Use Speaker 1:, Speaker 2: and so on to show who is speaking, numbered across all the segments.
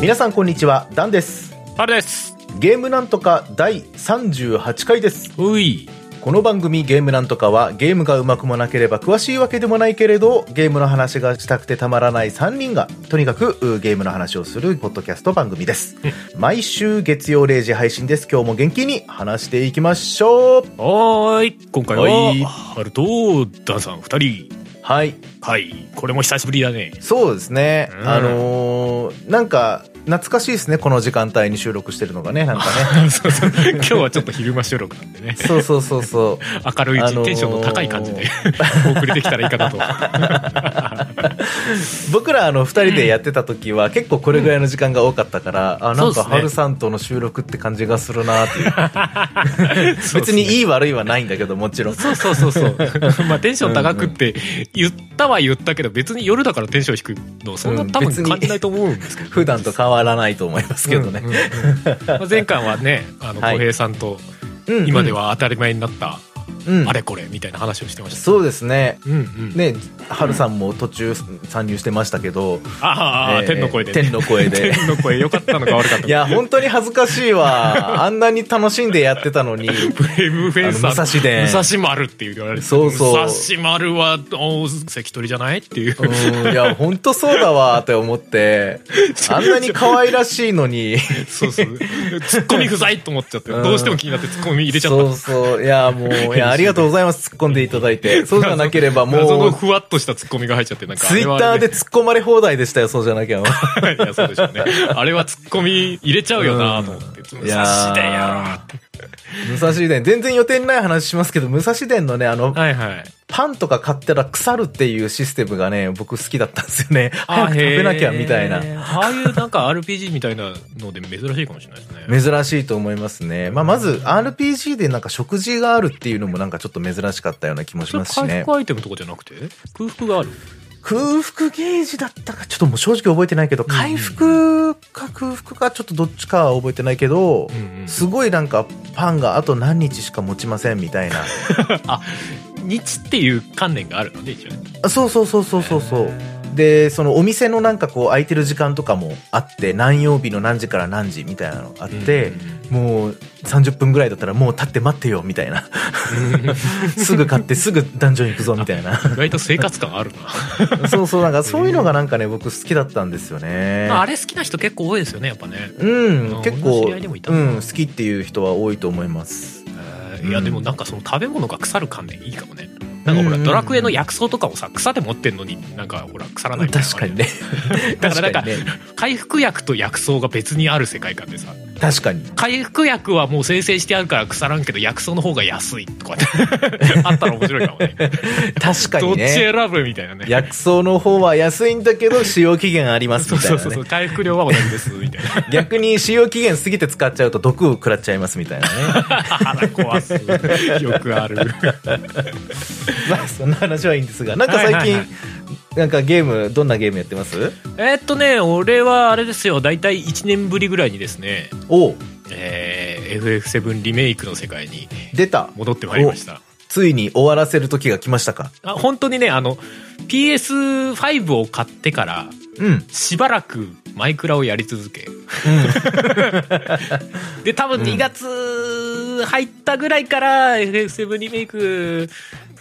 Speaker 1: 皆さんこんにちはダンです
Speaker 2: あれです
Speaker 1: ゲームなんとか第38回です
Speaker 2: うい
Speaker 1: この番組ゲームなんとかはゲームがうまくもなければ詳しいわけでもないけれどゲームの話がしたくてたまらない3人がとにかくうーゲームの話をするポッドキャスト番組です毎週月曜0時配信です今日も元気に話していきましょう
Speaker 2: はーい今回は
Speaker 1: はい
Speaker 2: ハルとダンさん2人
Speaker 1: はい
Speaker 2: はいこれも久しぶりだ ね
Speaker 1: そうですね、
Speaker 2: うん
Speaker 1: あのーなんか懐かしいですねこの時間帯に収録してるのがねなんかね
Speaker 2: そうそう今日はちょっと昼間収録なんでね
Speaker 1: そうそうそうそう
Speaker 2: 明るいし、
Speaker 1: あのー
Speaker 2: テンションの高い感じで お送りできたらいいかなと
Speaker 1: 僕らあの2人でやってた時は結構これぐらいの時間が多かったから、あなん
Speaker 2: そ
Speaker 1: か
Speaker 2: うですね
Speaker 1: 春さんとの収録って感じがするなっていう
Speaker 2: そ う
Speaker 1: 別
Speaker 2: そう
Speaker 1: にいい悪いはないんだけどもちろん
Speaker 2: そうそうそうそう まあテンション高くって言ったは言ったけど別に夜だからテンション低いのそんな多
Speaker 1: うん別
Speaker 2: 分
Speaker 1: に
Speaker 2: 感じないと思うんですけど
Speaker 1: 普段と変わらないと思いますけどね、
Speaker 2: うんうんうんまあ前回はねあの
Speaker 1: はい
Speaker 2: 浩平さんと
Speaker 1: うんうん
Speaker 2: 今で、は当たり前になった
Speaker 1: うん
Speaker 2: あれこれみたいな話をしてました
Speaker 1: そうですね
Speaker 2: うんうん
Speaker 1: ね春さんも途中参入してましたけど、
Speaker 2: ああ、
Speaker 1: えー
Speaker 2: 天の声で、
Speaker 1: 天の声で
Speaker 2: 天の声良かったのか悪かったのか
Speaker 1: いや本当に恥ずかしい わあんなに楽しんでやってたのに
Speaker 2: ブレイブフェイスさん
Speaker 1: あの武蔵伝
Speaker 2: 武蔵丸っていう言われて
Speaker 1: そうそう
Speaker 2: 武蔵丸はお関取じゃないっていう
Speaker 1: うんいや本当そうだわって思 ってあんなに可愛らしいのに
Speaker 2: そうそうツッコミ不在と思っちゃって
Speaker 1: うん
Speaker 2: どうしても気になってツッコミ入れちゃった
Speaker 1: そうそう。いや、もう、いや、ありがとうございます。突っ込んでいただい て。そうじゃなければ、
Speaker 2: 謎
Speaker 1: も
Speaker 2: の
Speaker 1: う、
Speaker 2: ふわっとしたツッコミが入っちゃってなんかあ
Speaker 1: ツイ
Speaker 2: れは
Speaker 1: ッタ
Speaker 2: あ
Speaker 1: ーで
Speaker 2: れ
Speaker 1: 突っ込まれ放題でしたよ、そうじゃなきゃ。
Speaker 2: いやそうでしょうね あれはツッコミ入れちゃうよなと思って武
Speaker 1: いやー
Speaker 2: 蔵だよって
Speaker 1: 武蔵伝、全然予定にない話しますけど、武蔵伝のね、あの、
Speaker 2: はいはい
Speaker 1: パンとか買ったら腐るっていうシステムがね、僕好きだったんですよね。早
Speaker 2: あ
Speaker 1: く食べなきゃ、みたいな。
Speaker 2: へーああいうなんか RPG みたいなので珍しいかもしれないですね
Speaker 1: 珍しいと思いますね。まあ、まず、RPG でなんか食事があるっていうのもなんかちょっと珍しかったような気もし
Speaker 2: それ
Speaker 1: ますし
Speaker 2: 回
Speaker 1: ね。
Speaker 2: 復アイテムとかじゃなくて空腹がある
Speaker 1: 空腹ゲージだったか、ちょっともう正直覚えてないけど、回復か空腹か、ちょっとどっちかは覚えてないけど、
Speaker 2: んうん
Speaker 1: すごいなんかパンがあと何日しか持ちませんみたいな。
Speaker 2: あ日っていう観念があるので一応ね
Speaker 1: あそうそうそうそうそうそう。で、そのお店のなんかこう空いてる時間とかもあって、何曜日の何時から何時みたいなのあって、もう30分ぐらいだったらもう立って待ってよみたいな。すぐ買ってすぐダンジョン行くぞみたいな。
Speaker 2: 意外と生活感ある
Speaker 1: そうそう、なんかそういうのがなんかね、僕好きだったんですよ ね。
Speaker 2: なあれ好きな人結構多いですよねやっぱね、
Speaker 1: う、
Speaker 2: うんん
Speaker 1: 結
Speaker 2: 俺の
Speaker 1: 構、
Speaker 2: 知り合いでもいたな
Speaker 1: うん、好きっていう人は多いと思います。
Speaker 2: え
Speaker 1: うん
Speaker 2: ーいやでもなんかその食べ物が腐る観念いいかもねなんかほ
Speaker 1: う
Speaker 2: ら
Speaker 1: ん
Speaker 2: ドラクエの薬草とかもさ草で持ってんのになんかほら腐らないみたいな
Speaker 1: 確かにね。
Speaker 2: だからなんか
Speaker 1: 確にね
Speaker 2: 回復薬と薬草が別にある世界観でさ
Speaker 1: 確かに。
Speaker 2: 回復薬はもう生成してあるから腐らんけど薬草の方が安いとかって あったら面白いかもね
Speaker 1: 確か
Speaker 2: どっ
Speaker 1: に
Speaker 2: ち
Speaker 1: ね。
Speaker 2: 選ぶみたいなね
Speaker 1: 薬草の方は安いんだけど、使用期限あります
Speaker 2: そう
Speaker 1: みたい
Speaker 2: そ
Speaker 1: うな
Speaker 2: そうそう
Speaker 1: ね。
Speaker 2: 回復量は同じですみたいな
Speaker 1: 逆に使用期限過ぎて使っちゃうと毒を食らっちゃいますみたいな ね。
Speaker 2: 腹壊すよくある
Speaker 1: まあ、そんな話はいいんですが。なんか最
Speaker 2: はいはいは
Speaker 1: 近、なんかゲーム、どんなゲームやってます
Speaker 2: えーっとね俺はあれですよ大体1年ぶりぐらいにですね、
Speaker 1: おう
Speaker 2: えー FF7 リメイクの世界に
Speaker 1: 出た。
Speaker 2: 戻ってまいりました
Speaker 1: ついに終わらせる時が来ましたか。
Speaker 2: あ本当にねあの PS5 を買ってから
Speaker 1: うん。うん。
Speaker 2: しばらくマイクラをやり続けで多分2月入ったぐらいから FF7 リメイク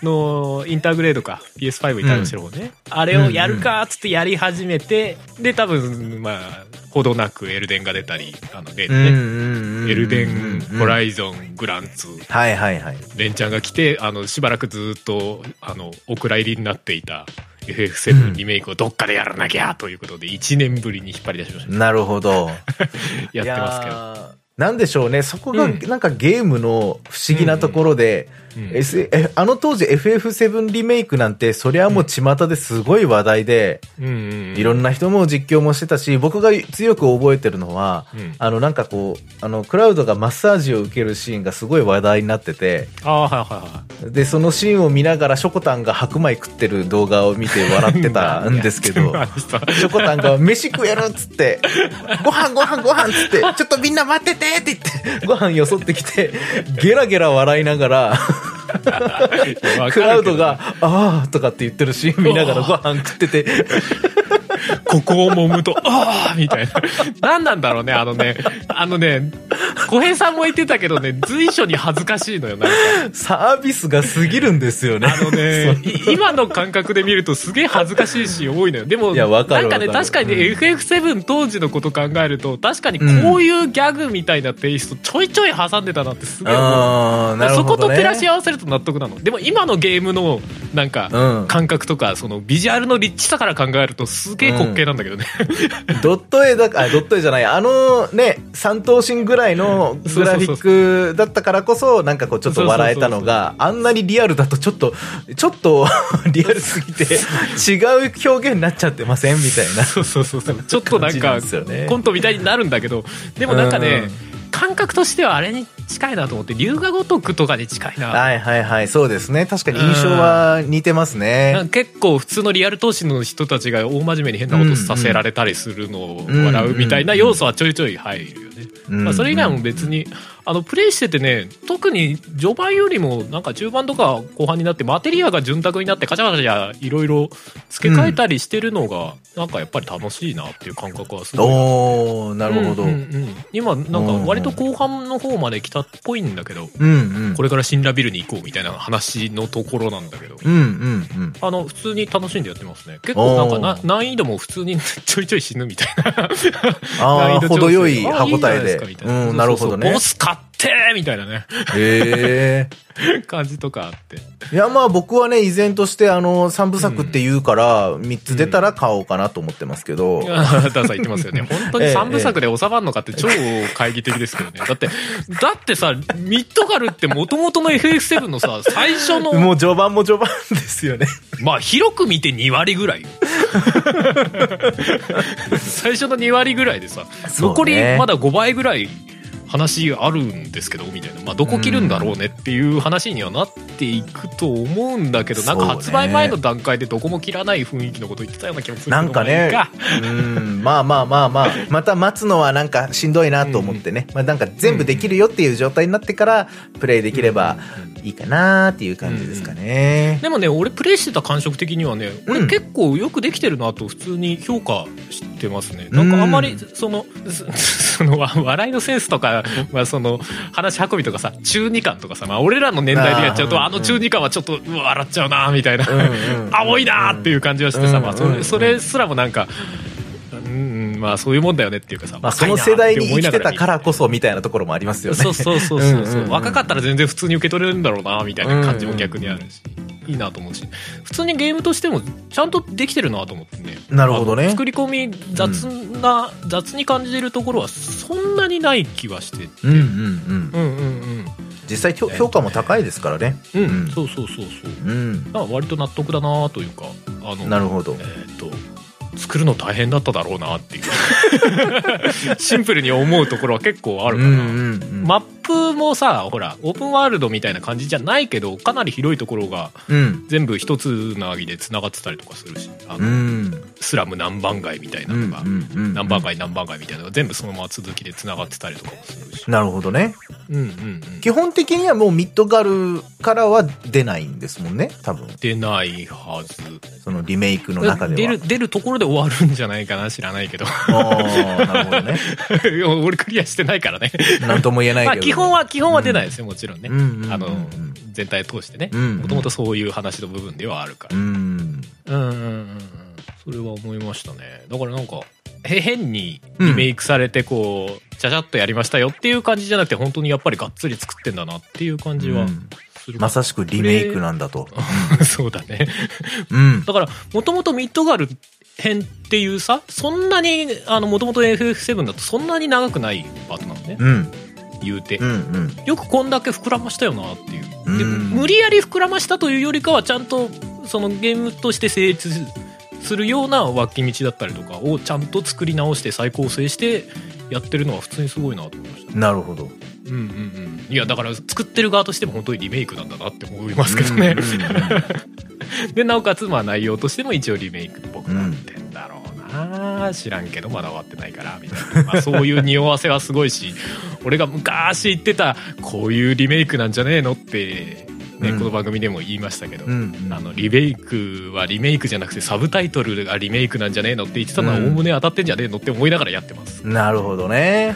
Speaker 2: のインターグレードか PS5 に対応してる方ね、あれをやるかっつってやり始めてで多分まあほどなくエルデンが出たりあの例
Speaker 1: うんう
Speaker 2: のね、
Speaker 1: んうん。
Speaker 2: エルデンホ
Speaker 1: イ
Speaker 2: ライゾングランツ
Speaker 1: はいはいはい。
Speaker 2: 連チャンが来てあのしばらくずっとあのお蔵入りになっていた FF7 リメイクをどっかでやらなきゃということで1年ぶりに引っ張り出しました、
Speaker 1: なるほど。
Speaker 2: やってますけ
Speaker 1: い
Speaker 2: ど
Speaker 1: やーなんでしょうね。そこが、
Speaker 2: うん
Speaker 1: なんかゲームの不思議なところで、
Speaker 2: うんうん
Speaker 1: S- えあの当時 FF7 リメイクなんて、そりゃもう巷ですごい話題で、
Speaker 2: うんうん
Speaker 1: いろんな人も実況もしてたし、僕が強く覚えてるのは、
Speaker 2: うん
Speaker 1: あのなんかこう、あの、クラウドがマッサージを受けるシーンがすごい話題になってて、
Speaker 2: ああーはいはいはい
Speaker 1: で、そのシーンを見ながら、ショコタンが白米食ってる動画を見て笑ってたんですけ ど、
Speaker 2: なん でやってんの
Speaker 1: ショコタンが飯食えるっつって、ご飯ご飯ご飯っつって、ちょっとみんな待っててって言って、ご飯よそってきて、ゲラゲラ笑いながら、クラウドが、あーとかって言ってるシーン見ながらご飯食ってて、
Speaker 2: ここを揉むと、 ああみたいな。何なんだろうね、あのね。あのね、小平さんも言ってたけどね、随所に恥ずかしいのよ、なんか。
Speaker 1: サービスが過ぎるんですよね。
Speaker 2: あの ね、い今の感覚で見るとすげえ恥ずかしいシーン多いのよ。でも、
Speaker 1: いやわかる
Speaker 2: なんかね、
Speaker 1: わかる
Speaker 2: 確かにね、
Speaker 1: う
Speaker 2: FF7 当時のこと考えると、確かにこういうギャグみたいなテイストちょいちょい挟んでたなってすげえ思う。
Speaker 1: あーなる
Speaker 2: そ
Speaker 1: ほ
Speaker 2: こ
Speaker 1: ど、
Speaker 2: と
Speaker 1: ね。
Speaker 2: 照らし合わせると納得なの。でも今のゲームの、なんか、
Speaker 1: うん。
Speaker 2: 感覚とか、そのビジュアルのリッチさから考えるとすげえ滑稽なんだけどね。
Speaker 1: ドット絵だか、あドット絵じゃない、あのね、三頭身ぐらいのグラフィ
Speaker 2: そうそう
Speaker 1: ックだったからこそ、なんかこうちょっと笑えたのが、あんなにリアルだとちょっと、ちょっと リアルすぎて、違う表現になっちゃってませんみたいな。
Speaker 2: そうそうそうそう ちょっとなん
Speaker 1: 感
Speaker 2: か
Speaker 1: じなんですよね
Speaker 2: コントみたいになるんだけどでもなんかね、
Speaker 1: うん
Speaker 2: 感覚としてはあれに近いなと思って龍が如くとかに近いな
Speaker 1: はいはいはい、そうですね。確かに印象は似てます
Speaker 2: なん
Speaker 1: ね。
Speaker 2: か結構普通のリアル闘神の人たちが大真面目に変なことさせられたりするのを
Speaker 1: うん
Speaker 2: 笑うみたいな要素はちょいちょい入るよね、
Speaker 1: うん
Speaker 2: まあ、それ以外も別にあのプレイしててね特に序盤よりもなんか中盤とか後半になってマテリアが潤沢になってカチャカチャいろいろ付け替えたりしてるのがなんかやっぱり楽しいなっていう感覚はすごい
Speaker 1: おー、なるほど。う
Speaker 2: うんうん
Speaker 1: ん
Speaker 2: うん今なんか割と後半の方まで来たっぽいんだけど、
Speaker 1: うん。
Speaker 2: これから新ラビルに行こうみたいな話のところなんだけど、
Speaker 1: うんうんうん。
Speaker 2: あの普通に楽しんでやってますね結構なんかな
Speaker 1: お
Speaker 2: 難易度も普通に ちょいちょい死ぬみたいな難
Speaker 1: あ
Speaker 2: 易
Speaker 1: あ、
Speaker 2: 度調整
Speaker 1: 程よい
Speaker 2: あ
Speaker 1: 歯応
Speaker 2: いいじゃな
Speaker 1: え
Speaker 2: いす
Speaker 1: で
Speaker 2: かみ。たい
Speaker 1: うん、なるほど
Speaker 2: そうそうそう
Speaker 1: ね
Speaker 2: ボ。ス買ってみたいなね
Speaker 1: へえ。
Speaker 2: 感じとかあって
Speaker 1: いや、まあ僕はね、依然としてあの、三部作って言うから、三つ出たら買おうかなと思ってますけど。
Speaker 2: ダンさん言ってますよ ね。本当に
Speaker 1: ええ
Speaker 2: 3部作で収まるのかって超懐疑的ですけどね。だって、だってさ、ミッドガルって元々の FF7 のさ、最初の
Speaker 1: もう序盤も序盤ですよね。
Speaker 2: まあ広く見て2割ぐら いよ最初の2割ぐらいでさ、
Speaker 1: そうね
Speaker 2: 残りまだ5倍ぐらい話あるんですけどみたいな、まあ、どこ切るんだろうねっていう話にはなっていくと思うんだけど、なんか
Speaker 1: そうね
Speaker 2: 発売前の段階でどこも切らない雰囲気のこと言ってたような気もするけど
Speaker 1: なんかね
Speaker 2: まあいいか、
Speaker 1: うん、まあまあまあまあ、 また待つのはなんかしんどいなと思ってね。まあなんか全部できるよっていう状態になってから、プレイできればいいかなっていう感じですかね。
Speaker 2: でもね俺プレイしてた感触的にはね俺
Speaker 1: うん
Speaker 2: 結構よくできてるなと普通に評価してますね、なんかあんま
Speaker 1: う
Speaker 2: り
Speaker 1: ん
Speaker 2: その すそのわ笑いのセンスとか、まあ、その話し運びとかさ中二感とかさ、まあ、俺らの年代でやっちゃうと
Speaker 1: あー
Speaker 2: あの中二感はちょっとうわ笑っちゃうなみたいな、
Speaker 1: んうん
Speaker 2: 青いなっていう感じはしてさ、まあ、そ
Speaker 1: うんうんう
Speaker 2: れ
Speaker 1: ん
Speaker 2: それすらもなんか。うんうんまあそういうもんだよねっていうかさ、
Speaker 1: まあそ
Speaker 2: 若い
Speaker 1: の
Speaker 2: なー
Speaker 1: 世代に
Speaker 2: って
Speaker 1: 生
Speaker 2: 思いな
Speaker 1: きて
Speaker 2: がら
Speaker 1: た
Speaker 2: 見
Speaker 1: からこそみたいなところもありますよね。
Speaker 2: そうそうそうそうそう,、
Speaker 1: うんうんうん
Speaker 2: 若かったら全然普通に受け取れるんだろうなみたいな感じも逆にあるし、いいなと思うし普通にゲームとしてもちゃんとできてるなと思ってね
Speaker 1: なるほどね
Speaker 2: あの作り込み雑な、雑に感じるところはそんなにない気はして
Speaker 1: うんうんうん。
Speaker 2: うんうんうん
Speaker 1: 実際評評価も高いですからね。
Speaker 2: うん、
Speaker 1: うん
Speaker 2: そうそうそうそう
Speaker 1: うん。
Speaker 2: だから割と納得だなというかあの
Speaker 1: なるほど
Speaker 2: え。ーっと作るの大変だっただろうなっていう シンプルに思うところは結構あるかな、
Speaker 1: うんうんうん
Speaker 2: マップもさほらオープンワールドみたいな感じじゃないけどかなり広いところが
Speaker 1: うん。
Speaker 2: 全部一つなぎでつながってたりとかするしあ
Speaker 1: う
Speaker 2: の、
Speaker 1: ん。
Speaker 2: スラム何番街みたいなのが、何番街何番街みたいなのが全部そのまま続きでつながってたりとかもするし、
Speaker 1: なるほどね。
Speaker 2: うんうんうん、
Speaker 1: 基本的にはもうミッドガルからは出ないんですもんね、多分。
Speaker 2: 出ないはず
Speaker 1: そのリメイクの中で
Speaker 2: 出
Speaker 1: は
Speaker 2: る。出るところで終わるんじゃないかな知らないけど
Speaker 1: ああ、なるほどね。
Speaker 2: 俺クリアしてないからね
Speaker 1: なんとも言えない
Speaker 2: まあ
Speaker 1: けど。
Speaker 2: 基本。は基本は出ないですよもちろんね、
Speaker 1: うんうんうん
Speaker 2: あの全体を通してね
Speaker 1: うんうん
Speaker 2: もともとそういう話の部分ではあるから
Speaker 1: うん。
Speaker 2: うんうんうんうんそれは思いましたねだからなんかへ変にリメイクされてこう、ちゃちゃっとやりましたよっていう感じじゃなくて本当にやっぱりがっつり作ってんだなっていう感じは
Speaker 1: うん
Speaker 2: する、
Speaker 1: まさしくリメイクなんだと。
Speaker 2: そうだね
Speaker 1: うん。
Speaker 2: だからもともとミッドガル編っていうさそんなにもともと FF7 だとそんなに長くないパートなのね、
Speaker 1: うん。
Speaker 2: 言うて
Speaker 1: うん。うん。
Speaker 2: よくこんだけ膨らましたよなっていうで
Speaker 1: うん
Speaker 2: 無理やり膨らましたというよりかはちゃんとそのゲームとして成立するような脇道だったりとかをちゃんと作り直して再構成してやってるのは普通にすごいなと思いました
Speaker 1: なるほど。
Speaker 2: うんうんうんいやだから作ってる側としても本当にリメイクなんだなって思いますけどね
Speaker 1: うん
Speaker 2: でなおかつまあ内容としても一応リメイクっぽくなってんだろうな、知らんけどまだ終わってないからみたいな、 まあ、そういう匂わせはすごいし俺が昔言ってたこういうリメイクなんじゃねえのってね
Speaker 1: うん
Speaker 2: この番組でも言いましたけど、
Speaker 1: うんうん
Speaker 2: あのリメイクはリメイクじゃなくてサブタイトルがリメイクなんじゃねえのって言ってたのは
Speaker 1: うん
Speaker 2: おおむね当たってんじゃねえのって思いながらやってます、
Speaker 1: なるほどね。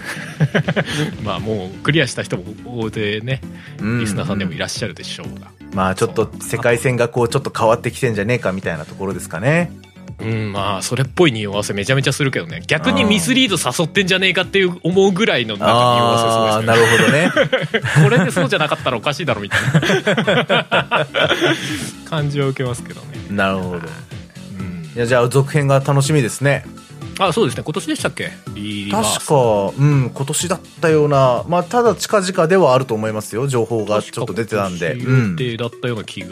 Speaker 2: まあもうクリアした人も大勢ね
Speaker 1: うん
Speaker 2: リスナーさんでもいらっしゃるでしょうが、
Speaker 1: まあちょっと
Speaker 2: そう
Speaker 1: 世界線がこうちょっと変わってきてんじゃねえかみたいなところですかね。
Speaker 2: うん、まあそれっぽい匂わせめちゃめちゃするけどね逆にミスリード誘ってんじゃねえかっていう思うぐらいのなんか匂わせ
Speaker 1: あ
Speaker 2: そ
Speaker 1: あ
Speaker 2: う
Speaker 1: ー、
Speaker 2: です
Speaker 1: な
Speaker 2: ね
Speaker 1: るほどね。
Speaker 2: これでそうじゃなかったらおかしいだろみ たいな感じを受けますけどね、
Speaker 1: なるほど。
Speaker 2: うん
Speaker 1: い、やじゃあ続編が楽しみですね。
Speaker 2: あそうですね今年でしたっけリリバース
Speaker 1: 確か、うん、今年だったような、まあただ近々ではあると思いますよ。情報がちょっと出てたんで。
Speaker 2: 確
Speaker 1: う
Speaker 2: か今年予
Speaker 1: ん。
Speaker 2: 定だったような気が、あ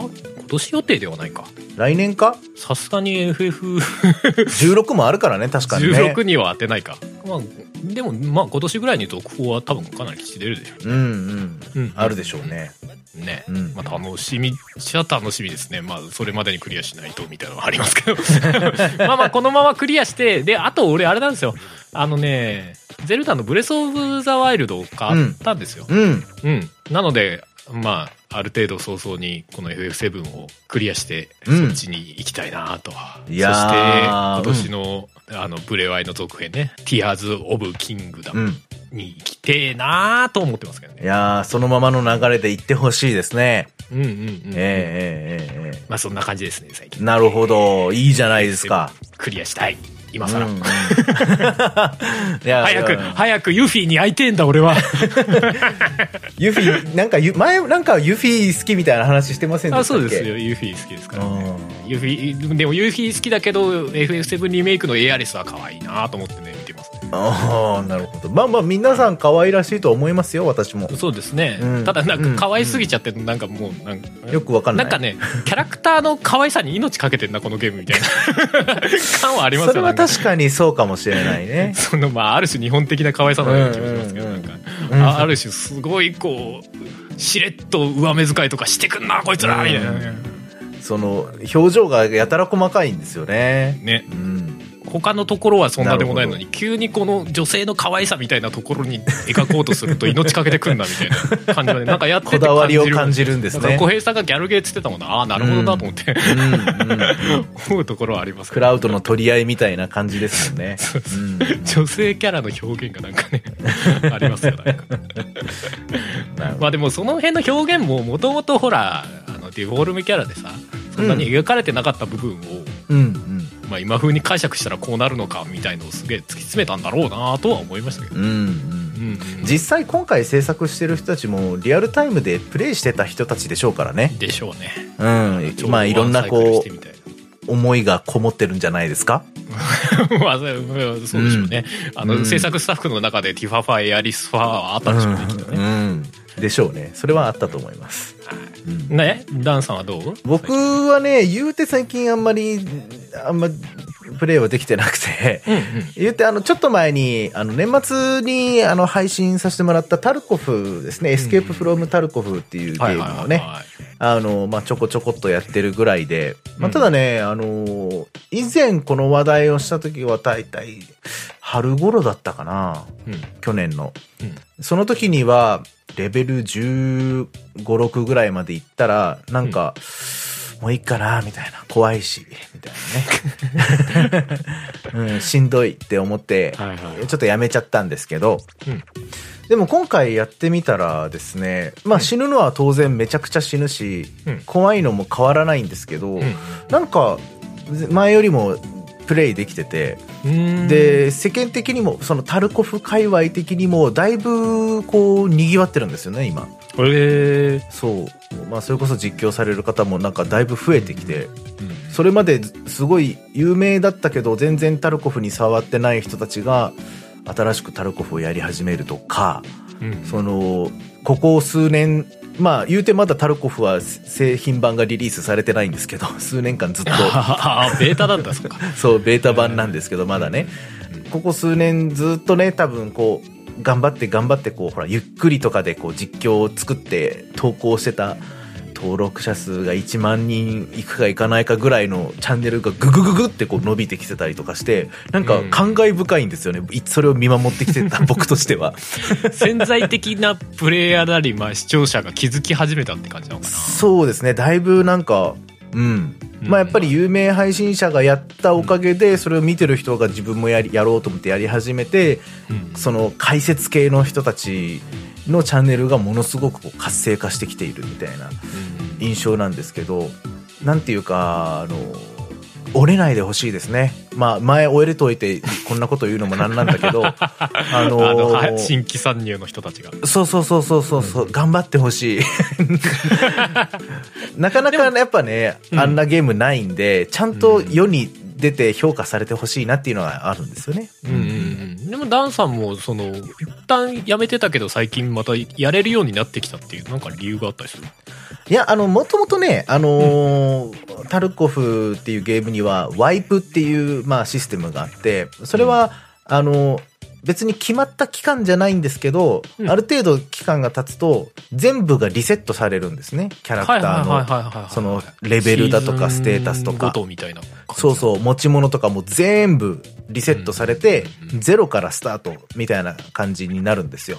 Speaker 2: 今年予定ではないか
Speaker 1: 来年か
Speaker 2: さすがに
Speaker 1: 16もあるからね、確かにね。
Speaker 2: FF16 には当てないか、まあ、でもまあ今年ぐらいに続報は多分かなりしてるでしょ
Speaker 1: うんうん。
Speaker 2: うん
Speaker 1: あるでしょうね。
Speaker 2: うね、
Speaker 1: うん
Speaker 2: まあ、楽しみじゃ楽しみですねまあそれまでにクリアしないとみたいなのはありますけど まあまあこのままクリアしてであと俺あれなんですよあのねゼルダのブレス・オブ・ザ・ワイルドを買ったんですよ、
Speaker 1: うん。
Speaker 2: うん、なので、まあ、ある程度早々にこの FF7 をクリアして、
Speaker 1: うん
Speaker 2: そっちに行きたいなと。
Speaker 1: いやー
Speaker 2: そして、今年の、あの、ブレワイの続編ね、Tears of Kingdom
Speaker 1: うん。
Speaker 2: に行きてえなと思ってますけど
Speaker 1: い
Speaker 2: ね。
Speaker 1: やー、そのままの流れで行ってほしいですね。
Speaker 2: うんうんうん。
Speaker 1: ええええええ
Speaker 2: まあ、そんな感じですね、最近。
Speaker 1: なるほど。いいじゃないですか。
Speaker 2: クリアしたい。今更。
Speaker 1: うんうん いや
Speaker 2: 早く、
Speaker 1: いや
Speaker 2: 早くユフィに会いてえんだ、俺は。
Speaker 1: ユフィ、なんかユ、前、なんかユフィ好きみたいな話してませんでしたっけ
Speaker 2: あ、そうです。よ。ユフィ好きですから、ね。
Speaker 1: う
Speaker 2: ユフィ、でもユフィ好きだけど、FF7 リメイクのエアリスは可愛いなと思ってね、見てますね。
Speaker 1: んああ、なるほど。まあまあ、皆さん可愛らしいと思いますよ、私も。
Speaker 2: そうですね、
Speaker 1: うん
Speaker 2: ただなんか可愛すぎちゃってなんかもうなんか、
Speaker 1: よくわかんない。
Speaker 2: なんかねキャラクターの可愛さに命かけてんなこのゲームみたいな 感はありますよ
Speaker 1: それは
Speaker 2: なんか
Speaker 1: 確かにそうかもしれないね。
Speaker 2: そのまあある種日本的な可愛さのような気もしますけど、
Speaker 1: うんうんうん
Speaker 2: なんか、
Speaker 1: うん
Speaker 2: あある種すごいこうしれっと上目遣いとかしてくんなこいつらみたいなね、
Speaker 1: その、表情がやたら細かいんですよね。
Speaker 2: ね
Speaker 1: うん。
Speaker 2: 他のところはそんなでもないのに急にこの女性の可愛さみたいなところに描こうとす ると命かけてくんなみたいな感じはねなんかやってて
Speaker 1: こだわりを感じるんです
Speaker 2: だから
Speaker 1: ね。
Speaker 2: 小平さんがギャルゲーっつってたもんなああなるほどなと思って、
Speaker 1: うんうん
Speaker 2: 思うところはありますけ
Speaker 1: ク
Speaker 2: ど
Speaker 1: ラウドの取り合いみたいな感じですよね。うん
Speaker 2: 女性キャラの表現がなんか ねありますよなんか
Speaker 1: なるほど
Speaker 2: まあでもその辺の表現ももともとほらあのデフォルムキャラでさそんなに描かれてなかった部分を、
Speaker 1: うんうん
Speaker 2: まあ、今風に解釈したらこうなるのかみたいのをすげえ突き詰めたんだろうなとは思いましたけ
Speaker 1: う
Speaker 2: ど、
Speaker 1: んうん
Speaker 2: うんうん
Speaker 1: 実際今回制作してる人たちもリアルタイムでプレイしてた人たちでしょうからね。
Speaker 2: でしょうね
Speaker 1: うん。まあいろんな
Speaker 2: ワンサイクルし
Speaker 1: こ
Speaker 2: てみたいな
Speaker 1: う、思いがこもってるんじゃないですか
Speaker 2: まあ、そうそうでしょうね、あの
Speaker 1: うん
Speaker 2: 制作スタッフの中でティファファエアリスファーはあった
Speaker 1: うん
Speaker 2: でしょうね、きっとね
Speaker 1: ん。でしょうね。それはあったと思います。うん
Speaker 2: ねダンさんはどう
Speaker 1: 僕はね、言うて最近あんまり、あんまプレイはできてなくて。
Speaker 2: うんうん
Speaker 1: 言って、あの、ちょっと前に、あの、年末に、あの、配信させてもらったタルコフですね、エスケープフロムタルコフっていうゲ
Speaker 2: はい
Speaker 1: ー
Speaker 2: はい
Speaker 1: ム
Speaker 2: は
Speaker 1: を
Speaker 2: い
Speaker 1: ね、
Speaker 2: はい
Speaker 1: あの、まあ、ちょこちょこっとやってるぐらいで、ま
Speaker 2: う
Speaker 1: あ、
Speaker 2: ん
Speaker 1: ただね、あの、以前この話題をした時は大体、春頃だったかな、
Speaker 2: うん
Speaker 1: 去年の。
Speaker 2: うん
Speaker 1: その時には、レベル15、6ぐらいまで行ったら、なんか、もういいかな、みたいな。怖いし、みたい なね。うん、しんどいって思って、
Speaker 2: はいはいはい
Speaker 1: ちょっとやめちゃったんですけど、
Speaker 2: うん
Speaker 1: でも今回やってみたらですね、まあ死ぬのは当然めちゃくちゃ死ぬし、
Speaker 2: うん
Speaker 1: 怖いのも変わらないんですけど、なんか前よりもプレイできてて、
Speaker 2: うん
Speaker 1: で、世間的にも、そのタルコフ界隈的にも、だいぶこう賑わってるんですよね、今。
Speaker 2: これ
Speaker 1: そう。まあそれこそ実況される方もなんかだいぶ増えてきて、それまですごい有名だったけど全然タルコフに触ってない人たちが新しくタルコフをやり始めるとか
Speaker 2: うん
Speaker 1: そのここ数年まあ言うてまだタルコフは製品版がリリースされてないんですけど 数年間ず っと
Speaker 2: ああベータなんだそっ か
Speaker 1: そうベータ版なんですけどまだねここ数年ずっとね多分こう頑張って頑張ってこうほらゆっくりとかでこう実況を作って投稿してたと登録者数が1万人いくかいかないかぐらいのチャンネルがググググってこう伸びてきてたりとかして、なんか
Speaker 2: うん
Speaker 1: 感慨深いんですよね。いそれを見守ってきてた僕としては。
Speaker 2: 潜在的なプレイヤーなり、まあ、視聴者が気づき始めたって感じなのかな
Speaker 1: そうですね。だいぶなんか、うん。まあやっぱり有名配信者がやったおかげで、それを見てる人が自分もやり、やろうと思ってやり始めて、
Speaker 2: うん
Speaker 1: その解説系の人たちのチャンネルがものすごくこう活性化してきているみたいな印象なんですけど、なんていうか、あの、折れないでほしいですね。まあ、前折れといて、こんなこと言うのもなんなんだけど、あの
Speaker 2: あのは新規参入の人たちが
Speaker 1: そうそうそうそうそうそう、頑張ってほ しい。なかなかねやっぱね、
Speaker 2: うん
Speaker 1: あんなゲームないんで、ちゃんと世に出て評価されてほしいなっていうのはあるんですよね。
Speaker 2: うんうんうんでもダンさんもその一旦やめてたけど最近またやれるようになってきたっていうなんか理由があったりする
Speaker 1: いや、あの、もともとね、あのータルコフっていうゲームには、ワイプっていう、まあ、システムがあって、それは、あのー別に決まった期間じゃないんですけど、
Speaker 2: うん
Speaker 1: ある程度期間が経つと、全部がリセットされるんですね、キャラクターの。
Speaker 2: の
Speaker 1: そのレベルだとかステータスとか
Speaker 2: ごとみたいな感じ
Speaker 1: そうそう、持ち物とかも全部リセットされて、
Speaker 2: うん
Speaker 1: ゼロからスタートみたいな感じになるんですよ。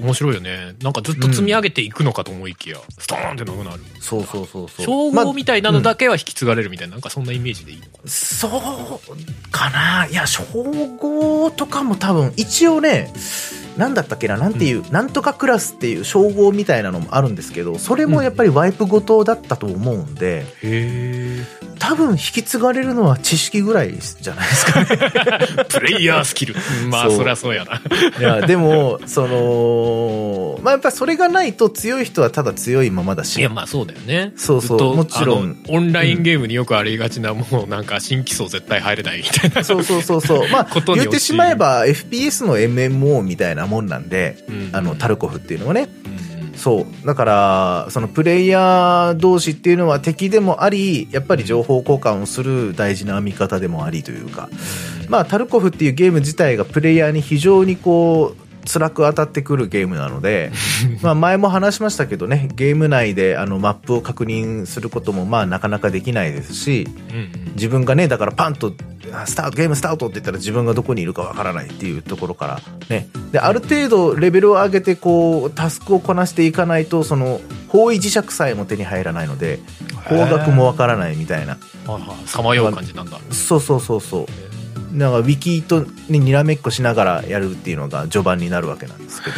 Speaker 2: 面白いよねなんかずっと積み上げていくのかと思いきや、ストーンってなくなる
Speaker 1: そうそうそうそう。
Speaker 2: 称
Speaker 1: まあ
Speaker 2: 号みたいなのだけは引き継がれるみたいな、なんかそんなイメージでいいのかな
Speaker 1: そうかないや、称号とかも多分、一応ね、なんだったっけな、なんていう、なんとかクラスっていう称号みたいなのもあるんですけど、それもやっぱりワイプごとだったと思うんで、
Speaker 2: へ
Speaker 1: 多分引き継がれるのは知識ぐらいじゃないですかね。
Speaker 2: えプレイヤースキルまあ
Speaker 1: そう
Speaker 2: そりゃそうやない
Speaker 1: や、でも、 その、まあやっぱそれがないと強い人はただ強いままだし。
Speaker 2: いやまあそうだよね
Speaker 1: そうそう
Speaker 2: ずっと
Speaker 1: もちろん
Speaker 2: あのオンラインゲームによくありがちな、もうなんか新規層絶対入れないみたいな
Speaker 1: そうそうそうそう。まあ
Speaker 2: こ、とに
Speaker 1: 言っ
Speaker 2: 陥
Speaker 1: て
Speaker 2: る
Speaker 1: しまえば FPS の MMO みたいなもんなんで、あの、タルコフっていうのはね。そう。だから、そのプレイヤー同士っていうのは敵でもあり、やっぱり情報交換をする大事な味方でもありというか。まあ、タルコフっていうゲーム自体がプレイヤーに非常にこう、辛く当たってくるゲームなの で、まあ前も話しましたけどね、ゲーム内であのマップを確認することもまあなかなかできないですし、自分がねだからパンとあスタートゲームスタートって言ったら自分がどこにいるかわからないっていうところからねである程度レベルを上げてこうタスクをこなしていかないとその方位磁石さえも手に入らないので方角もわからないみたいな
Speaker 2: さまよう感じ なんだ、
Speaker 1: そうそうそうそうなんかウィキとねにらめっこしながらやるっていうのが序盤になるわけなんですけど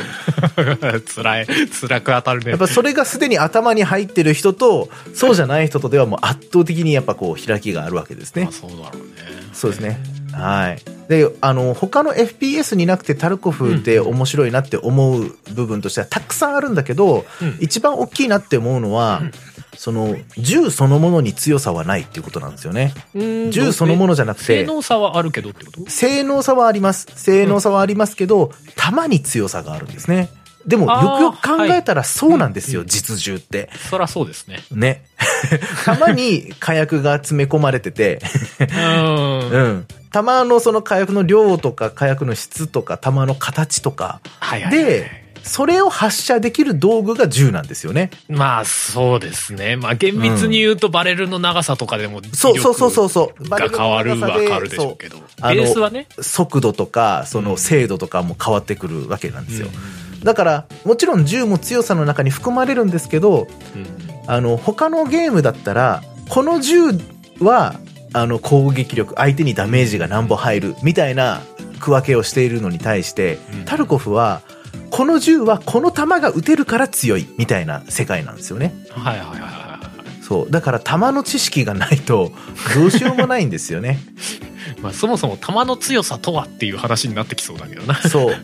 Speaker 2: つらい辛く当たるね
Speaker 1: やっぱそれがすでに頭に入ってる人とそうじゃない人とではもう圧倒的にやっぱこう開きがあるわけですね
Speaker 2: まあ、そうだろうね
Speaker 1: そうですね。はい。で、あの、他の FPS になくてタルコフって面白いなって思う部分としてはたくさんあるんだけど、
Speaker 2: うん
Speaker 1: 一番大きいなって思うのは、その、銃そのものに強さはないっていうことなんですよね。
Speaker 2: うん
Speaker 1: 銃そのものじゃなく
Speaker 2: 性
Speaker 1: て、
Speaker 2: 能差はあるけどってこと
Speaker 1: 性能差はあります。性能差はありますけど、弾に強さがあるんですね。でも、
Speaker 2: あー
Speaker 1: よくよく考えたらそうなんですよ、
Speaker 2: はい
Speaker 1: 実銃って。
Speaker 2: そりゃそうですね
Speaker 1: ね。弾に火薬が詰め込まれてて、
Speaker 2: うん
Speaker 1: うん。弾のその火薬の量とか火薬の質とか弾の形とか、
Speaker 2: はいはいはい
Speaker 1: で、それを発射できる道具が銃なんですよね。
Speaker 2: まあそうですね。まあ厳密に言うとバレルの長さとかでも、
Speaker 1: そうそうそうそうそう。
Speaker 2: が変わるは変わるでしょう
Speaker 1: そ
Speaker 2: けど。ベ
Speaker 1: あの
Speaker 2: ースはね。
Speaker 1: う。速度とか、その精度とかも変わってくるわけなんですよ。だから、もちろん銃も強さの中に含まれるんですけど、
Speaker 2: うん
Speaker 1: あの、他のゲームだったら、この銃は、あの、攻撃力、相手にダメージが何本入る、みたいな区分けをしているのに対して、
Speaker 2: うん
Speaker 1: タルコフは、この銃はこの弾が撃てるから強い、みたいな世界なんですよね。
Speaker 2: はいはいはいは
Speaker 1: そう。だから弾の知識がないと、どうしようもないんですよ ね。
Speaker 2: い。まあそもそも弾の強さとはっていう話になってきそうだけどな。
Speaker 1: そう。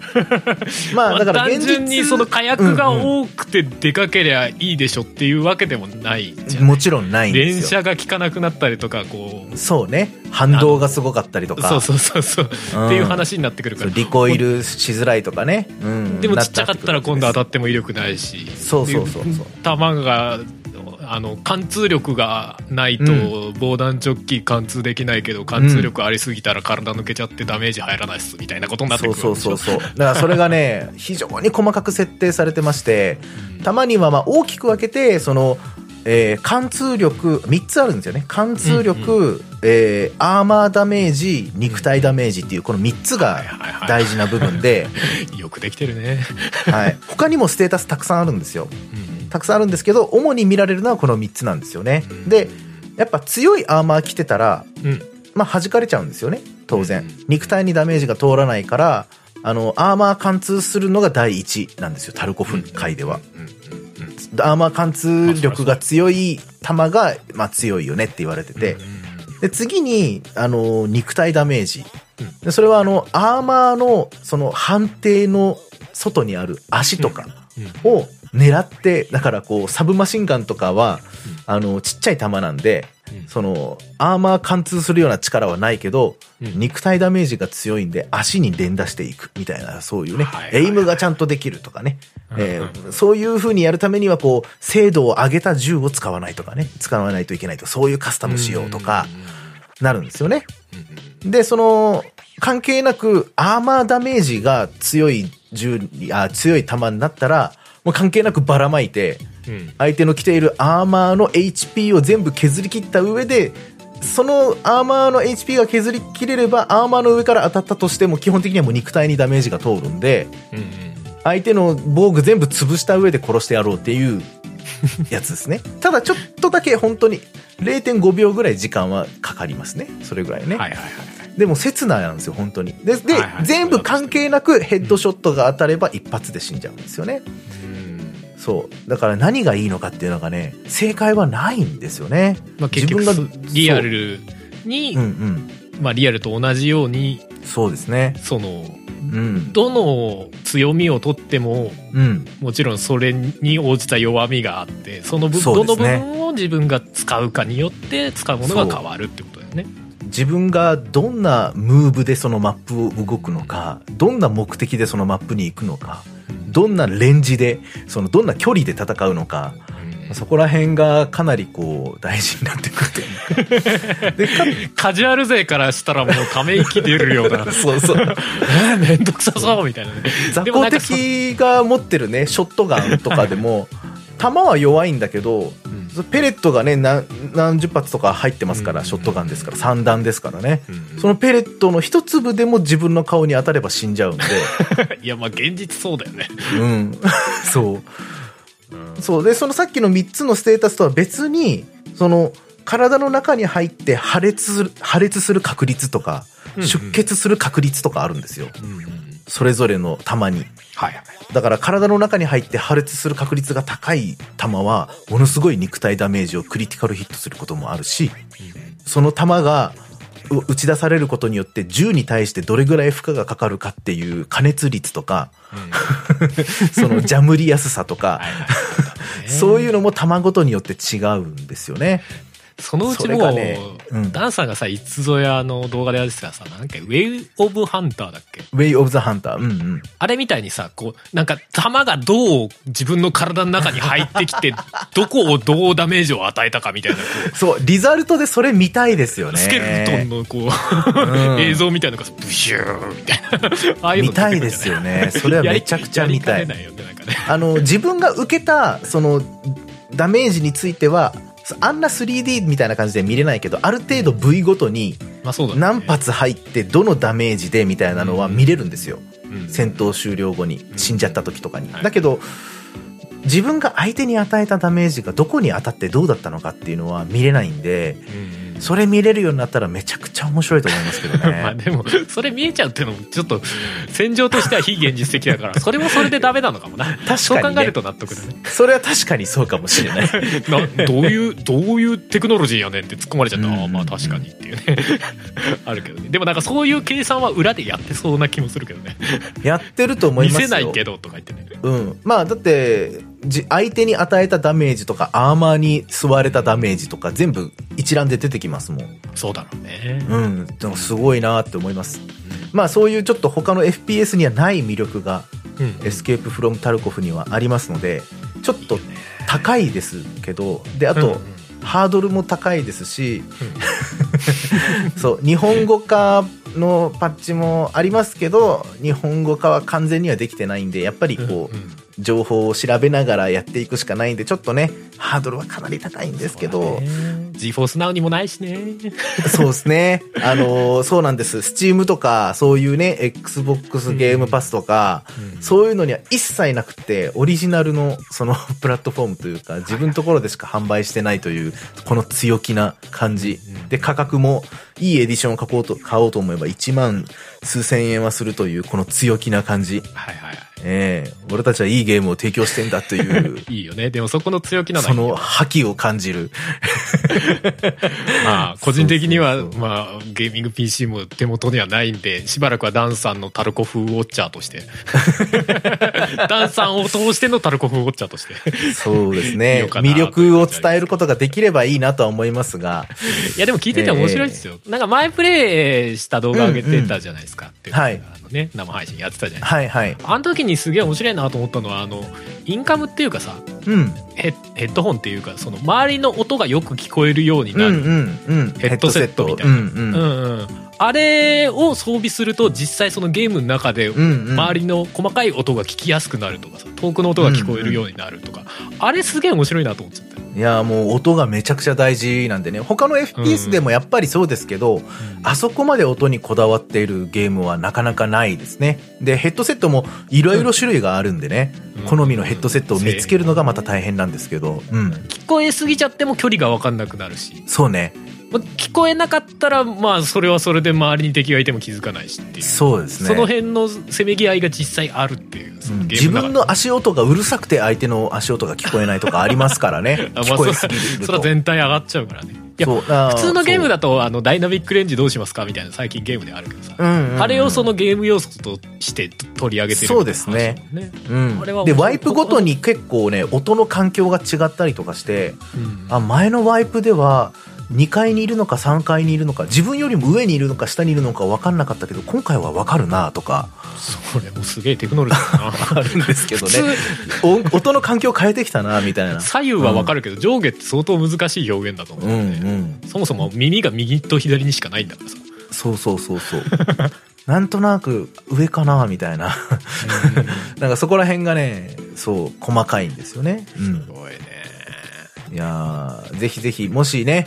Speaker 1: まあ、だから
Speaker 2: 単
Speaker 1: 現実
Speaker 2: 純にその火薬が
Speaker 1: うんうん
Speaker 2: 多くてでかけりゃいいでしょっていうわけでもないじゃん。
Speaker 1: もちろんないんですよ。
Speaker 2: 連射が効かなくなったりとか、こう。
Speaker 1: そうね。反動がすごかったりとか。
Speaker 2: そうそうそうそう。
Speaker 1: うん
Speaker 2: っていう話になってくるか
Speaker 1: そ
Speaker 2: ら。
Speaker 1: うリコイルしづらいとかね。うん。
Speaker 2: でもちっちゃかったら今度当
Speaker 1: た
Speaker 2: たっても威力ないし
Speaker 1: そうそうそうそう
Speaker 2: で弾があの貫通力がないと
Speaker 1: う
Speaker 2: 防弾チョッキ貫通できないけど貫通力ありすぎたら体抜けちゃってダメージ入らないっすみたいなことになって
Speaker 1: そ
Speaker 2: く
Speaker 1: う
Speaker 2: る
Speaker 1: そうそうそう。だ
Speaker 2: う
Speaker 1: からそれが ね、非常に細かく設定されてまして、たまにはまあ大きく分けて、その、えー貫通力、3つあるんですよね。貫通力、えーアーマーダメージ、肉体ダメージっていう、この3つが大事な部分で、
Speaker 2: よくできてるね。
Speaker 1: はい。他にもステータスたくさんあるんですよ。
Speaker 2: うん
Speaker 1: たくさんあるんですけど、主に見られるのはこの3つなんですよね。
Speaker 2: うん
Speaker 1: で、やっぱ強いアーマー着てたら、
Speaker 2: うん。
Speaker 1: まあ、弾かれちゃうんですよね、当然。
Speaker 2: うん
Speaker 1: 肉体にダメージが通らないから、あの、アーマー貫通するのが第一なんですよ、タルコフ界では。
Speaker 2: うんうんうん
Speaker 1: アーマー貫通力が強い弾が、まあ、強いよねって言われてて
Speaker 2: うん。
Speaker 1: で、次に、あの、肉体ダメージ
Speaker 2: うん。
Speaker 1: でそれはあの、アーマーの、その、判定の外にある足とか
Speaker 2: うん
Speaker 1: を狙って、だからこう、サブマシンガンとかは、あの、ちっちゃい弾なんで、
Speaker 2: うん
Speaker 1: その、アーマー貫通するような力はないけど、
Speaker 2: うん
Speaker 1: 肉体ダメージが強いんで、足に連打していくみたいな、そういうね、
Speaker 2: はいはいはい
Speaker 1: エイムがちゃんとできるとかね、えー
Speaker 2: うん
Speaker 1: そういう風にやるためには、こう、精度を上げた銃を使わないとかね、使わないといけないとか、そういうカスタムしようとか、なるんですよね。
Speaker 2: うんうんうん
Speaker 1: で、その、関係なく、アーマーダメージが強い銃に、あ、強い弾になったら、もう関係なくばらまいて、
Speaker 2: うん
Speaker 1: 相手の着ているアーマーの HP を全部削り切った上でそのアーマーの HP が削り切れればアーマーの上から当たったとしても基本的にはもう肉体にダメージが通るんで
Speaker 2: うん
Speaker 1: 相手の防具全部潰した上で殺してやろうっていうやつ ですねただちょっとだけ本当に0.5秒ぐらい時間はかかりますねそれぐらいね、
Speaker 2: うんはいはいはい
Speaker 1: でも刹那なんですよ本当にでで、
Speaker 2: はいはい
Speaker 1: 全部関係なくヘッドショットが当たれば一発で死んじゃうんですよね
Speaker 2: うん
Speaker 1: そう。だから何がいいのかっていうのがね、正解はないんですよね。
Speaker 2: まあ結局
Speaker 1: 自分が
Speaker 2: リアルに
Speaker 1: うんうん。
Speaker 2: まあリアルと同じように
Speaker 1: そうですね。
Speaker 2: その
Speaker 1: うん。
Speaker 2: どの強みを取っても
Speaker 1: うん。
Speaker 2: もちろんそれに応じた弱みがあってその部
Speaker 1: そう
Speaker 2: ど
Speaker 1: で
Speaker 2: の
Speaker 1: す
Speaker 2: 部
Speaker 1: ね
Speaker 2: 分を自分が使うかによって使うものが変わるってことだよね。
Speaker 1: 自分がどんなムーブでそのマップを動くのか、どんな目的でそのマップに行くのか、どんなレンジで、そのどんな距離で戦うのか、
Speaker 2: うん
Speaker 1: そこら辺がかなりこう大事になってくる というか。で
Speaker 2: カジュアル勢からしたらもうため息出るよ うな
Speaker 1: かそうそう。
Speaker 2: えめんどくさそうみたいなね
Speaker 1: 雑
Speaker 2: でも
Speaker 1: 魚
Speaker 2: なんかそ
Speaker 1: 敵が持ってるね、ショットガンとかでも、弾は弱いんだけど、
Speaker 2: うん
Speaker 1: ペレットがね何何十発とか入ってますから、
Speaker 2: うん
Speaker 1: ショットガンですから3段ですからね、
Speaker 2: うん
Speaker 1: そのペレットの一粒でも自分の顔に当たれば死んじゃうん で
Speaker 2: いやまあ現実そうだよね
Speaker 1: うん そうそうでそのさっきの3つのステータスとは別にその体の中に入って破裂する破裂する確率とか、
Speaker 2: うんうん
Speaker 1: 出血する確率とかあるんですよ
Speaker 2: うん
Speaker 1: それぞれの弾に
Speaker 2: はいはい
Speaker 1: だから体の中に入って破裂する確率が高い弾はものすごい肉体ダメージをクリティカルヒットすることもあるしその弾がう打ち出されることによって銃に対してどれぐらい負荷がかかるかっていう加熱率と か、そのジャムりやすさとか、そういうのも弾ごとによって違うんですよね。
Speaker 2: そのうち
Speaker 1: それ
Speaker 2: も
Speaker 1: がねうん
Speaker 2: うダンさんがさいつぞやあの動画でやってたさなんかウェイ・オブ・ハンターだっけ
Speaker 1: ウェイオブザハンター。うんうん。
Speaker 2: あれみたいにさこうなんか弾がどう自分の体の中に入ってき てどこをどうダメージを与えたかみたいなこう
Speaker 1: そう、リザルトでそれ見たいですよね。
Speaker 2: スケルトンのこう、
Speaker 1: うん
Speaker 2: 映像みたいのがブシューみたいなああいうの
Speaker 1: 見たいですよね。それはめちゃくちゃ見た
Speaker 2: や
Speaker 1: い
Speaker 2: りか。ねないよねなんかね
Speaker 1: あの、自分が受けた、その、ダメージについては、あんな 3D みたいな感じで見れないけど、ある程度部位ごとに、
Speaker 2: まあそうだね
Speaker 1: 何発入ってどのダメージでみたいなのは見れるんですよ、
Speaker 2: うん
Speaker 1: 戦闘終了後に死んじゃった時とかに、
Speaker 2: はい
Speaker 1: だけど自分が相手に与えたダメージがどこに当たってどうだったのかっていうのは見れないんで
Speaker 2: うん
Speaker 1: それ見れるようになったらめちゃくちゃ面白いと思いますけど
Speaker 2: まあ
Speaker 1: ね
Speaker 2: でもそれ見えちゃうっていうのもちょっと戦場としては非現実的だからそれもそれでダメなのか もな
Speaker 1: か
Speaker 2: 確
Speaker 1: にね
Speaker 2: そう考えると納得だ ね
Speaker 1: それは確かにそうかもしれない
Speaker 2: などういうどういうテクノロジーやねんって突っ込まれちゃった、
Speaker 1: うん
Speaker 2: ああまあ確かにっていうね あるけどねでもなんかそういう計算は裏でやってそうな気もするけどね
Speaker 1: やってると思い
Speaker 2: 見
Speaker 1: ますよ
Speaker 2: せないけどとか言ってね
Speaker 1: うん、まあだってじ相手に与えたダメージとかアーマーに吸われたダメージとか全部一覧で出てきますもん
Speaker 2: そうだろうね
Speaker 1: うん、でもすごいなって思います。まあそういうちょっと他の FPS にはない魅力が
Speaker 2: うん、
Speaker 1: エスケープフロムタルコフにはありますので、ちょっと
Speaker 2: いいよね
Speaker 1: 高いですけど、で、あ
Speaker 2: あ
Speaker 1: と、ハードルも高いですし、 そう、日本語化のパッチもありますけど、日本語化は完全にはできてないんで、やっぱりこう、情報を調べながらやっていくしかないんで、ちょっとね、ハードルはかなり高いんですけど、
Speaker 2: GForce Now にもないしね。
Speaker 1: そうですね。あのー、そうなんです。Steam とか、そういうね、Xbox ゲームパスとか、
Speaker 2: うん
Speaker 1: そういうのには一切なくて、オリジナルの、その、 プラットフォームというか、自分のところでしか販売してないという、この強気な感じ
Speaker 2: うん。
Speaker 1: で、価格も、いいエディションを書こうと、買おうと思えば、1万数千円はするという、この強気な感じ。
Speaker 2: はいはいは
Speaker 1: ええ俺たちはいいゲームを提供してんだという、
Speaker 2: い。いいよね。でもそこの強気なの
Speaker 1: そ
Speaker 2: は
Speaker 1: の覇気を感じる。
Speaker 2: まあ、個人的には、
Speaker 1: そうそうそう
Speaker 2: まあ、ゲーミング PC も手元にはないんで、しばらくはダンさんのタルコフウォッチャーと して。ダンさんを通してのタルコフウォッチャーとして。
Speaker 1: そうですね。
Speaker 2: よかな
Speaker 1: 魅力を伝えることができればいいなとは思いますが、
Speaker 2: いや、でも聞いてて面白いですよ。なんか前プレイした動画上げてたじゃないですか。ってうか
Speaker 1: はい
Speaker 2: あのね、生配信やってたじゃないですか。
Speaker 1: はいはい。
Speaker 2: あの時にすげえ面白いなと思ったのは、あの、インカムっていうかさ、
Speaker 1: うん。
Speaker 2: ヘッヘッドホンっていうか、その周りの音がよく聞こえるように
Speaker 1: うん
Speaker 2: な
Speaker 1: う
Speaker 2: る。
Speaker 1: んうん。
Speaker 2: ヘッドセットみたい
Speaker 1: ヘ
Speaker 2: な
Speaker 1: ッドセットうん
Speaker 2: う
Speaker 1: うん。
Speaker 2: んうんあれを装備すると実際そのゲームの中で
Speaker 1: んうん
Speaker 2: 周りの細かい音が聞きやすくなるとかさ遠くの音が聞こえるようになるとか、あれすげえ面白いなと思っちゃったよ、
Speaker 1: いや、もう音がめちゃくちゃ大事なんでね。他の
Speaker 2: うん
Speaker 1: FPS でもやっぱりそうですけど、あそこまで音にこだわっているゲームはなかなかないですね。で、ヘッドセットもいろいろ種類があるんでね、
Speaker 2: うん
Speaker 1: 好みのヘッドセットを見つけるのがまた大変なんですけど、うん。
Speaker 2: 聞こえすぎちゃっても距離が分かんなくなるし
Speaker 1: そうね。
Speaker 2: まあ聞こえなかったらまあそれはそれで周りに敵がいても気づかないしっていう
Speaker 1: そうですね。
Speaker 2: その辺のせめぎ合いが実際あるっていう、そのゲ
Speaker 1: 自
Speaker 2: ーム中。
Speaker 1: 分の足音がうるさくて相手の足音が聞こえないとかありますからね
Speaker 2: あまあ
Speaker 1: 聞こえすぎ
Speaker 2: そ
Speaker 1: る
Speaker 2: それは
Speaker 1: と。
Speaker 2: 全体上がっちゃうからねいや
Speaker 1: そう
Speaker 2: 普通のゲーム
Speaker 1: だ
Speaker 2: だとあのダイナミックレンジどうしますかみたいな最近ゲームであるけどさ、
Speaker 1: うんうん
Speaker 2: あれをそのゲーム要素として取り上げてる
Speaker 1: そうですね
Speaker 2: みたいな話だもんね
Speaker 1: うん
Speaker 2: あれは
Speaker 1: でワイプごとに結構ね音の環境が違ったりとかして
Speaker 2: うん
Speaker 1: あ前のワイプでは2階にいるのか3階にいるのか自分よりも上にいるのか下にいるのか分かんなかったけど今回は分かるなとか
Speaker 2: それもすげえテクノロジーだな
Speaker 1: あるんですけどね
Speaker 2: 普
Speaker 1: お音の環境変えてきたなみたいな。
Speaker 2: 左右はわかるけど、上下って相当難しい表現だと思う
Speaker 1: うん
Speaker 2: ん
Speaker 1: う
Speaker 2: だよね、
Speaker 1: ん、
Speaker 2: そもそも耳が右と左にしかないんだからさ、
Speaker 1: そうそうそうそう なんとなく上かなみたいな なんかそこら辺がね、そう、細かいんですよね。
Speaker 2: す
Speaker 1: う
Speaker 2: ごいね
Speaker 1: ん。いやーぜひぜひ、もしね、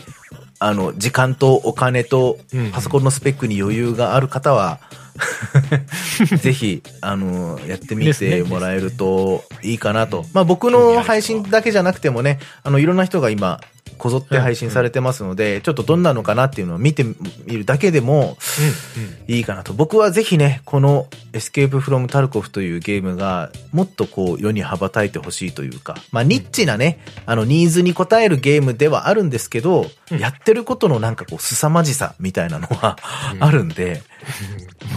Speaker 1: あの、時間とお金と
Speaker 2: うん、
Speaker 1: パソコンのスペックに余裕がある方 は、ぜひ、あの、やってみ
Speaker 2: です
Speaker 1: て
Speaker 2: ね
Speaker 1: もらえるといいかなと。まあ僕の配信だけじゃなくてもね、あの、いろんな人が今、こぞって配信されてますので、ちょっとどんなのかなっていうのを見てみるだけでも、
Speaker 2: うんうん
Speaker 1: いいかなと。僕はぜひね、この Escape from Tarkov というゲームがもっとこう世に羽ばたいてほしいというか、まあニッチなね、あのニーズに応えるゲームではあるんですけど、
Speaker 2: うん
Speaker 1: やってることのなんかこう凄まじさみたいなのは
Speaker 2: うん
Speaker 1: あるんで、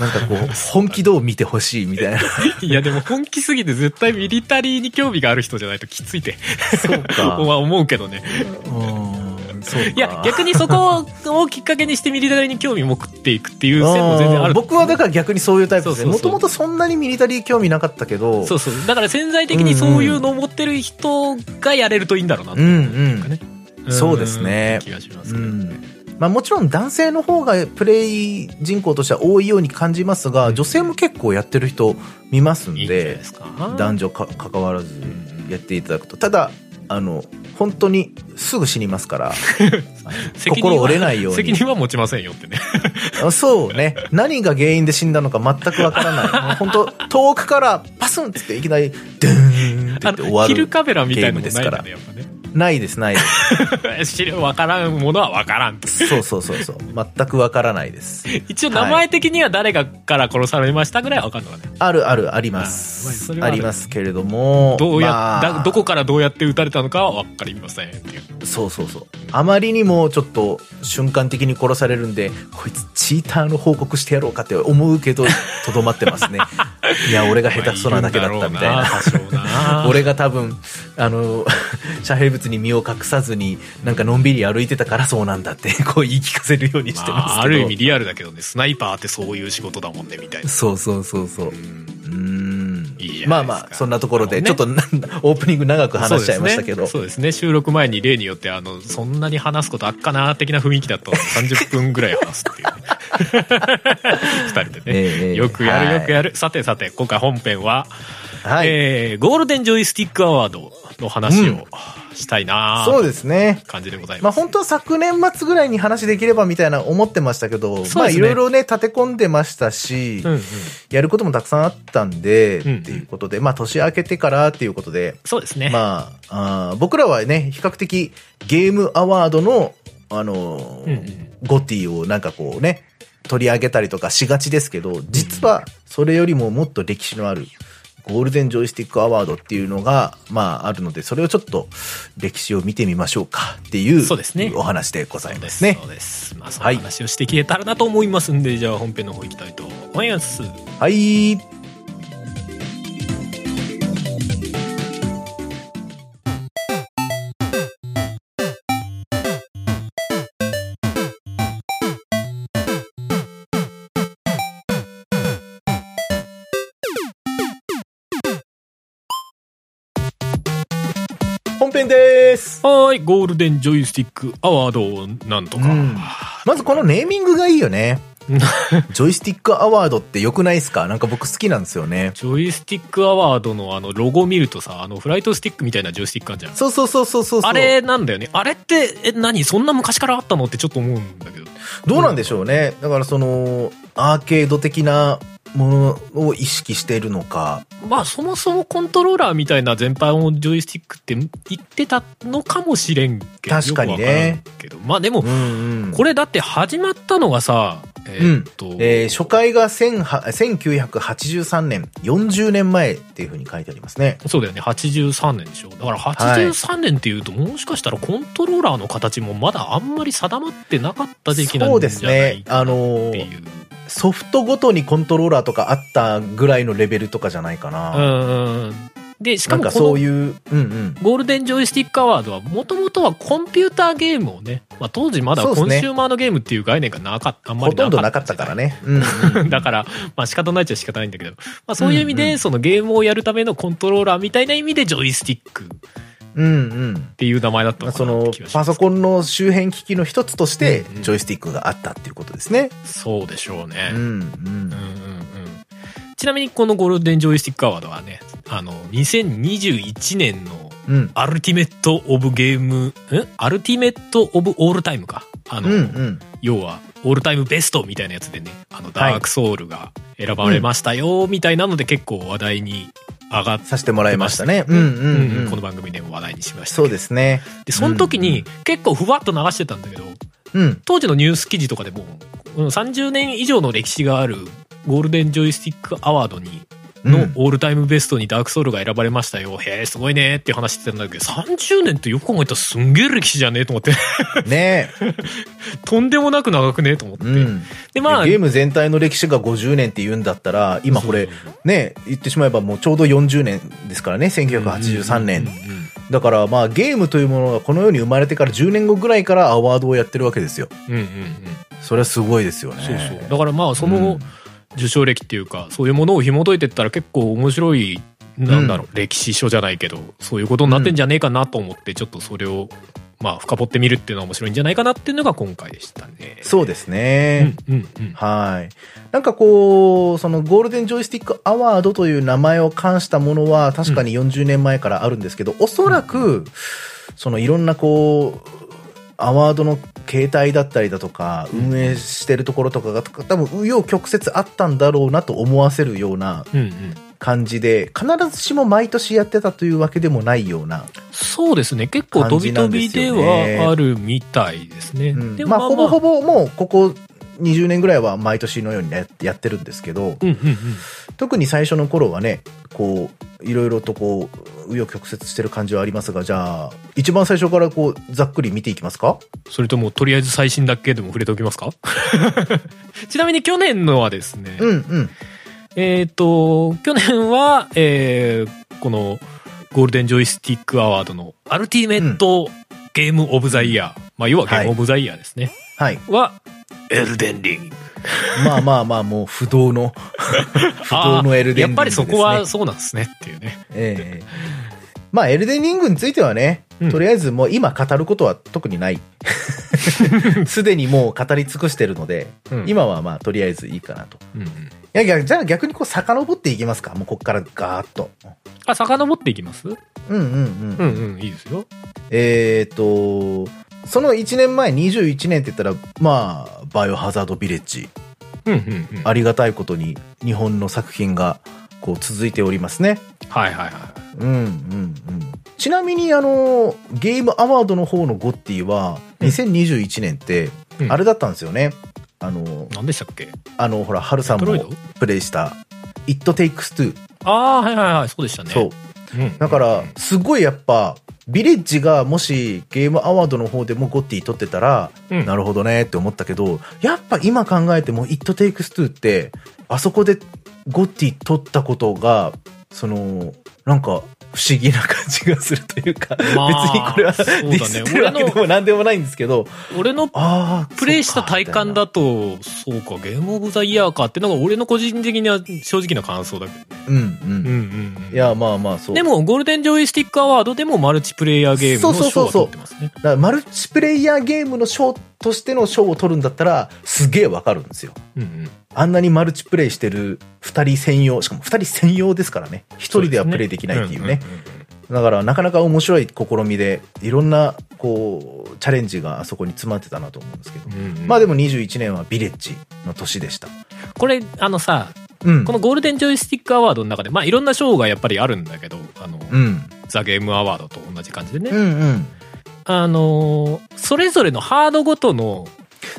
Speaker 1: なんか こう本気度を見てほしいみたいな。
Speaker 2: いやでも本気すぎて絶対ミリタリーに興味がある人じゃないときついて
Speaker 1: そうか。
Speaker 2: は思うけどね
Speaker 1: うん、そうか。
Speaker 2: いや逆にそこを きっかけにしてミリタリーに興味も食っていくっていう線も全然あ
Speaker 1: うん
Speaker 2: る
Speaker 1: 僕はだから逆にそういうタイプですね。
Speaker 2: そう
Speaker 1: も
Speaker 2: そうそう
Speaker 1: ともとそんなにミリタリー興味なかったけど、
Speaker 2: そうそうだから潜在的にそういうのを持ってる人がやれるといいんだろうなって
Speaker 1: うん
Speaker 2: なんかね
Speaker 1: うん。そうですね
Speaker 2: 気がしま
Speaker 1: う
Speaker 2: すけどね
Speaker 1: んまあ、もちろん男性の方がプレイ人口としては多いように感じますが、
Speaker 2: うん
Speaker 1: 女性も結構やってる人見ますん
Speaker 2: いいんじゃない
Speaker 1: で
Speaker 2: で、すか
Speaker 1: 男女か関わらず
Speaker 2: ん
Speaker 1: やっていただくと。ただ、あの、本当にすぐ死にます から、
Speaker 2: 責任は
Speaker 1: 心折れないように
Speaker 2: 責任は持ちません よってね
Speaker 1: あそうね、何が原因で死んだのか全くわから ない。もう本当、遠くからパスンってっていきなり、ドゥーンって言
Speaker 2: あ
Speaker 1: って
Speaker 2: の
Speaker 1: 終わ
Speaker 2: キル
Speaker 1: る。
Speaker 2: カメラみたいなの
Speaker 1: ゲームです
Speaker 2: もないん
Speaker 1: か
Speaker 2: だ
Speaker 1: ら
Speaker 2: ねやっぱね
Speaker 1: ないです、ないです。
Speaker 2: 知る分からんものは分からんと
Speaker 1: そうそうそうそう。全くわからないです。
Speaker 2: 一応名前的には誰がから殺されましたぐらいは分かるのかね
Speaker 1: あるある、ありま
Speaker 2: あまあそ
Speaker 1: す。
Speaker 2: れは
Speaker 1: あ
Speaker 2: ある
Speaker 1: りますけれども、
Speaker 2: どうや、
Speaker 1: まあ
Speaker 2: だどこからどうやって撃たれたのかは分かりませんっていう
Speaker 1: そうそうそう。あまりにもちょっと瞬間的に殺されるんで、こいつチーターの報告してやろうかって思うけ ど、とどまってますね。いや、俺が下手くそなだけだったみたいな。
Speaker 2: まあるんだろうな多少な
Speaker 1: 俺が多分、あの、 遮蔽物に身を隠さずに、なんかのんびり歩いてたからそうなんだって、 こう言い聞かせるようにしてますけど。
Speaker 2: まあ、ある意味リアルだけどねスナイパーってそういう仕事だもんねみたいな
Speaker 1: そうそうそうそう。うーん
Speaker 2: いいじゃ
Speaker 1: ま
Speaker 2: な
Speaker 1: あま
Speaker 2: いですか
Speaker 1: あ、そんなところで、
Speaker 2: ね
Speaker 1: ちょっとな オープニング長く話しちゃいましたけど。
Speaker 2: そうですねそうですね収録前に例によってあのそんなに話すことあっかな的な雰囲気だと30分ぐらい話すっていうね 二人でね、
Speaker 1: ええ
Speaker 2: よくや
Speaker 1: は
Speaker 2: る
Speaker 1: い
Speaker 2: よくやる、さてさて今回本編は
Speaker 1: はい
Speaker 2: えーゴールデンジョイスティックアワードの話をしたいな
Speaker 1: そう
Speaker 2: ー
Speaker 1: ですね
Speaker 2: 感じでござい
Speaker 1: まあ
Speaker 2: ます。
Speaker 1: 本当は昨年末ぐらいに話できればみたいな思ってましたけど、
Speaker 2: す
Speaker 1: ま
Speaker 2: ね
Speaker 1: あいろいろね、立て込んでましたし、
Speaker 2: うんうん、
Speaker 1: やることもたくさんあったんで、
Speaker 2: うん
Speaker 1: っていうことで、まあ年明けてからっていうことで、
Speaker 2: そうですね。
Speaker 1: まあ、あー僕らはね、比較的ゲームアワードの、あのー
Speaker 2: うんうん
Speaker 1: ゴティをなんかこうね、取り上げたりとかしがちですけど、実はそれよりももっと歴史のある、ゴールデンジョイスティックアワードっていうのが、まああるので、それをちょっと歴史を見てみましょうかっていう
Speaker 2: そうですね
Speaker 1: お話でございます
Speaker 2: ね
Speaker 1: ね。
Speaker 2: そうです。まあ、その
Speaker 1: はい
Speaker 2: 話をしていけたらなと思いますんで、じゃあ本編の方行きたいと思います。
Speaker 1: はい。本編です。
Speaker 2: はーい、ゴールデンジョイスティックアワードなんとか。
Speaker 1: うんまずこのネーミングがいいよ ね。ジョイスティックアワードって良くないですかなんか僕好きなんですよね。
Speaker 2: ジョイスティックアワードのあのロゴ見るとさ、あのフライトスティックみたいなジョイスティックあるじゃん。
Speaker 1: そうそうそうそうそうそう。
Speaker 2: あれなんだよね。あれって、え、何そんな昔からあったのってちょっと思うんだけど。
Speaker 1: どうなんでしょうね。だからその、アーケード的なものを意識しているのか。
Speaker 2: まあそもそもコントローラーみたいな全般をジョイスティックって言ってたのかもしれんけど。
Speaker 1: 確かにね
Speaker 2: よくわからんけど。まあでも
Speaker 1: う、んうん。
Speaker 2: これだって始まったのがさ、えーっと、
Speaker 1: えー初回が1000は1983年、40年前っていうふうに書いてありますね。
Speaker 2: そうだよね83年でしょだから83年っていうと、もしかしたらコントローラーの形もまだあんまり定まってなかった時期な
Speaker 1: そ
Speaker 2: ん
Speaker 1: う
Speaker 2: じ
Speaker 1: で
Speaker 2: ゃ
Speaker 1: す
Speaker 2: ない
Speaker 1: ね。
Speaker 2: か
Speaker 1: あ
Speaker 2: なっ
Speaker 1: の
Speaker 2: ていう
Speaker 1: ー、ソフトごとにコントローラーとかあったぐらいのレベルとかじゃないか
Speaker 2: う
Speaker 1: な。
Speaker 2: んうんでし
Speaker 1: な
Speaker 2: か
Speaker 1: ん
Speaker 2: も
Speaker 1: か
Speaker 2: こ
Speaker 1: そう
Speaker 2: の
Speaker 1: いう、うんうん。
Speaker 2: ゴールデンジョイスティックアワードはもともとはコンピューターゲームをね、まあ、当時まだ
Speaker 1: そ
Speaker 2: コ
Speaker 1: う
Speaker 2: ン
Speaker 1: ですね
Speaker 2: シューマーのゲームっていう概念がなかったあんま
Speaker 1: ほ
Speaker 2: り
Speaker 1: とんどな
Speaker 2: な
Speaker 1: か
Speaker 2: か
Speaker 1: っ
Speaker 2: ったた
Speaker 1: からね。うんうんうん
Speaker 2: だから、まあ仕方ないっちゃ仕方ないんだけど、まあそういう意味
Speaker 1: うんう
Speaker 2: で、
Speaker 1: ん
Speaker 2: そのゲームをやるためのコントローラーみたいな意味で、ジョイスティックっ
Speaker 1: うんうん。
Speaker 2: ていう名前だった
Speaker 1: まあ
Speaker 2: の
Speaker 1: そ
Speaker 2: かなって
Speaker 1: の
Speaker 2: 気がしま
Speaker 1: パ
Speaker 2: す
Speaker 1: ソコンの周辺機器の一つとして
Speaker 2: うんうん
Speaker 1: ジョイスティックがあったっていうことですね。
Speaker 2: そうでしょうね。
Speaker 1: うんうん
Speaker 2: うんうんうんちなみにこのゴールデンジョイスティックアワードはね、あの、2021年の
Speaker 1: うん
Speaker 2: アルティメット・オブ・ゲーム、んアルティメット・オブ・オールタイムか。あ
Speaker 1: う
Speaker 2: の、
Speaker 1: んうん
Speaker 2: 要は、オールタイムベストみたいなやつでね、あの、
Speaker 1: はい
Speaker 2: ダークソウルが選ばれましたよ、みたいなので結構話題に上がっ
Speaker 1: させてもらいましたね。うん
Speaker 2: 出
Speaker 1: う
Speaker 2: ま
Speaker 1: ん
Speaker 2: うん
Speaker 1: うん
Speaker 2: この番組でも話題にしましたけ
Speaker 1: そ
Speaker 2: ど。
Speaker 1: うですね。
Speaker 2: で、その時
Speaker 1: う
Speaker 2: に
Speaker 1: ん
Speaker 2: 結構ふわっと流してたんだけど、
Speaker 1: うん
Speaker 2: 当時のニュース記事とかでも、うん30年以上の歴史があるゴールデンジョイスティックアワードに、
Speaker 1: う
Speaker 2: の
Speaker 1: ん
Speaker 2: オールタイムベストにダークソウルが選ばれましたよ。へえ、すごいねっていう話してたんだけど、30年ってよく考えたらすんげえ歴史じゃねえと思って、
Speaker 1: ねえ。
Speaker 2: とんでもなく長くねえと思って。
Speaker 1: うん
Speaker 2: で、まあ、
Speaker 1: ゲーム全体の歴史が50年って言うんだったら、今これ
Speaker 2: そうそうそ
Speaker 1: ね、言ってしまえばもうちょうど40年ですからね、1983
Speaker 2: うんう
Speaker 1: 年。
Speaker 2: んうん
Speaker 1: だからまあゲームというものがこの世に生まれてから10年後ぐらいからアワードをやってるわけですよ。
Speaker 2: うんうんうん
Speaker 1: それはすごいですよね。
Speaker 2: そうそう。だからまあ、その受賞歴っていうか、そういうものを紐解いてったら結構面白い、なんだろう、歴史書じゃないけど、そういうことになってんじゃねえかなと思って、ちょっとそれを、まあ、深掘ってみるっていうのは面白いんじゃないかなっていうのが今回でしたね。
Speaker 1: そうですね。
Speaker 2: うんうんうん。
Speaker 1: はい。なんかこう、そのゴールデンジョイスティックアワードという名前を冠したものは確かに40年前からあるんですけど、おそらく、そのいろんなこう、アワードの形態だったりだとか、
Speaker 2: ん
Speaker 1: 運営してるところとかが、多分、紆余曲折あったんだろうなと思わせるような
Speaker 2: うんうん。
Speaker 1: 感じで、必ずしも毎年やってたというわけでもないような、
Speaker 2: そうですね。結構飛び飛びではあるみたいですね。
Speaker 1: うん
Speaker 2: で
Speaker 1: まあ、ほぼほ
Speaker 2: ぼ。
Speaker 1: ぼもう、ここ20年ぐらいは毎年のようにねやってるんですけど、
Speaker 2: うんうんうん。
Speaker 1: 特に最初の頃はねこういろいろとこう紆余曲折してる感じはありますがじゃあ一番最初からこうざっくり見ていきますか
Speaker 2: それとも、とりあえず最新だけでも触れておきますか ちなみに去年のはですね、
Speaker 1: うんうん
Speaker 2: えっ、と、去年は、えーこの、ゴールデンジョイスティックアワードの、アルティメットゲームオブザイヤー、まあ、要はゲームオブザイヤーですね、
Speaker 1: はい
Speaker 2: は、エルデンリング。
Speaker 1: まあまあまあもう不動の不動のエルデンリングです、ね、
Speaker 2: やっぱりそこはそうなんですねっていうね。
Speaker 1: ええまあエルデンリングについてはね、
Speaker 2: うん
Speaker 1: とりあえずもう今語ることは特にない すでにもう語り尽くしてるので、
Speaker 2: うん
Speaker 1: 今はまあとりあえずいいかなと
Speaker 2: うんうん
Speaker 1: やいや、じゃあ逆にこう遡っていきますか。もうこっからガーッと。
Speaker 2: あ、遡っていきますう
Speaker 1: うんうんうん。
Speaker 2: んうん、いいですよ。
Speaker 1: えっ、と、その1年前、21年って言ったら、まあ、バイオハザードビレッジ。
Speaker 2: うんうんうん。
Speaker 1: ありがたいことに日本の作品がこう続いておりますね。
Speaker 2: はいはいは
Speaker 1: うんうんうん。ちなみにあの、ゲームアワードの方のゴッティは、
Speaker 2: うん
Speaker 1: 2021年って
Speaker 2: う、ん
Speaker 1: あれだったんですよね。あの
Speaker 2: い。、何でしたっけ
Speaker 1: あの、ほら、ハルさん
Speaker 2: ドロイ
Speaker 1: も
Speaker 2: ド
Speaker 1: プレイした、It Takes Two。
Speaker 2: ああー、はいはいはい、そうでしたね。
Speaker 1: そう。
Speaker 2: うん。
Speaker 1: だから、すごいやっぱ、ビレッジがもしゲームアワードの方でもゴッティ取ってたら、
Speaker 2: うん
Speaker 1: なるほどねって思ったけど、やっぱ今考えても It Takes Two って、あそこでゴッティ取ったことが、その、なんか、不思議な感じがするというか、
Speaker 2: まあ
Speaker 1: 別にこれは
Speaker 2: そうだね
Speaker 1: ディスってるわけで
Speaker 2: 俺
Speaker 1: も何でもないんですけど、
Speaker 2: 俺の
Speaker 1: ああ、
Speaker 2: プレイした体感だと、そうか、ゲームオブザイヤーかってのが俺の個人的には正直な感想だけど。
Speaker 1: そっか。みたいなうん
Speaker 2: う
Speaker 1: うんん。
Speaker 2: うん。
Speaker 1: い、や、まあまあ、そう。
Speaker 2: でも、ゴールデンジョイスティックアワードでもマルチプレイヤーゲームの
Speaker 1: そう
Speaker 2: 賞
Speaker 1: そう
Speaker 2: は
Speaker 1: そうそう
Speaker 2: 取ってますね。
Speaker 1: だからマルチプレイヤーゲームの賞としての賞を取るんだったら、すげえわかるんですよ。
Speaker 2: うんうん。
Speaker 1: あんなにマルチプレイしてる二人専用、しかも二人専用ですからね。一人ではプレイできないっていうね。
Speaker 2: んんん
Speaker 1: だからなかなか面白い試みで、いろんな、こう、チャレンジがあそこに詰まってたなと思うんですけど。
Speaker 2: うんうん
Speaker 1: まあでも21年はビレッジの年でした。
Speaker 2: これあのさ
Speaker 1: うん。
Speaker 2: このゴールデンジョイスティックアワードの中でまあいろんな賞がやっぱりあるんだけどあの、
Speaker 1: うん。
Speaker 2: ザ・ゲームアワードと同じ感じでね、
Speaker 1: うんうん。
Speaker 2: あのーそれぞれのハードごとの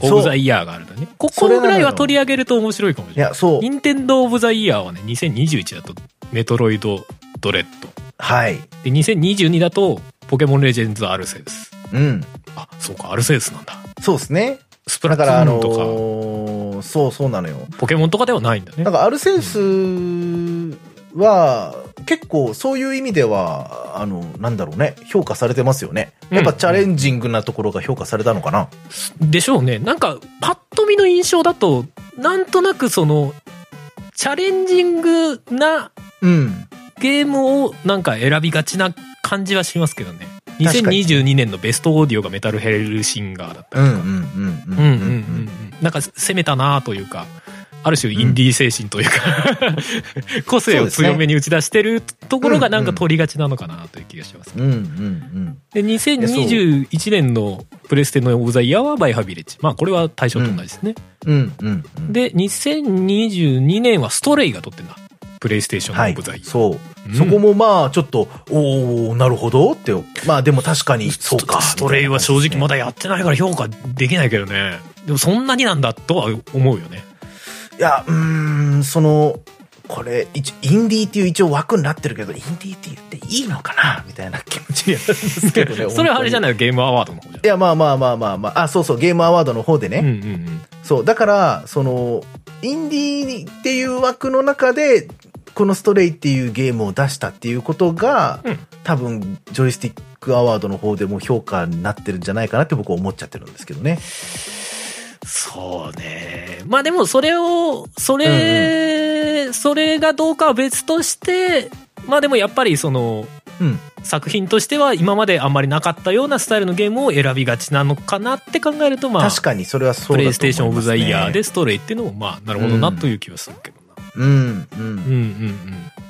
Speaker 2: オブザイヤーがあるんだねここぐらいは取り上げると面白いかもし
Speaker 1: い
Speaker 2: れない
Speaker 1: や、そう。
Speaker 2: 任天堂オブザイヤーはね2021だとメトロイド・ドレッド
Speaker 1: はい。
Speaker 2: で2022だとポケモンレジェンズ・アルセウス
Speaker 1: うん。
Speaker 2: あそうかアルセウスなんだ
Speaker 1: そうですね。
Speaker 2: スプラ
Speaker 1: だ
Speaker 2: ト
Speaker 1: から、
Speaker 2: ゥ
Speaker 1: あ
Speaker 2: ー
Speaker 1: の
Speaker 2: ンとか、
Speaker 1: ーそうそうなのよ。
Speaker 2: ポケモンとかではないんだね
Speaker 1: なんかアルセウスは、結構そういう意味では、あの、なんだろうね、評価されてますよね。やっぱ
Speaker 2: うん
Speaker 1: チャレンジングなところが評価されたのかな。
Speaker 2: でしょうねなんかパッと見の印象だとなんとなくそのチャレンジングな
Speaker 1: うん。
Speaker 2: ゲームをなんか選びがちな感じはしますけどね
Speaker 1: 確かに
Speaker 2: 2022年のベストオーディオがメタルヘルシンガーだった
Speaker 1: う
Speaker 2: り
Speaker 1: んう
Speaker 2: と
Speaker 1: んう
Speaker 2: か
Speaker 1: んうん
Speaker 2: うんうんうんうんなんか攻めたなというかある種インディー精神というか、 個性を強めに打ち出してるところがなんか取りがちなのかなという気がします
Speaker 1: うんうんうん。
Speaker 2: で2021年のプレステのオブザイヤーはバイハビレッジまあこれは対象と同じですね、
Speaker 1: うんうんうん。
Speaker 2: で、2022年はストレイが撮ってんだ。プレイステーショ
Speaker 1: は
Speaker 2: ンの
Speaker 1: い
Speaker 2: 舞台。。
Speaker 1: そう。
Speaker 2: うん
Speaker 1: そこもまあ、ちょっと、おおなるほどって。まあでも確かに、そうか。
Speaker 2: ストレイは正直まだやってないから評価できないけどね。でもそんなになんだとは思うよね。
Speaker 1: いや、うーん、その、これ、一インディーっていう一応枠になってるけど、インディーって言っていいのかなみたいな気持ちになるんですけどね。
Speaker 2: それはあれじゃ
Speaker 1: い
Speaker 2: ないゲームアワードの方じ
Speaker 1: いや、まあまあまあまあまあ、あ、そうそう、ゲームアワードの方でね。
Speaker 2: ゃん。うんうんうん。
Speaker 1: そう、だから、その、インディーっていう枠の中で、このストレイっていうゲームを出したっていうことが、
Speaker 2: うん
Speaker 1: 多分、ジョイスティックアワードの方でも評価になってるんじゃないかなって僕は思っちゃってるんですけどね。
Speaker 2: そうね。まあでもそれを、それ、それがどうかは別として、まあでもやっぱりその、
Speaker 1: うん。
Speaker 2: 作品としては今まであんまりなかったようなスタイルのゲームを選びがちなのかなって考えると、まあ、
Speaker 1: 確かにそれはそ
Speaker 2: プ
Speaker 1: うだと思い
Speaker 2: レ
Speaker 1: ま
Speaker 2: イス
Speaker 1: す、ね。
Speaker 2: テーションオブザイヤーで。ストレイっていうのもまあなるほどな
Speaker 1: うん
Speaker 2: という気はするけどな、
Speaker 1: うん、うん
Speaker 2: うん、。うん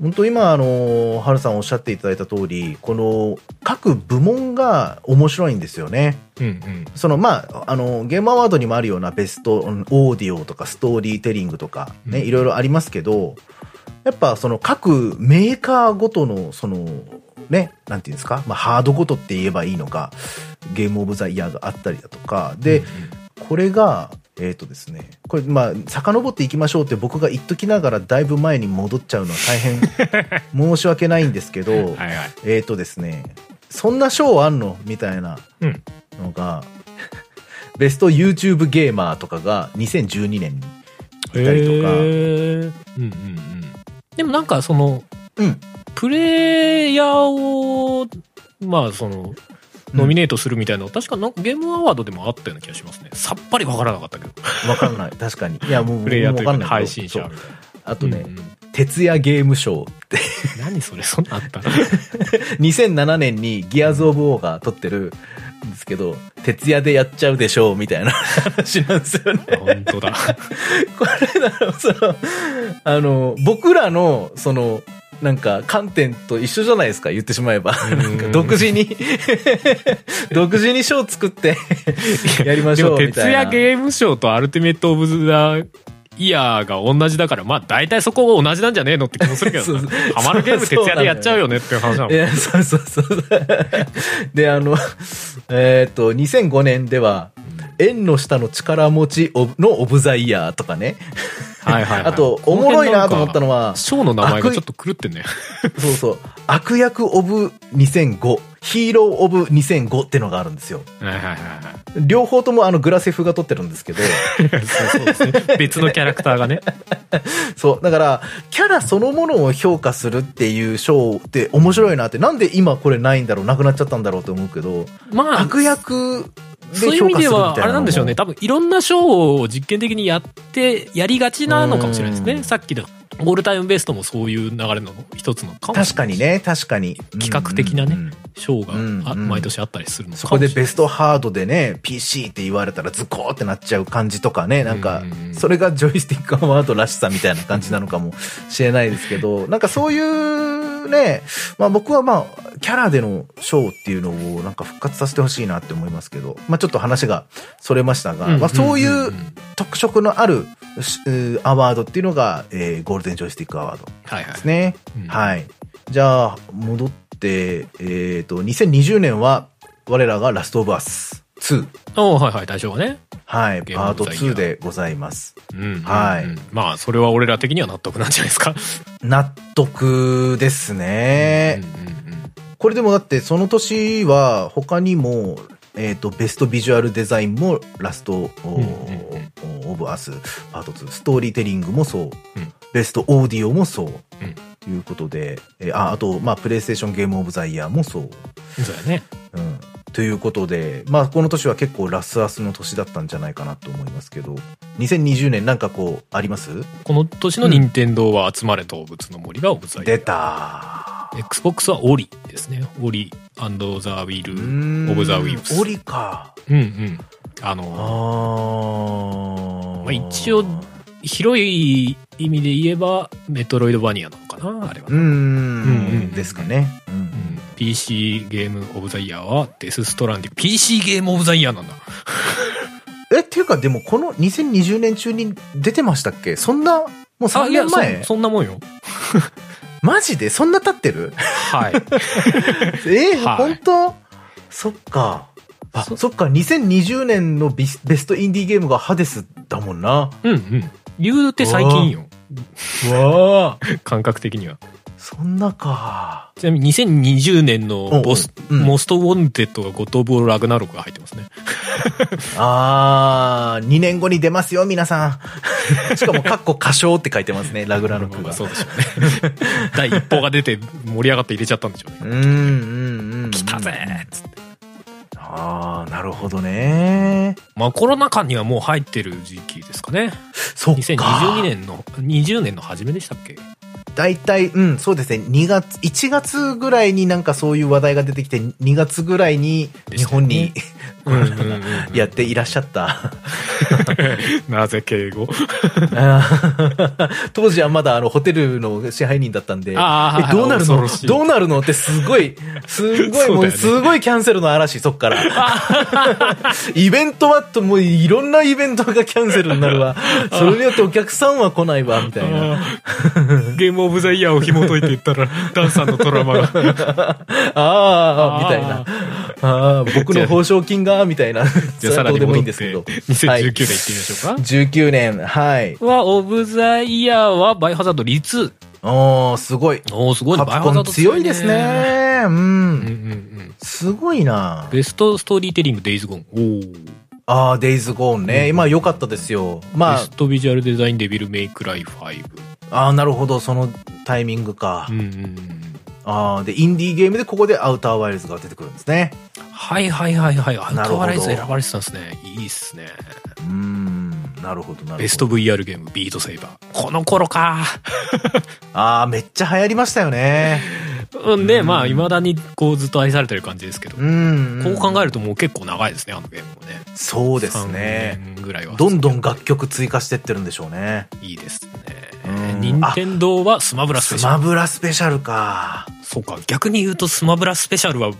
Speaker 1: 本当今、あの、ハルさんおっしゃっていただいた通り、この各部門が面白いんですよね。
Speaker 2: うんうんうん
Speaker 1: その、まあ、あの、ゲームアワードにもあるようなベスト、うんオーディオとかストーリーテリングとかね、
Speaker 2: うん
Speaker 1: いろいろありますけど、やっぱその各メーカーごとの、その、ね、なんていうんですか、まあ、ハードごとって言えばいいのか、ゲームオブザイヤーがあったりだとか、で、これが、えっ、とですね、これ、まあ、遡っていきましょうって僕が言っときながら、だいぶ前に戻っちゃうのは大変申し訳ないんですけ ど、
Speaker 2: はいはい
Speaker 1: えっ、とですね、そんな賞あんのみたいな
Speaker 2: うん
Speaker 1: のが、ベスト YouTube ゲーマーとかが2012年に
Speaker 2: へ
Speaker 1: いたりとか
Speaker 2: ーうんうんうんでもなんかその
Speaker 1: うん
Speaker 2: プレイヤーをまあその
Speaker 1: うん
Speaker 2: ノミネートするみたいなの、確かなんかゲームアワードでもあったような気がしますねさっぱりわからなかったけど
Speaker 1: わかんない。確かに。いや、もう、
Speaker 2: プレイヤーという
Speaker 1: も
Speaker 2: か
Speaker 1: う
Speaker 2: ね、
Speaker 1: わかんない
Speaker 2: 配
Speaker 1: けど
Speaker 2: 信者み
Speaker 1: そうあとね、
Speaker 2: うんうん
Speaker 1: 徹夜ゲームショーって、
Speaker 2: 何それそんなんあった
Speaker 1: 2007年にギアーズ・オブ・オーが撮ってるんですけど、徹夜でやっちゃうでしょうみたいな話なんですよね。
Speaker 2: 本当だ
Speaker 1: これ だろ、その、あの、僕らの、その、なんか観点と一緒じゃないですか、言ってしまえば。
Speaker 2: ん
Speaker 1: なんか独自に、 独自にショー作って、やりまし
Speaker 2: で
Speaker 1: ょ
Speaker 2: も
Speaker 1: うみ
Speaker 2: 徹
Speaker 1: たいな。
Speaker 2: 夜ゲームショーとアルティメット・オブ・ザ・イヤーが同じだからまあ大体そこ同じなんじゃねえのって気もするけど
Speaker 1: そう
Speaker 2: なハマるゲーム徹夜でやっちゃうよねっていう話なの
Speaker 1: いや、そうそうそう。で、あの、えっ、と、2005年では、縁の下の力持ちオブのオブザイヤーとかね。
Speaker 2: はいはいは
Speaker 1: あ
Speaker 2: い
Speaker 1: と、おもろいなと思ったのは、
Speaker 2: ショーの名前がちょっと狂ってんね。
Speaker 1: そうそう、悪役オブ2005、ヒーローオブ2005ってのがあるんですよ。
Speaker 2: はいはいはいは
Speaker 1: 両方ともあのグラセフが撮ってるんですけど、
Speaker 2: い。そうそうですね。別のキャラクタ ーがね。
Speaker 1: そう、だから、キャラそのものを評価するっていうショーって面白いなって、なんで今これないんだろう、なくなっちゃったんだろうと思うけど、
Speaker 2: まあ、
Speaker 1: 悪役
Speaker 2: そう
Speaker 1: で
Speaker 2: いう
Speaker 1: 評価するみ
Speaker 2: 意味で
Speaker 1: たいなのも
Speaker 2: は、あれなんでしょうね。多分、いろんなショーを実験的にやって、やりがちなのかもしれないです
Speaker 1: う
Speaker 2: ね。
Speaker 1: ん
Speaker 2: さっきの、オールタイムベストもそういう流れの一つのかもし
Speaker 1: 確
Speaker 2: れな
Speaker 1: か
Speaker 2: い。
Speaker 1: に。ね、確かに。
Speaker 2: 企画的なね
Speaker 1: うんうんうん
Speaker 2: ショーがあ、
Speaker 1: うんうん
Speaker 2: 毎年あったりするのかもし
Speaker 1: そこで
Speaker 2: れない
Speaker 1: ベストハードでね、PC って言われたらズコーってなっちゃう感じとかね、なんか
Speaker 2: うんうんう、ん
Speaker 1: それがジョイスティックアワードらしさみたいな感じなのかもしれないですけ ど、なんかそういうね、まあ僕はまあ、キャラでのショーっていうのをなんか復活させてほしいなって思いますけど、まあちょっと話がそれました
Speaker 2: うんうん
Speaker 1: が、
Speaker 2: うん
Speaker 1: まあそういう特色のあるしうーアワードっていうのが、えーゴールデンジョイスティックアワード
Speaker 2: はいはい
Speaker 1: で。すね。
Speaker 2: うん
Speaker 1: はい。じゃあ、戻って、えっ、と、2020年は、我らがラストオブアス2。
Speaker 2: おーはいはい、大丈夫ね。
Speaker 1: はい。
Speaker 2: ゲーム
Speaker 1: パート
Speaker 2: オブザイヤー
Speaker 1: 2でございます。
Speaker 2: うんうんうん。
Speaker 1: はい
Speaker 2: まあ、それは俺ら的には納得なんじゃないですか。
Speaker 1: 納得ですね。
Speaker 2: うんうんうん
Speaker 1: これでもだって、その年は、他にも、えっ、と、ベストビジュアルデザインも、ラスト、
Speaker 2: んうん
Speaker 1: オブアス、パート2。ストーリーテリングもそう。
Speaker 2: うん
Speaker 1: ベストオーディオもそう。
Speaker 2: うん
Speaker 1: いうことで、えーあ、あと、まあ、プレイステーションゲームオブザイヤーもそう。
Speaker 2: そうやね。
Speaker 1: うんということで、まあ、この年は結構ラスアスの年だったんじゃないかなと思いますけど、2020年なんかこう、あります
Speaker 2: この年の任天堂は集まれ動物の森がオブザイヤ
Speaker 1: 出
Speaker 2: ー。
Speaker 1: た
Speaker 2: Xbox はオリですね。オリザ・ウィ
Speaker 1: オ
Speaker 2: ル。オブザウィーブス
Speaker 1: オリか。
Speaker 2: うんうん。あ
Speaker 1: あ
Speaker 2: の、
Speaker 1: ー
Speaker 2: まあ一応広い意味で言えば、メトロイドバニアなのかなあれは。
Speaker 1: うーん
Speaker 2: ん、
Speaker 1: ですかね。う
Speaker 2: うんん PC ゲームオブザイヤーはデスストランディング PC ゲームオブザイヤーなんだ。
Speaker 1: え、っていうか、でもこの2020年中に出てましたっけそんな、もう3
Speaker 2: いや
Speaker 1: 年前
Speaker 2: そそんなもんよ。
Speaker 1: マジでそんな経ってる
Speaker 2: はい。
Speaker 1: え
Speaker 2: はい
Speaker 1: 本当そっか。あ、
Speaker 2: そ
Speaker 1: そっか、2020年のビスベストインディーゲームがハデスだもんな。
Speaker 2: うんうん。言うて最近よ。
Speaker 1: わあ。
Speaker 2: 感覚的には。
Speaker 1: そんなか。
Speaker 2: ちなみに2020年のボス、
Speaker 1: うんうん
Speaker 2: モストウォンテッドがゴトボーラグナロクが入ってますね。
Speaker 1: あー、2年後に出ますよ、皆さ ん。しかも、かっこ歌唱って書いてますね、ラグラロク
Speaker 2: まあ
Speaker 1: が。
Speaker 2: そうでしょうね。 第一報が出て盛り上がって入れちゃったんでしょう
Speaker 1: うん、う
Speaker 2: ね。
Speaker 1: ん、うん。
Speaker 2: 来たぜーっつって。
Speaker 1: あー、なるほどね。
Speaker 2: まあコロナ禍にはもう入ってる時期ですかね。
Speaker 1: そっか。
Speaker 2: 2022。年の、20年の初めでしたっけ
Speaker 1: 大体、うん、そうですね。2月、1月ぐらいになんかそういう話題が出てきて、2月ぐらいに
Speaker 2: でしたね
Speaker 1: 日本に、
Speaker 2: うんうんうん
Speaker 1: やっていらっしゃった。
Speaker 2: なぜ敬語
Speaker 1: あー当時はまだあのホテルの支配人だったんで、
Speaker 2: あーはい
Speaker 1: えどうなる
Speaker 2: 恐
Speaker 1: の
Speaker 2: ろしい
Speaker 1: どうなるのってすご い、すご
Speaker 2: そうだ
Speaker 1: い、
Speaker 2: よ
Speaker 1: も
Speaker 2: ね
Speaker 1: うすごいキャンセルの嵐、そっ から。イベントはともういろんなイベントがキャンセルになる わ。それによってお客さんは来ないわ、みたいな。
Speaker 2: ゲームオブザイヤーを紐解いていっ たら、ダンさんのトラウマが。
Speaker 1: あ
Speaker 2: あ
Speaker 1: あ、
Speaker 2: ー
Speaker 1: みたいな。ああ、僕の報奨金が、みたいな。
Speaker 2: じゃあさら
Speaker 1: それは
Speaker 2: に
Speaker 1: どうでも
Speaker 2: 戻
Speaker 1: いい
Speaker 2: っ
Speaker 1: ん
Speaker 2: て、
Speaker 1: ですけ
Speaker 2: 2019
Speaker 1: ど。はい
Speaker 2: 年行ってみましょうか。
Speaker 1: 19年、はい。
Speaker 2: は、オブザイヤーは、バイハザードリツ
Speaker 1: おー、すごい。
Speaker 2: おおすごい、
Speaker 1: カ
Speaker 2: バ
Speaker 1: プ
Speaker 2: イハ
Speaker 1: コ
Speaker 2: ザ
Speaker 1: ン
Speaker 2: ード
Speaker 1: 強いです。ね。う
Speaker 2: うんうん
Speaker 1: ん。
Speaker 2: うん。
Speaker 1: すごいな。
Speaker 2: ベストストーリーテリング、デイズゴン。お
Speaker 1: ああ、デイズゴーンね。今良かったですよ。
Speaker 2: お。
Speaker 1: ま
Speaker 2: ベ
Speaker 1: あ
Speaker 2: ス、トビジュアルデザイン、デビルメイクライ5。
Speaker 1: ああ、なるほど、そのタイミングか
Speaker 2: う。んうんうん。
Speaker 1: ああ、で、インディーゲームでここでアウターワイルズが出てくるんですね。
Speaker 2: はいはいはいはい。アウ
Speaker 1: なる
Speaker 2: ト
Speaker 1: ほど
Speaker 2: ワライズ選ばれてたんですね。いいっすね。
Speaker 1: うーん、なるほどなるほど
Speaker 2: ベスト VR ゲームビートセイバーこの頃か
Speaker 1: ああめっちゃ流行りましたよね
Speaker 2: うんねまあいまだにこうずっと愛されてる感じですけど、
Speaker 1: うん、
Speaker 2: こう考えるともう結構長いですねあのゲームもね
Speaker 1: そうですね
Speaker 2: 3年ぐらいは
Speaker 1: どんどん楽曲追加してってるんでしょうね
Speaker 2: いいですね
Speaker 1: うん
Speaker 2: 任天堂はスマブラスペ
Speaker 1: ス
Speaker 2: シャ
Speaker 1: マ
Speaker 2: ル
Speaker 1: ブラスペシャルか
Speaker 2: そうか逆に言うとスマブラスペシャルはこ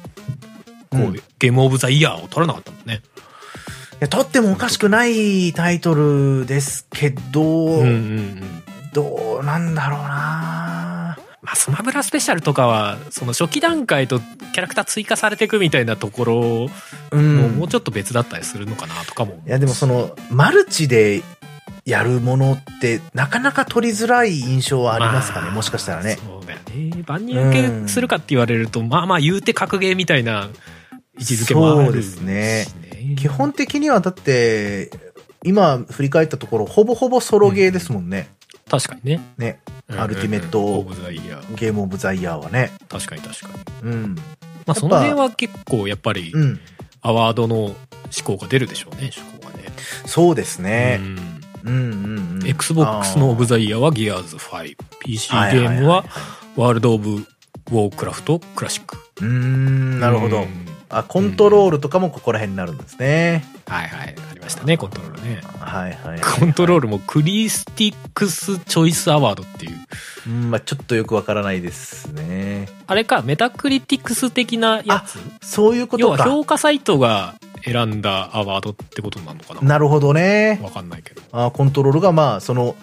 Speaker 1: う
Speaker 2: う、
Speaker 1: ん
Speaker 2: ゲームオブザイヤーを取らなかったもんね
Speaker 1: いやとってもおかしくないタイトルですけど、
Speaker 2: うんうんうん
Speaker 1: どうなんだろうな
Speaker 2: まあ、スマブラスペシャルとかはその初期段階とキャラクター追加されていくみたいなところを
Speaker 1: う
Speaker 2: もうんもうちょっと別だったりするのかなとかも
Speaker 1: いやでもそのマルチでやるものってなかなか取りづらい印象はありますかね、
Speaker 2: あ
Speaker 1: もしかしたらね
Speaker 2: そうだよね万人受けするかって言われると、まあまあ言うて格ゲーみたいな位置づけもある
Speaker 1: そうですね
Speaker 2: しね
Speaker 1: 基本的にはだって今振り返ったところほぼほぼソロゲーですもんね、
Speaker 2: 確かにね
Speaker 1: ね
Speaker 2: うん
Speaker 1: アルティメット
Speaker 2: うんオブザイヤー
Speaker 1: ゲームオブザイヤーはね
Speaker 2: 確かに確かに
Speaker 1: うん
Speaker 2: まあその辺は結構やっぱり
Speaker 1: うん
Speaker 2: アワードの思考が出るでしょうね思考がね
Speaker 1: そうですね
Speaker 2: う、ん
Speaker 1: うん、うんうん
Speaker 2: XBOX のオブ
Speaker 1: ザ
Speaker 2: ザイヤーは Gears5PC ゲームはワールド・オブ・ウォークラフト・クラシック
Speaker 1: うーんなるほ
Speaker 2: う
Speaker 1: ど
Speaker 2: ん
Speaker 1: あコントロールとかもここら辺になるんですね、
Speaker 2: はいはいありましたねコントロールね
Speaker 1: はいはいはい
Speaker 2: コントロールもクリスティックス・チョイス・アワードっていう
Speaker 1: うんまあちょっとよくわからないですね
Speaker 2: あれかメタクリティクス的なやつ
Speaker 1: そういうこ
Speaker 2: 要
Speaker 1: と
Speaker 2: は
Speaker 1: か
Speaker 2: 評価サイトが選んだアワードってことなのかな
Speaker 1: なるほどね
Speaker 2: わかんないけど
Speaker 1: あコントロールがまあその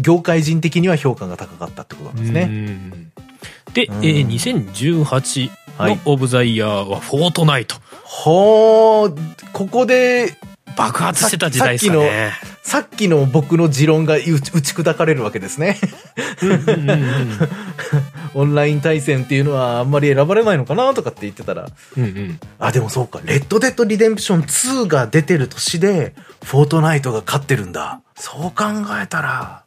Speaker 1: 業界人的には評価が高かったってことなんですね
Speaker 2: ね。で、
Speaker 1: う
Speaker 2: え
Speaker 1: ん
Speaker 2: ー2018
Speaker 1: は
Speaker 2: の
Speaker 1: い
Speaker 2: オブザイヤーはフォートナイト。
Speaker 1: ほうここで
Speaker 2: 爆発してた時代ですかね。
Speaker 1: さっきの僕の持論が打ち打ち砕かれるわけですね
Speaker 2: うんうんうん
Speaker 1: オンライン対戦っていうのはあんまり選ばれないのかなとかって言ってたら
Speaker 2: うんうん
Speaker 1: あでもそうか「レッド・デッド・リデンプション2」が出てる年で「フォートナイト」が勝ってるんだそう考えたら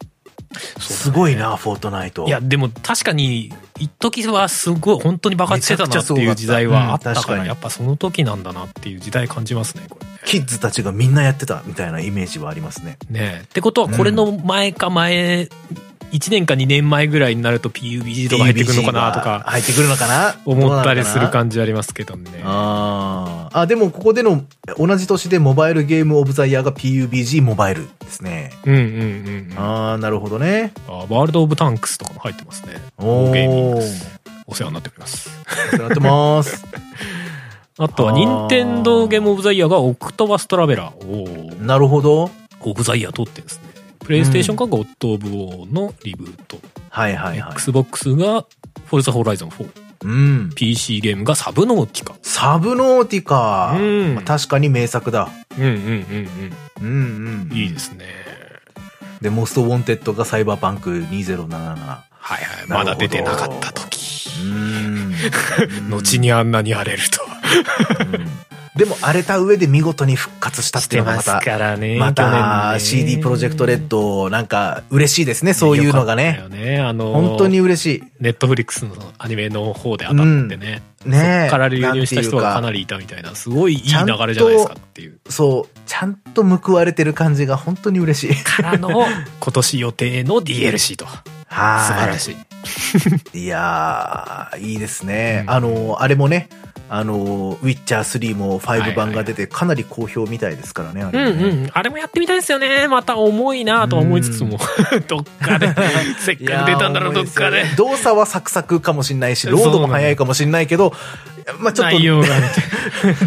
Speaker 1: すごいな、フォートナイト
Speaker 2: いや、でも確かに、一時はすごい、本当に爆発してたなっていう時代はあった
Speaker 1: めちゃくちゃすごかったうん確
Speaker 2: か、
Speaker 1: からに
Speaker 2: やっぱその時なんだなっていう時代感じますね、これね。
Speaker 1: キッズたちがみんなやってたみたいなイメージはありますね
Speaker 2: ねえってことは、これの前か前、1年か2年前ぐらいになると PUBG とか入ってくるのかなと
Speaker 1: PUBG が
Speaker 2: か
Speaker 1: 入ってくるのかな
Speaker 2: 思ったりする
Speaker 1: じ
Speaker 2: 感じありますけどね。
Speaker 1: あーあでもここでの同じ年でモバイルゲームオブザイヤーが PUBG モバイルですね
Speaker 2: うんうんうんうん。
Speaker 1: ああなるほどね
Speaker 2: あワールド・オブ・タンクスとかも入ってますね。
Speaker 1: お
Speaker 2: ゲーミン
Speaker 1: お
Speaker 2: グ
Speaker 1: な
Speaker 2: お世話になっております。
Speaker 1: ってます
Speaker 2: あとは、
Speaker 1: あー
Speaker 2: 任天堂ゲーム・オブ・ザ・イヤーがオクトバス・トラベラー。おー
Speaker 1: なるほど
Speaker 2: オブ・ザ・イヤー取ってるんですね。プレイステーションがゴッド・オブ・ウォーのリブート。
Speaker 1: はいはいはい
Speaker 2: Xbox がフォルザ・ホライゾン4。
Speaker 1: うん
Speaker 2: PC ゲームがサブノーティカ。
Speaker 1: サブノーティカ、
Speaker 2: うん
Speaker 1: まあ確かに名作だ
Speaker 2: うんうんうん
Speaker 1: うんうん
Speaker 2: いいですね。
Speaker 1: でモストウォンテッドがサイバーパンク2077
Speaker 2: はいは
Speaker 1: なるほ
Speaker 2: い。ま
Speaker 1: ど
Speaker 2: だ出てなかった時。
Speaker 1: うーん
Speaker 2: 後にあんなに荒れるとは。
Speaker 1: うんでも荒れた上で見事に復活したっていうのがまた
Speaker 2: らね
Speaker 1: また CD プロジェクトレッドなんか嬉しいですねそういうのが
Speaker 2: よ
Speaker 1: ね
Speaker 2: かったよねあの
Speaker 1: 本当に嬉し
Speaker 2: ネットフリックスのアニメの方で当たってね、
Speaker 1: いね
Speaker 2: そっから流入した人が
Speaker 1: んて
Speaker 2: か
Speaker 1: いう
Speaker 2: なりいたみたいなすごいいい流れじゃないですかっていう。
Speaker 1: かそうちゃんと報われてる感じが本当に嬉し い
Speaker 2: からの今年予定の DLC と素
Speaker 1: はい
Speaker 2: 晴らしい。
Speaker 1: いやーいいですね、
Speaker 2: うん
Speaker 1: あのあれもねあのウィッチャー3も
Speaker 2: はいは
Speaker 1: 5
Speaker 2: い
Speaker 1: 版が出てかなり好評みたいですからねあ
Speaker 2: う
Speaker 1: れも
Speaker 2: ん
Speaker 1: ね
Speaker 2: うんあれもやってみたいですよねまた重いなとは思いつつも どっかでせっ
Speaker 1: い
Speaker 2: か
Speaker 1: や
Speaker 2: く
Speaker 1: ー
Speaker 2: 出たんだろう
Speaker 1: 重
Speaker 2: ど
Speaker 1: い
Speaker 2: っ
Speaker 1: すよ
Speaker 2: かで
Speaker 1: ね動作はサクサクかもしんないしロードも速いかもしんないけどまあちょっと
Speaker 2: 内容がみたい な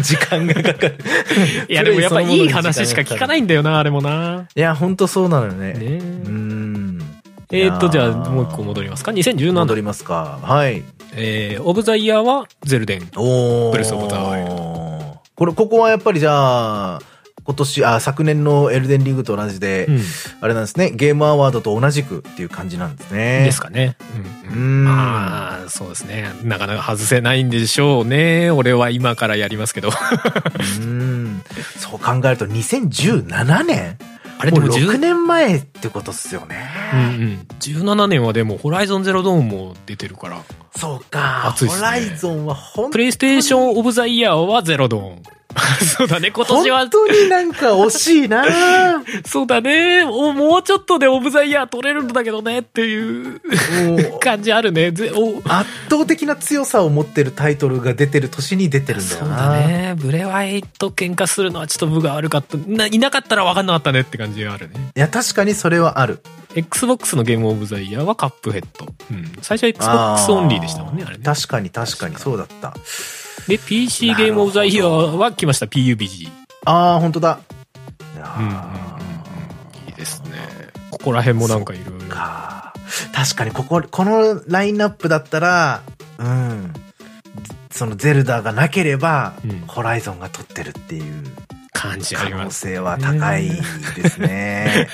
Speaker 1: 時間がかかる
Speaker 2: いやでもやっぱいい話しか聞かないいんだよなあれもない
Speaker 1: や本当そうなのよね
Speaker 2: ね
Speaker 1: うーん
Speaker 2: えーっと
Speaker 1: い
Speaker 2: じ
Speaker 1: や
Speaker 2: ゃ
Speaker 1: ー
Speaker 2: あもう一個戻りますか2017
Speaker 1: 戻
Speaker 2: 年
Speaker 1: りますかはい
Speaker 2: えーオブザイヤーはゼルデン
Speaker 1: おー
Speaker 2: ブレスオブザワイル
Speaker 1: これここはやっぱりじゃあ今年あ昨年のエルデンリングと同じで、
Speaker 2: うん
Speaker 1: あれなんですねゲームアワードと同じくっていう感じなんですね
Speaker 2: ですかね。
Speaker 1: うー
Speaker 2: うん
Speaker 1: ん
Speaker 2: まあ、そうですね。なかなか外せないんでしょうね。俺は今からやりますけど。
Speaker 1: うーんそう考えると2017年
Speaker 2: あれで
Speaker 1: もう
Speaker 2: も10
Speaker 1: 6年前ってことっすよね、
Speaker 2: うんうん、17年はでも、ホライゾンゼロドーンも出てるから。
Speaker 1: そうか、
Speaker 2: 暑いっす
Speaker 1: ホ
Speaker 2: ね
Speaker 1: ライゾンは本
Speaker 2: プ
Speaker 1: 当に
Speaker 2: レイステーションオブザイヤーはゼロドーン。 そうだね、今
Speaker 1: 本
Speaker 2: 年は、
Speaker 1: 当になんか惜しい なも
Speaker 2: そうだね、おもうちょっとでオブザイヤー取れるんだけどねっていう
Speaker 1: う、
Speaker 2: 感じあるね。ぜお
Speaker 1: 圧倒的な強さを持ってるタイトルが出てる年に出てるんだ
Speaker 2: そ
Speaker 1: よ
Speaker 2: う
Speaker 1: な。
Speaker 2: だね。ブレワイと喧嘩するのはちょっと部が悪かった。ないなかったら分かんなかったねって感じがあるね。
Speaker 1: いや、確かにそれはある。
Speaker 2: Xbox のゲームオブザイヤーはカップヘッド。うん。最初は Xbox オンリーでしたもんね、あれね。
Speaker 1: 確かに確かにそうだった。
Speaker 2: で、PC ゲームオブザイヤーは来ました、PUBG。
Speaker 1: ああ、本当だ。いや
Speaker 2: うんうんうん
Speaker 1: ー
Speaker 2: いいですね。ここら辺もなんかいろいろ。
Speaker 1: か確かにここ、このラインナップだったら、うん。そのゼルダがなければ、
Speaker 2: うん
Speaker 1: ホライゾンが取ってるっていう
Speaker 2: 感じあ
Speaker 1: 可
Speaker 2: り
Speaker 1: 能
Speaker 2: ます。
Speaker 1: 性は高いですね。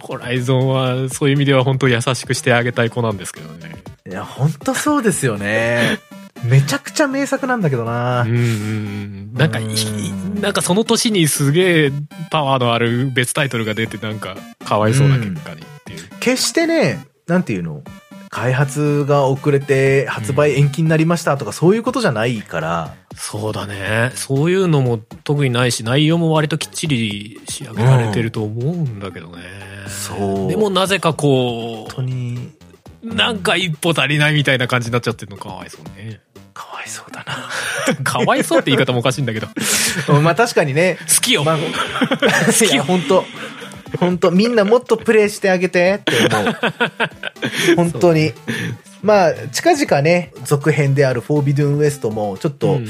Speaker 2: ホライゾンはそういう意味では本当優しくしてあげたい子なんですけどね。
Speaker 1: いや、ほんとそうですよね。めちゃくちゃ名作なんだけどな
Speaker 2: うん。うんうん。なんかい、
Speaker 1: うん
Speaker 2: なんかその年にすげえパワーのある別タイトルが出てなんかかわいそうな結果にっていう。
Speaker 1: 決してね、なんていうの開発が遅れて発売延期になりましたとかそういうことじゃないから。
Speaker 2: そうだね。そういうのも特にないし、内容も割ときっちり仕上げられてると思うんだけどね。
Speaker 1: そう
Speaker 2: でもなぜかこ
Speaker 1: 本当に
Speaker 2: う、なんか一歩足りないみたいな感じになっちゃってるのかわいそうね。
Speaker 1: かわいそうだな。
Speaker 2: かわいそうって言い方もおかしいんだ けど。好
Speaker 1: まあ確かにね。
Speaker 2: き よ。
Speaker 1: まあ、
Speaker 2: きよ
Speaker 1: いや本当本当みんなもっとプレイしてあげてって 思う。本当に。まあ、近々ね、続編であるフォービドゥンウエストも、ちょっと
Speaker 2: うん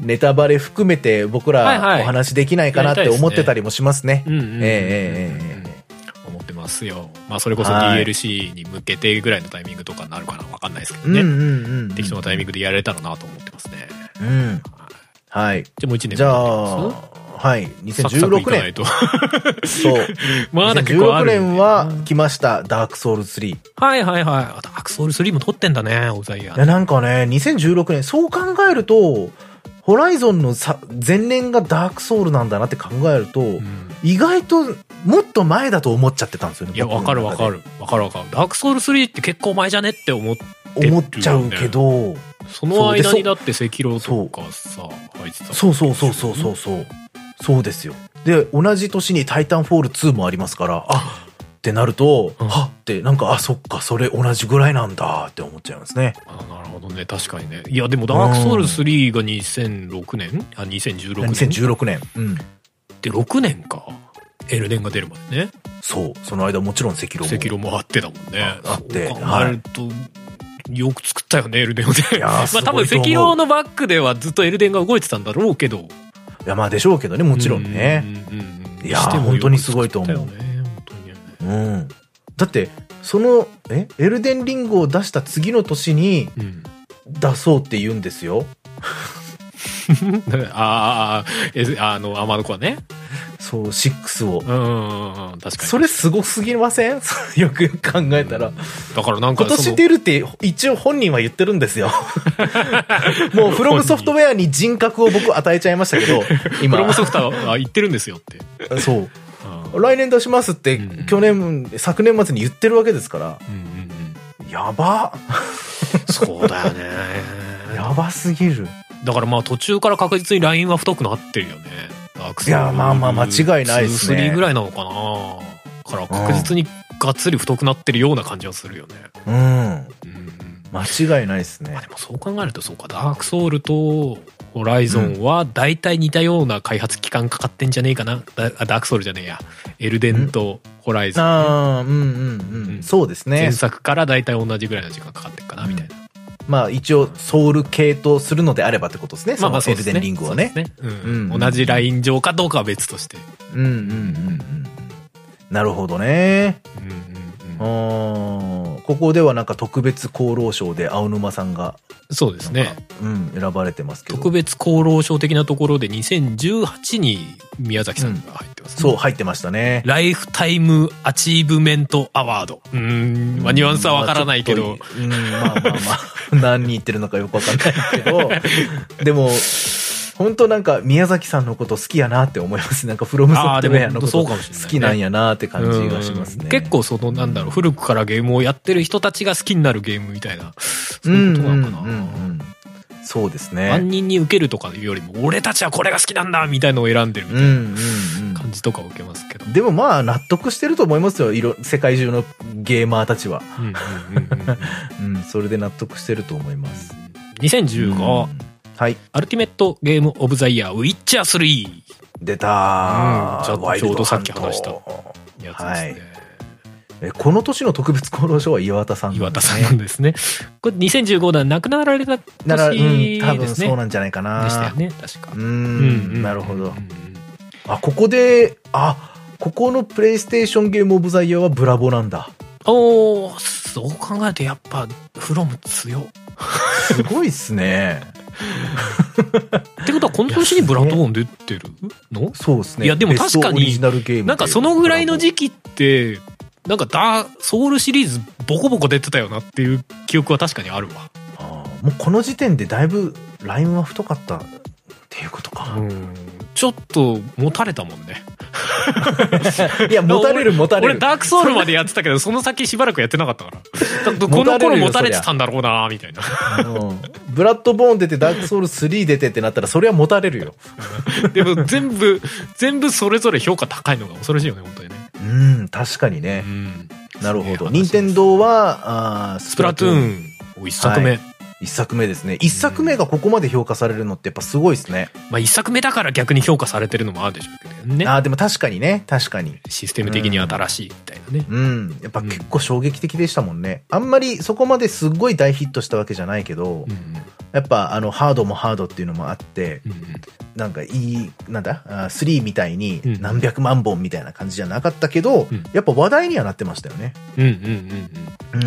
Speaker 1: ネタバレ含めて僕
Speaker 2: はいは
Speaker 1: ら
Speaker 2: い
Speaker 1: お話できないかなって思ってたりもしますね。
Speaker 2: う
Speaker 1: え
Speaker 2: ん
Speaker 1: え
Speaker 2: うんうんうん
Speaker 1: ええええ
Speaker 2: 思ってますよ。まあそれこそ
Speaker 1: はい
Speaker 2: DLC に向けてぐらいのタイミングとかになるかなわかんないですけど
Speaker 1: うん
Speaker 2: ね。
Speaker 1: うんうん。
Speaker 2: 適当なタイミングでやれたらなと思ってますね。
Speaker 1: うん。はい。
Speaker 2: じゃあもう一年
Speaker 1: じゃあ
Speaker 2: 頑張って、
Speaker 1: はい。
Speaker 2: みますサクサクい
Speaker 1: 2016
Speaker 2: かな
Speaker 1: 年。
Speaker 2: いと。
Speaker 1: そう。
Speaker 2: まだ結構あ
Speaker 1: 2016
Speaker 2: るんで。
Speaker 1: 年は来ました。ダークソウル3。い
Speaker 2: はいはいはい。あと、アクソール3も撮ってんだね、オブザイヤ
Speaker 1: や、
Speaker 2: ー。
Speaker 1: なんかね、2016年、そう考えると、ホライゾンのさ前年がダークソウルなんだなって考えると、
Speaker 2: うん
Speaker 1: 意外ともっと前だと思っちゃってたんですよね。
Speaker 2: いや、わ
Speaker 1: 僕
Speaker 2: か
Speaker 1: の
Speaker 2: る
Speaker 1: 中
Speaker 2: わ
Speaker 1: で
Speaker 2: か。る。わかるわかる。ダークソウル3って結構前じゃねって思って、
Speaker 1: 思っちゃうけど、
Speaker 2: その間
Speaker 1: そうで
Speaker 2: にだって赤狼とかさ、入ってた。
Speaker 1: そうそうそうそうそうそう。そうですよ。で、同じ年にタイタンフォール2もありますから、あってなると、
Speaker 2: うん
Speaker 1: はって、なんか、あ、そっか、それ同じぐらいなんだって思っちゃいますね。
Speaker 2: あなるほどね。確かにね。いや、でもダークソウル3が2006年あ、2016年。
Speaker 1: 2016年。うん。
Speaker 2: で6年かエルデンが出るまでね
Speaker 1: そう。その間もちろん赤狼も。
Speaker 2: 赤狼もあってだもんね
Speaker 1: ああって
Speaker 2: そう考えると、よく作ったよねエルデンをね
Speaker 1: いやー
Speaker 2: まあ
Speaker 1: すごい
Speaker 2: 多分
Speaker 1: と
Speaker 2: 赤
Speaker 1: 思う
Speaker 2: 狼のバックではずっとエルデンが動いてたんだろうけど
Speaker 1: いや、まあでしょうけどね、も
Speaker 2: も
Speaker 1: ちろんね。いやー本当にすごいと思ううん。だって、その、えエルデンリングを出した次の年に
Speaker 2: うん、
Speaker 1: 出そうって言うんですよ。
Speaker 2: あーあーえあのアーマードコアね
Speaker 1: そう、6を
Speaker 2: う。んうんうんうん確かに
Speaker 1: それすごすぎません よくよく考えたら。
Speaker 2: だからなんか
Speaker 1: 今
Speaker 2: その
Speaker 1: 年出るって一応本人は言ってるんです よ。もうフロムソフトウェアに人格を僕与えちゃいましたけ ど、
Speaker 2: プロ
Speaker 1: 今
Speaker 2: モ。ソフトは言ってるんですよって、
Speaker 1: そう。
Speaker 2: うん
Speaker 1: 来年出しますって
Speaker 2: うん、
Speaker 1: 去年、昨年末に言ってるわけですから。
Speaker 2: うんうんうん、
Speaker 1: やば。
Speaker 2: そうだよね
Speaker 1: やばすぎる。
Speaker 2: だからまあ途中から確実にラインは太くなってるよね。ダークソウル
Speaker 1: いやまあまあ間違いないですね
Speaker 2: 2 3ぐらいなのかな。から確実にがっつり太くなってるような感じはするよね。
Speaker 1: うん。
Speaker 2: うん。ま
Speaker 1: 間違いないですね
Speaker 2: あ。でもそう考えるとそうか、ダークソウルとホライゾンは大体似たような開発期間かかってんじゃねえかな。ダあダークソウルじゃねえや。エルデンとホライゾン。
Speaker 1: ああ、うんうんう
Speaker 2: うん
Speaker 1: ん。そうですね
Speaker 2: 前。作から大体同じぐらいの時間かかってるかな、みたいな。
Speaker 1: まあ一応、ソウル系統するのであればってことですね。
Speaker 2: まあまあ
Speaker 1: そ
Speaker 2: そ
Speaker 1: の
Speaker 2: う
Speaker 1: エ
Speaker 2: で
Speaker 1: ルデ
Speaker 2: すね。
Speaker 1: ンリングは
Speaker 2: そう
Speaker 1: ね。
Speaker 2: ですね。う。
Speaker 1: うんん
Speaker 2: 同じライン上かどうかは別として。
Speaker 1: うんうんうんうん。なるほどね。
Speaker 2: うんうんうん
Speaker 1: う。ーんここではなんか特別厚労省で青沼さんが、
Speaker 2: そうですね。
Speaker 1: うん、選ばれてますけど
Speaker 2: 特。別厚労省的なところで2018に宮崎さんが入ってます、
Speaker 1: そう、。入ってましたね。
Speaker 2: ライフタイムアチーブメントアワード。うーん、まあ、ニュアンスはわからないけ
Speaker 1: ま。
Speaker 2: ど
Speaker 1: あ。ちょっとうん、まあまあまあ、何言ってるのかよくわかんないけど、 でも、本当なんか宮崎さんのこと好きやなって思います。なんかフロムソ
Speaker 2: あ
Speaker 1: フ
Speaker 2: ーで
Speaker 1: トウ
Speaker 2: も
Speaker 1: ェアのこ
Speaker 2: そう
Speaker 1: と
Speaker 2: か
Speaker 1: 好
Speaker 2: もしれないね
Speaker 1: きなんやなって感じがします
Speaker 2: う
Speaker 1: ね。
Speaker 2: ん結構そのなんだろう古くからゲームをやってる人たちが好きになるゲームみたいなそう
Speaker 1: うん、
Speaker 2: いううんこ
Speaker 1: う
Speaker 2: と
Speaker 1: んう
Speaker 2: なのかな、
Speaker 1: んそうです
Speaker 2: 万
Speaker 1: ね。
Speaker 2: 人に受けるとかいうよりも俺たちはこれが好きなんだみたいのを選んでるみ
Speaker 1: う
Speaker 2: た
Speaker 1: ん
Speaker 2: い
Speaker 1: うん
Speaker 2: な感じとかを受けますけど
Speaker 1: う、ん。でもまあ納得してると思いますよ。いろ、世界中のゲーマーたちは。
Speaker 2: うんうんうんうんうん、
Speaker 1: うん、それで納得してると思います。
Speaker 2: 2015、
Speaker 1: うんはい。
Speaker 2: アルティメットゲームオブザイヤーウィッチャー3
Speaker 1: 出たー
Speaker 2: うんちょ
Speaker 1: ワイルド
Speaker 2: ちょうどさっ
Speaker 1: ハ
Speaker 2: き
Speaker 1: ント
Speaker 2: 話したやつですね、
Speaker 1: えこの年の特別功労賞は岩田さん、
Speaker 2: 岩田さんなんですねこれ2015年亡くなられた
Speaker 1: なら、うん
Speaker 2: 年、
Speaker 1: 多
Speaker 2: で
Speaker 1: 分
Speaker 2: すね、
Speaker 1: そうなんじゃないかな。
Speaker 2: でしたよね確か
Speaker 1: うーん、なるほ
Speaker 2: うんう
Speaker 1: ど
Speaker 2: ん。
Speaker 1: あ、ここで、あ、ここのプレイステーションゲームオブザイヤーはブラボなんだ。
Speaker 2: おおそう考えるとやっぱフロム強っ
Speaker 1: すごいっすね。
Speaker 2: ってことはこの年にブラッドボーン出てる の
Speaker 1: そうっすね。
Speaker 2: いやでも確か
Speaker 1: ベ
Speaker 2: に
Speaker 1: ストオリジナルゲーム
Speaker 2: なんかそのぐらいの時期ってなんかダーソウルシリーズボコボコ出てたよなっていう記憶は確かにあるわ
Speaker 1: 期。あーもうこの時点でだいぶラインは太かったっていうことか。
Speaker 2: ちょっと持たれたもんね
Speaker 1: いや、持た れる持たれ
Speaker 2: 俺
Speaker 1: る。
Speaker 2: ダークソウルまでやってたけどその先しばらくやってなかったからだって こ
Speaker 1: 持たれ
Speaker 2: の
Speaker 1: るよ
Speaker 2: 頃持たれてたんだろうなみたいな
Speaker 1: うんブラッドボーン出て、ダークソウル3出てってなったら、それは持たれるよ。
Speaker 2: でも全部全部それぞれ評価高いのが恐ろしいよね本当にね
Speaker 1: うん、確かに
Speaker 2: う
Speaker 1: ね。
Speaker 2: ん
Speaker 1: なるほ
Speaker 2: そう
Speaker 1: ど。
Speaker 2: いう話で
Speaker 1: 任
Speaker 2: す
Speaker 1: 天堂は、あース
Speaker 2: スプラトゥー。ンお一作目、
Speaker 1: は一作目ですね。一作目がここまで評価されるのってやっぱすごいですね。
Speaker 2: まあ一作目だから逆に評価されてるのもあるでしょうけどね
Speaker 1: ああ、でも確かにね、確かに。
Speaker 2: システム的に新しいみたいなね、
Speaker 1: うん。やっぱ結構衝撃的でしたもんね。あんまりそこまですっごい大ヒットしたわけじゃないけど、
Speaker 2: うん
Speaker 1: やっぱあの、ハードもハードっていうのもあって、
Speaker 2: うんうん
Speaker 1: なんかいい、なんだ、あー3みたいに
Speaker 2: うん
Speaker 1: 何百万本みたいな感じじゃなかったけど、
Speaker 2: うん
Speaker 1: やっぱ話題にはなってましたよね。
Speaker 2: うんうん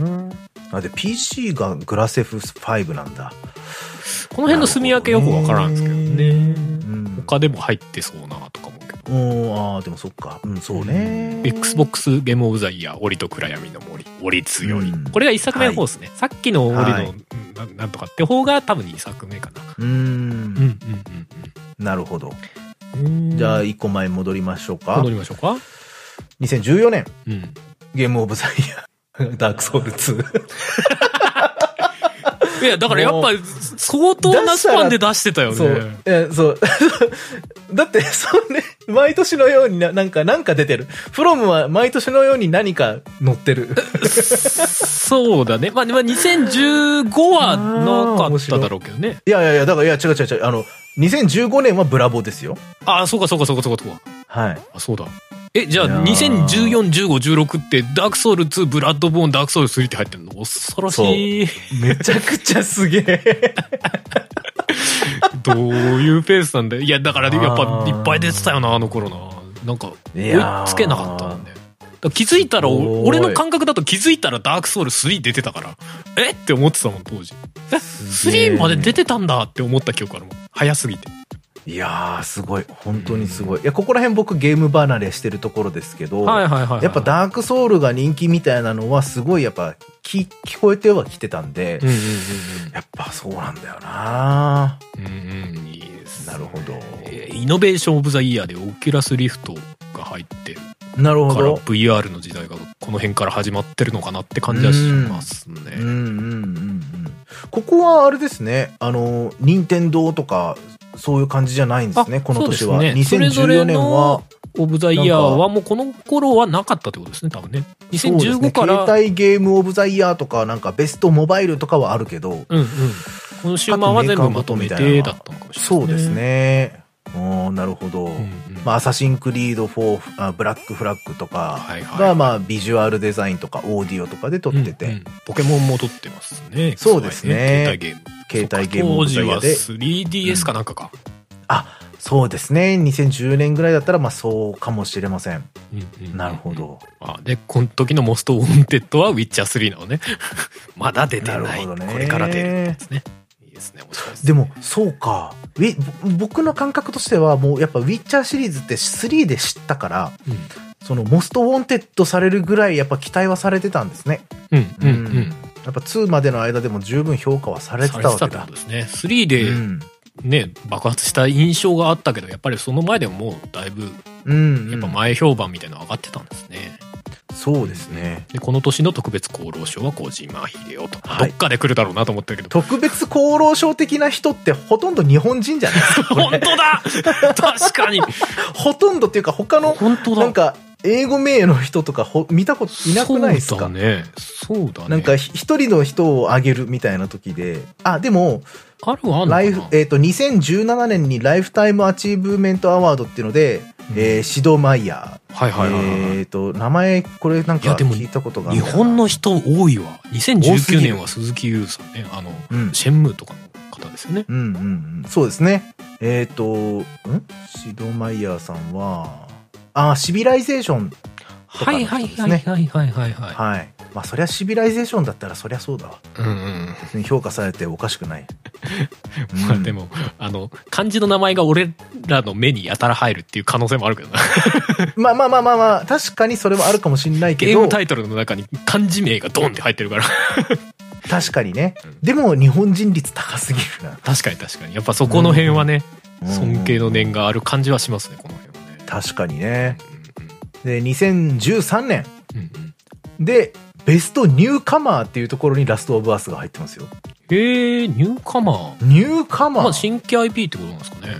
Speaker 1: うん、うん。
Speaker 2: うんうん
Speaker 1: あ、で、PC がグラセフ5なんだ。
Speaker 2: この辺の住み分けよくわからんですけど
Speaker 1: なる
Speaker 2: ね
Speaker 1: うん。
Speaker 2: 他でも入ってそうなとか思うけど
Speaker 1: うん、ああ、でもそっか。うん、そうね。
Speaker 2: XBOX ゲームオブザイヤー「檻と暗闇の森」「檻強い」
Speaker 1: うん
Speaker 2: これが1作目の方ですね、さっきの「檻の、
Speaker 1: はい
Speaker 2: うんななんとか」って方が多分2作目かな
Speaker 1: うー
Speaker 2: う
Speaker 1: ん。
Speaker 2: んうん
Speaker 1: なるほど。
Speaker 2: うんうん
Speaker 1: じゃあ、一個前戻りましょうか
Speaker 2: 戻。りましょうか
Speaker 1: 2014年、
Speaker 2: うん
Speaker 1: ゲームオブザイヤ ー。ダークソウル2。
Speaker 2: いやだからやっぱ
Speaker 1: も
Speaker 2: 相当なスパンで出してたよ
Speaker 1: そ
Speaker 2: ね
Speaker 1: う。え、そう。だって、そう ね、毎年のようにな、なんか、なんか出てる。フロムは毎年のように何か載ってる。
Speaker 2: そうだねまあ、まあ、2015はなかっただろうけどね
Speaker 1: いやいやいや、だから、いや、違う違う違う。あの、2015年はブラボーですよ。
Speaker 2: ああそうかそうかそうかそうかそうか
Speaker 1: はい。
Speaker 2: あそうだえじゃ
Speaker 1: いや
Speaker 2: あ
Speaker 1: ー
Speaker 2: 20141516ってダークソウル2ブラッドボーンダークソウル3って入ってるの恐ろしい
Speaker 1: めちゃくちゃすげえ。
Speaker 2: どういうペースなんだよいやだから
Speaker 1: あー
Speaker 2: やっぱいっぱい出てたよなあの頃ななんか
Speaker 1: い
Speaker 2: 追
Speaker 1: やー
Speaker 2: いつけなかったんだよだから気づいたら
Speaker 1: すごい
Speaker 2: お俺の感覚だと気づいたらダークソウル3出てたからえって思ってたもん当時え
Speaker 1: げえ
Speaker 2: 3まで出てたんだって思った記憶あるもん早すぎて
Speaker 1: いやー、すごい。本当にすごい。いや、ここら辺僕ゲーム離れしてるところですけど、
Speaker 2: はいはいはいはい
Speaker 1: やっぱダークソウルが人気みたいなのはすごいやっぱ聞聞こえてはきてたんで、
Speaker 2: うんうん
Speaker 1: やっぱそうなんだよな
Speaker 2: うんうんうんうんいいです
Speaker 1: なるほど。
Speaker 2: えーイノベーション・オブ・ザ・イヤーでオキュラス・リフトが入ってる
Speaker 1: なるほ
Speaker 2: から
Speaker 1: ど。
Speaker 2: VR の時代がこの辺から始まってるのかなって感じはしますね。
Speaker 1: うんうんうんうん。ここはあれですね、あの、任天堂とか、そういう感じじゃないんですね、
Speaker 2: あ
Speaker 1: この年は。
Speaker 2: そうですねそれぞ
Speaker 1: 2014
Speaker 2: れ
Speaker 1: 年
Speaker 2: の
Speaker 1: は、
Speaker 2: オブ・ザ・イヤーはもうこの頃はなかったってことですね多分ね。
Speaker 1: そうです
Speaker 2: 2015
Speaker 1: ね
Speaker 2: からう,、
Speaker 1: 携帯ゲームオブザイヤーとか、なんかベストモバイルとかはあるけど、
Speaker 2: んうん。この週末は全部まとめ
Speaker 1: 各メー
Speaker 2: て
Speaker 1: カ
Speaker 2: だ
Speaker 1: ー
Speaker 2: ったのかもしれ
Speaker 1: そ
Speaker 2: な
Speaker 1: う
Speaker 2: いで
Speaker 1: ですす
Speaker 2: ね。
Speaker 1: ね。おーなるほど。
Speaker 2: うんうん
Speaker 1: まあ、アサシンクリード4、あブラックフラッグとか
Speaker 2: はいはい
Speaker 1: が、まあ、ビジュアルデザインとかオーディオとかで撮ってて、
Speaker 2: うんうんポケモンも撮ってますね。
Speaker 1: そうですね
Speaker 2: 携帯ゲーム。
Speaker 1: 携帯ゲームオ
Speaker 2: 当
Speaker 1: ブ
Speaker 2: 時
Speaker 1: ザイヤ
Speaker 2: は
Speaker 1: ーで。
Speaker 2: 3DS かなんかか。
Speaker 1: あ、そうですね。2010年ぐらいだったら、まあ、そうかもしれません。
Speaker 2: うんうん
Speaker 1: なるほ。ど。
Speaker 2: あで、この時のモストウォンテッドはウィッチャー3なのね。 まだ出てない。
Speaker 1: なるほどね
Speaker 2: これから出るってやつね。いいですね、面白いですね
Speaker 1: でも、そうか。ウィぼ僕の感覚としては、もうやっぱ、ウィッチャーシリーズって3で知ったから、
Speaker 2: う
Speaker 1: その、モストウォンテッドされるぐらい、やっぱ期待はされてたんですね。
Speaker 2: ん。うん、うん、うん。
Speaker 1: やっぱ2までの間でも十分評価はされて
Speaker 2: さ
Speaker 1: た
Speaker 2: れて
Speaker 1: わ
Speaker 2: た
Speaker 1: け
Speaker 2: ってこ
Speaker 1: だ
Speaker 2: と。ですね。3で
Speaker 1: うん
Speaker 2: ね、爆発した印象があったけど、やっぱりその前でももうだいぶ、
Speaker 1: うんうん
Speaker 2: やっぱ前評判みたいなの上がってたんですね。
Speaker 1: そうですね。
Speaker 2: でこの年の特別厚労省は小島秀夫と、
Speaker 1: はい
Speaker 2: どっかで来るだろうなと思ったけど
Speaker 1: 特別厚労省的な人ってほとんど日本人じゃないです か。これ
Speaker 2: 本当 だ確かに
Speaker 1: ほとんどっていうか他の、
Speaker 2: 本当だ
Speaker 1: なんか、英語名の人とかほ見たこといなくないです
Speaker 2: そ
Speaker 1: か
Speaker 2: うだねそうだね
Speaker 1: なんかひ一人の人をあげるみたいな時で、あ、でも、
Speaker 2: あるはあるのかな
Speaker 1: ライフ、えっ、と、2017年にライフタイムアチーブメントアワードっていうので、
Speaker 2: うん
Speaker 1: えーシド・マイヤ
Speaker 2: はい
Speaker 1: ー。
Speaker 2: はいはいはい、
Speaker 1: えっ、と、名前、これなん
Speaker 2: い
Speaker 1: か
Speaker 2: やでも
Speaker 1: 聞いたことがあ
Speaker 2: 日
Speaker 1: るな
Speaker 2: 本の人多いわ
Speaker 1: 多す
Speaker 2: 2019
Speaker 1: ぎる
Speaker 2: 年は鈴木優さんねあの、
Speaker 1: うん
Speaker 2: シェンムーとかの方ですよね
Speaker 1: うんうんうん。そうですね。えっ、と、んシド・マイヤーさんは、あ、シビライゼーション。とか
Speaker 2: は
Speaker 1: の
Speaker 2: い
Speaker 1: 人
Speaker 2: はい
Speaker 1: です
Speaker 2: はい
Speaker 1: ね
Speaker 2: はいはいはいはい、
Speaker 1: はい。まあ、そりゃシビライゼーションだったらそりゃそうだわ。
Speaker 2: うんうん
Speaker 1: 別に評価されておかしくない。
Speaker 2: まあ
Speaker 1: うん
Speaker 2: でもあの漢字の名前が俺らの目にやたら入るっていう可能性もあるけどな
Speaker 1: まあまあまあまあまあ、確かにそれもあるかもしんない け
Speaker 2: ゲー
Speaker 1: ど
Speaker 2: ム、タイトルの中に漢字名がドンって入って るから
Speaker 1: 確かにね
Speaker 2: うん。
Speaker 1: でも日本人率高すぎるな。
Speaker 2: 確かに確かにやっぱそこの辺はね、
Speaker 1: うん
Speaker 2: 尊敬の念がある感じはしますねこの辺はね
Speaker 1: 確かにね。で、2013年
Speaker 2: うんうんうんうん
Speaker 1: で、ベストニューカマーっていうところにラストオブアースが入ってますよ。
Speaker 2: へえニューカマー
Speaker 1: ニューカマ
Speaker 2: ま
Speaker 1: ー、
Speaker 2: あ新規 IP ってことなんですかね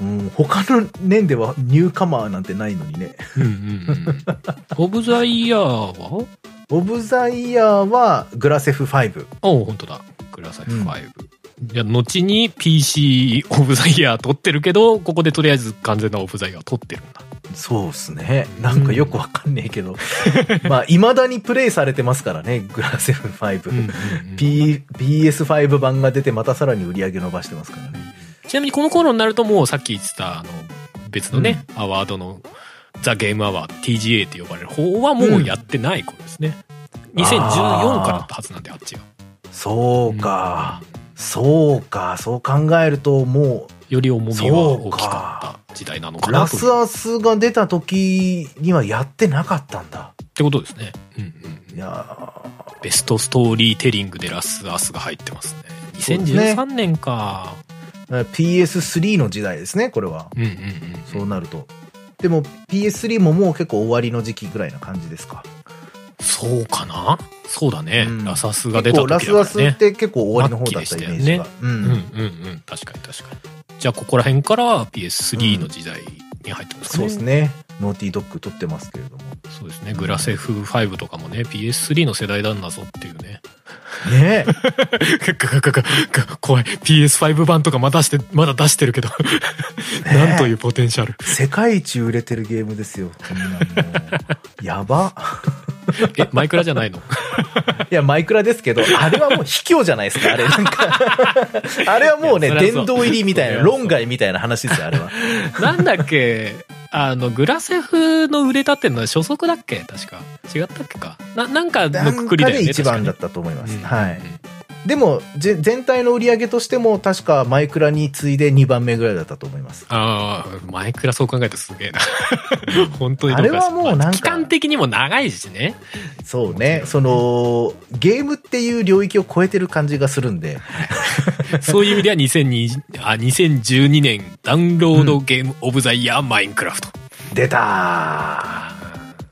Speaker 1: うん、他の年ではニューカマーなんてないのにね。
Speaker 2: うんうん うんオブザイヤーは
Speaker 1: オブザイヤーはグラセフ5。
Speaker 2: おお本当だクラサイ
Speaker 1: うん
Speaker 2: 5、じゃあ後に PC オブザイヤー取ってるけどここでとりあえず完全なオブザイヤー取ってるんだ
Speaker 1: そうっすね。なんかよくわかんねえけど。まあ、未だにプレイされてますからね、グラセフ5。P、PS5 版が出てまたさらに売り上げ伸ばしてますからね。
Speaker 2: ちなみにこの頃になるともうさっき言ってたあの別のね、アワードのザ・ゲーム・アワード TGA って呼ばれる方はもうやってない頃ですね、
Speaker 1: うん
Speaker 2: 2014
Speaker 1: あー
Speaker 2: からだったはずなんであっちが
Speaker 1: そうか。そうか。そう考えると、も
Speaker 2: より重みは
Speaker 1: そう
Speaker 2: 大
Speaker 1: か
Speaker 2: きかった時代なの
Speaker 1: う、
Speaker 2: かな
Speaker 1: ラ
Speaker 2: と
Speaker 1: スアースが出た時にはやってなかったんだ。
Speaker 2: ってことですね、うんう
Speaker 1: い
Speaker 2: ん、
Speaker 1: や
Speaker 2: ベストストーリーテリングでラス・アースが入ってますね
Speaker 1: そうですね
Speaker 2: 2013年か
Speaker 1: ー PS3 の時代ですね、これは。
Speaker 2: う,、んうんうん
Speaker 1: そうなると。でも PS3 ももう結構終わりの時期ぐらいな感じですか。
Speaker 2: そうかなそうだね、
Speaker 1: うん
Speaker 2: ラス・アースが出
Speaker 1: 結
Speaker 2: た
Speaker 1: 構
Speaker 2: 時だ
Speaker 1: ラ
Speaker 2: か
Speaker 1: ス
Speaker 2: ら
Speaker 1: アスっ
Speaker 2: ね
Speaker 1: て結構終わりの方だったイメージが。う
Speaker 2: うんうん
Speaker 1: ん。
Speaker 2: うん確かに確かにじゃあここら辺から PS3 の時代に入ってますか
Speaker 1: そう
Speaker 2: ね、
Speaker 1: ですね。ノーティードッグ撮ってますけれ ども。
Speaker 2: そうですねグラセフ5とかもね PS3 の世代なんだぞっていうね
Speaker 1: ねえ。
Speaker 2: かかかかか 怖い PS5 版とかまだしてまだ出してるけどなんというポテンシ ャル
Speaker 1: 世界一売れてるゲームですよ。こんなのやば。
Speaker 2: えマイクラじゃないの
Speaker 1: いや、マイクラですけど、 あれはもう卑怯じゃないですか、あれ。なんかあれはもうね、
Speaker 2: いやそりゃ
Speaker 1: 殿
Speaker 2: そう
Speaker 1: 堂入りみたい
Speaker 2: そり
Speaker 1: な、
Speaker 2: ゃそう
Speaker 1: 論外みたいな話ですよ、あ れは。
Speaker 2: なんだっけあのグラセフの売れたってのは初速だっけ確か違ったっけかななんか
Speaker 1: な
Speaker 2: のく
Speaker 1: ん
Speaker 2: くり
Speaker 1: か
Speaker 2: だよ
Speaker 1: で
Speaker 2: ね
Speaker 1: 一番だっ
Speaker 2: 確か
Speaker 1: たと思いま
Speaker 2: ね
Speaker 1: す。
Speaker 2: うん
Speaker 1: はい。でも、ぜ全体の売り上げとしても、確かマイクラに次いで2番目ぐらいだったと思います。
Speaker 2: ああマイクラそう考えてすげえな本当に
Speaker 1: あれは
Speaker 2: どか
Speaker 1: もうなんか
Speaker 2: 期間的にも長いしね
Speaker 1: そうね。その、ゲームっていう領域を超えてる感じがするんで、
Speaker 2: そういう意味では2002あ2012年ダウンロードゲームオブザイヤーマインクラフト。
Speaker 1: 出たー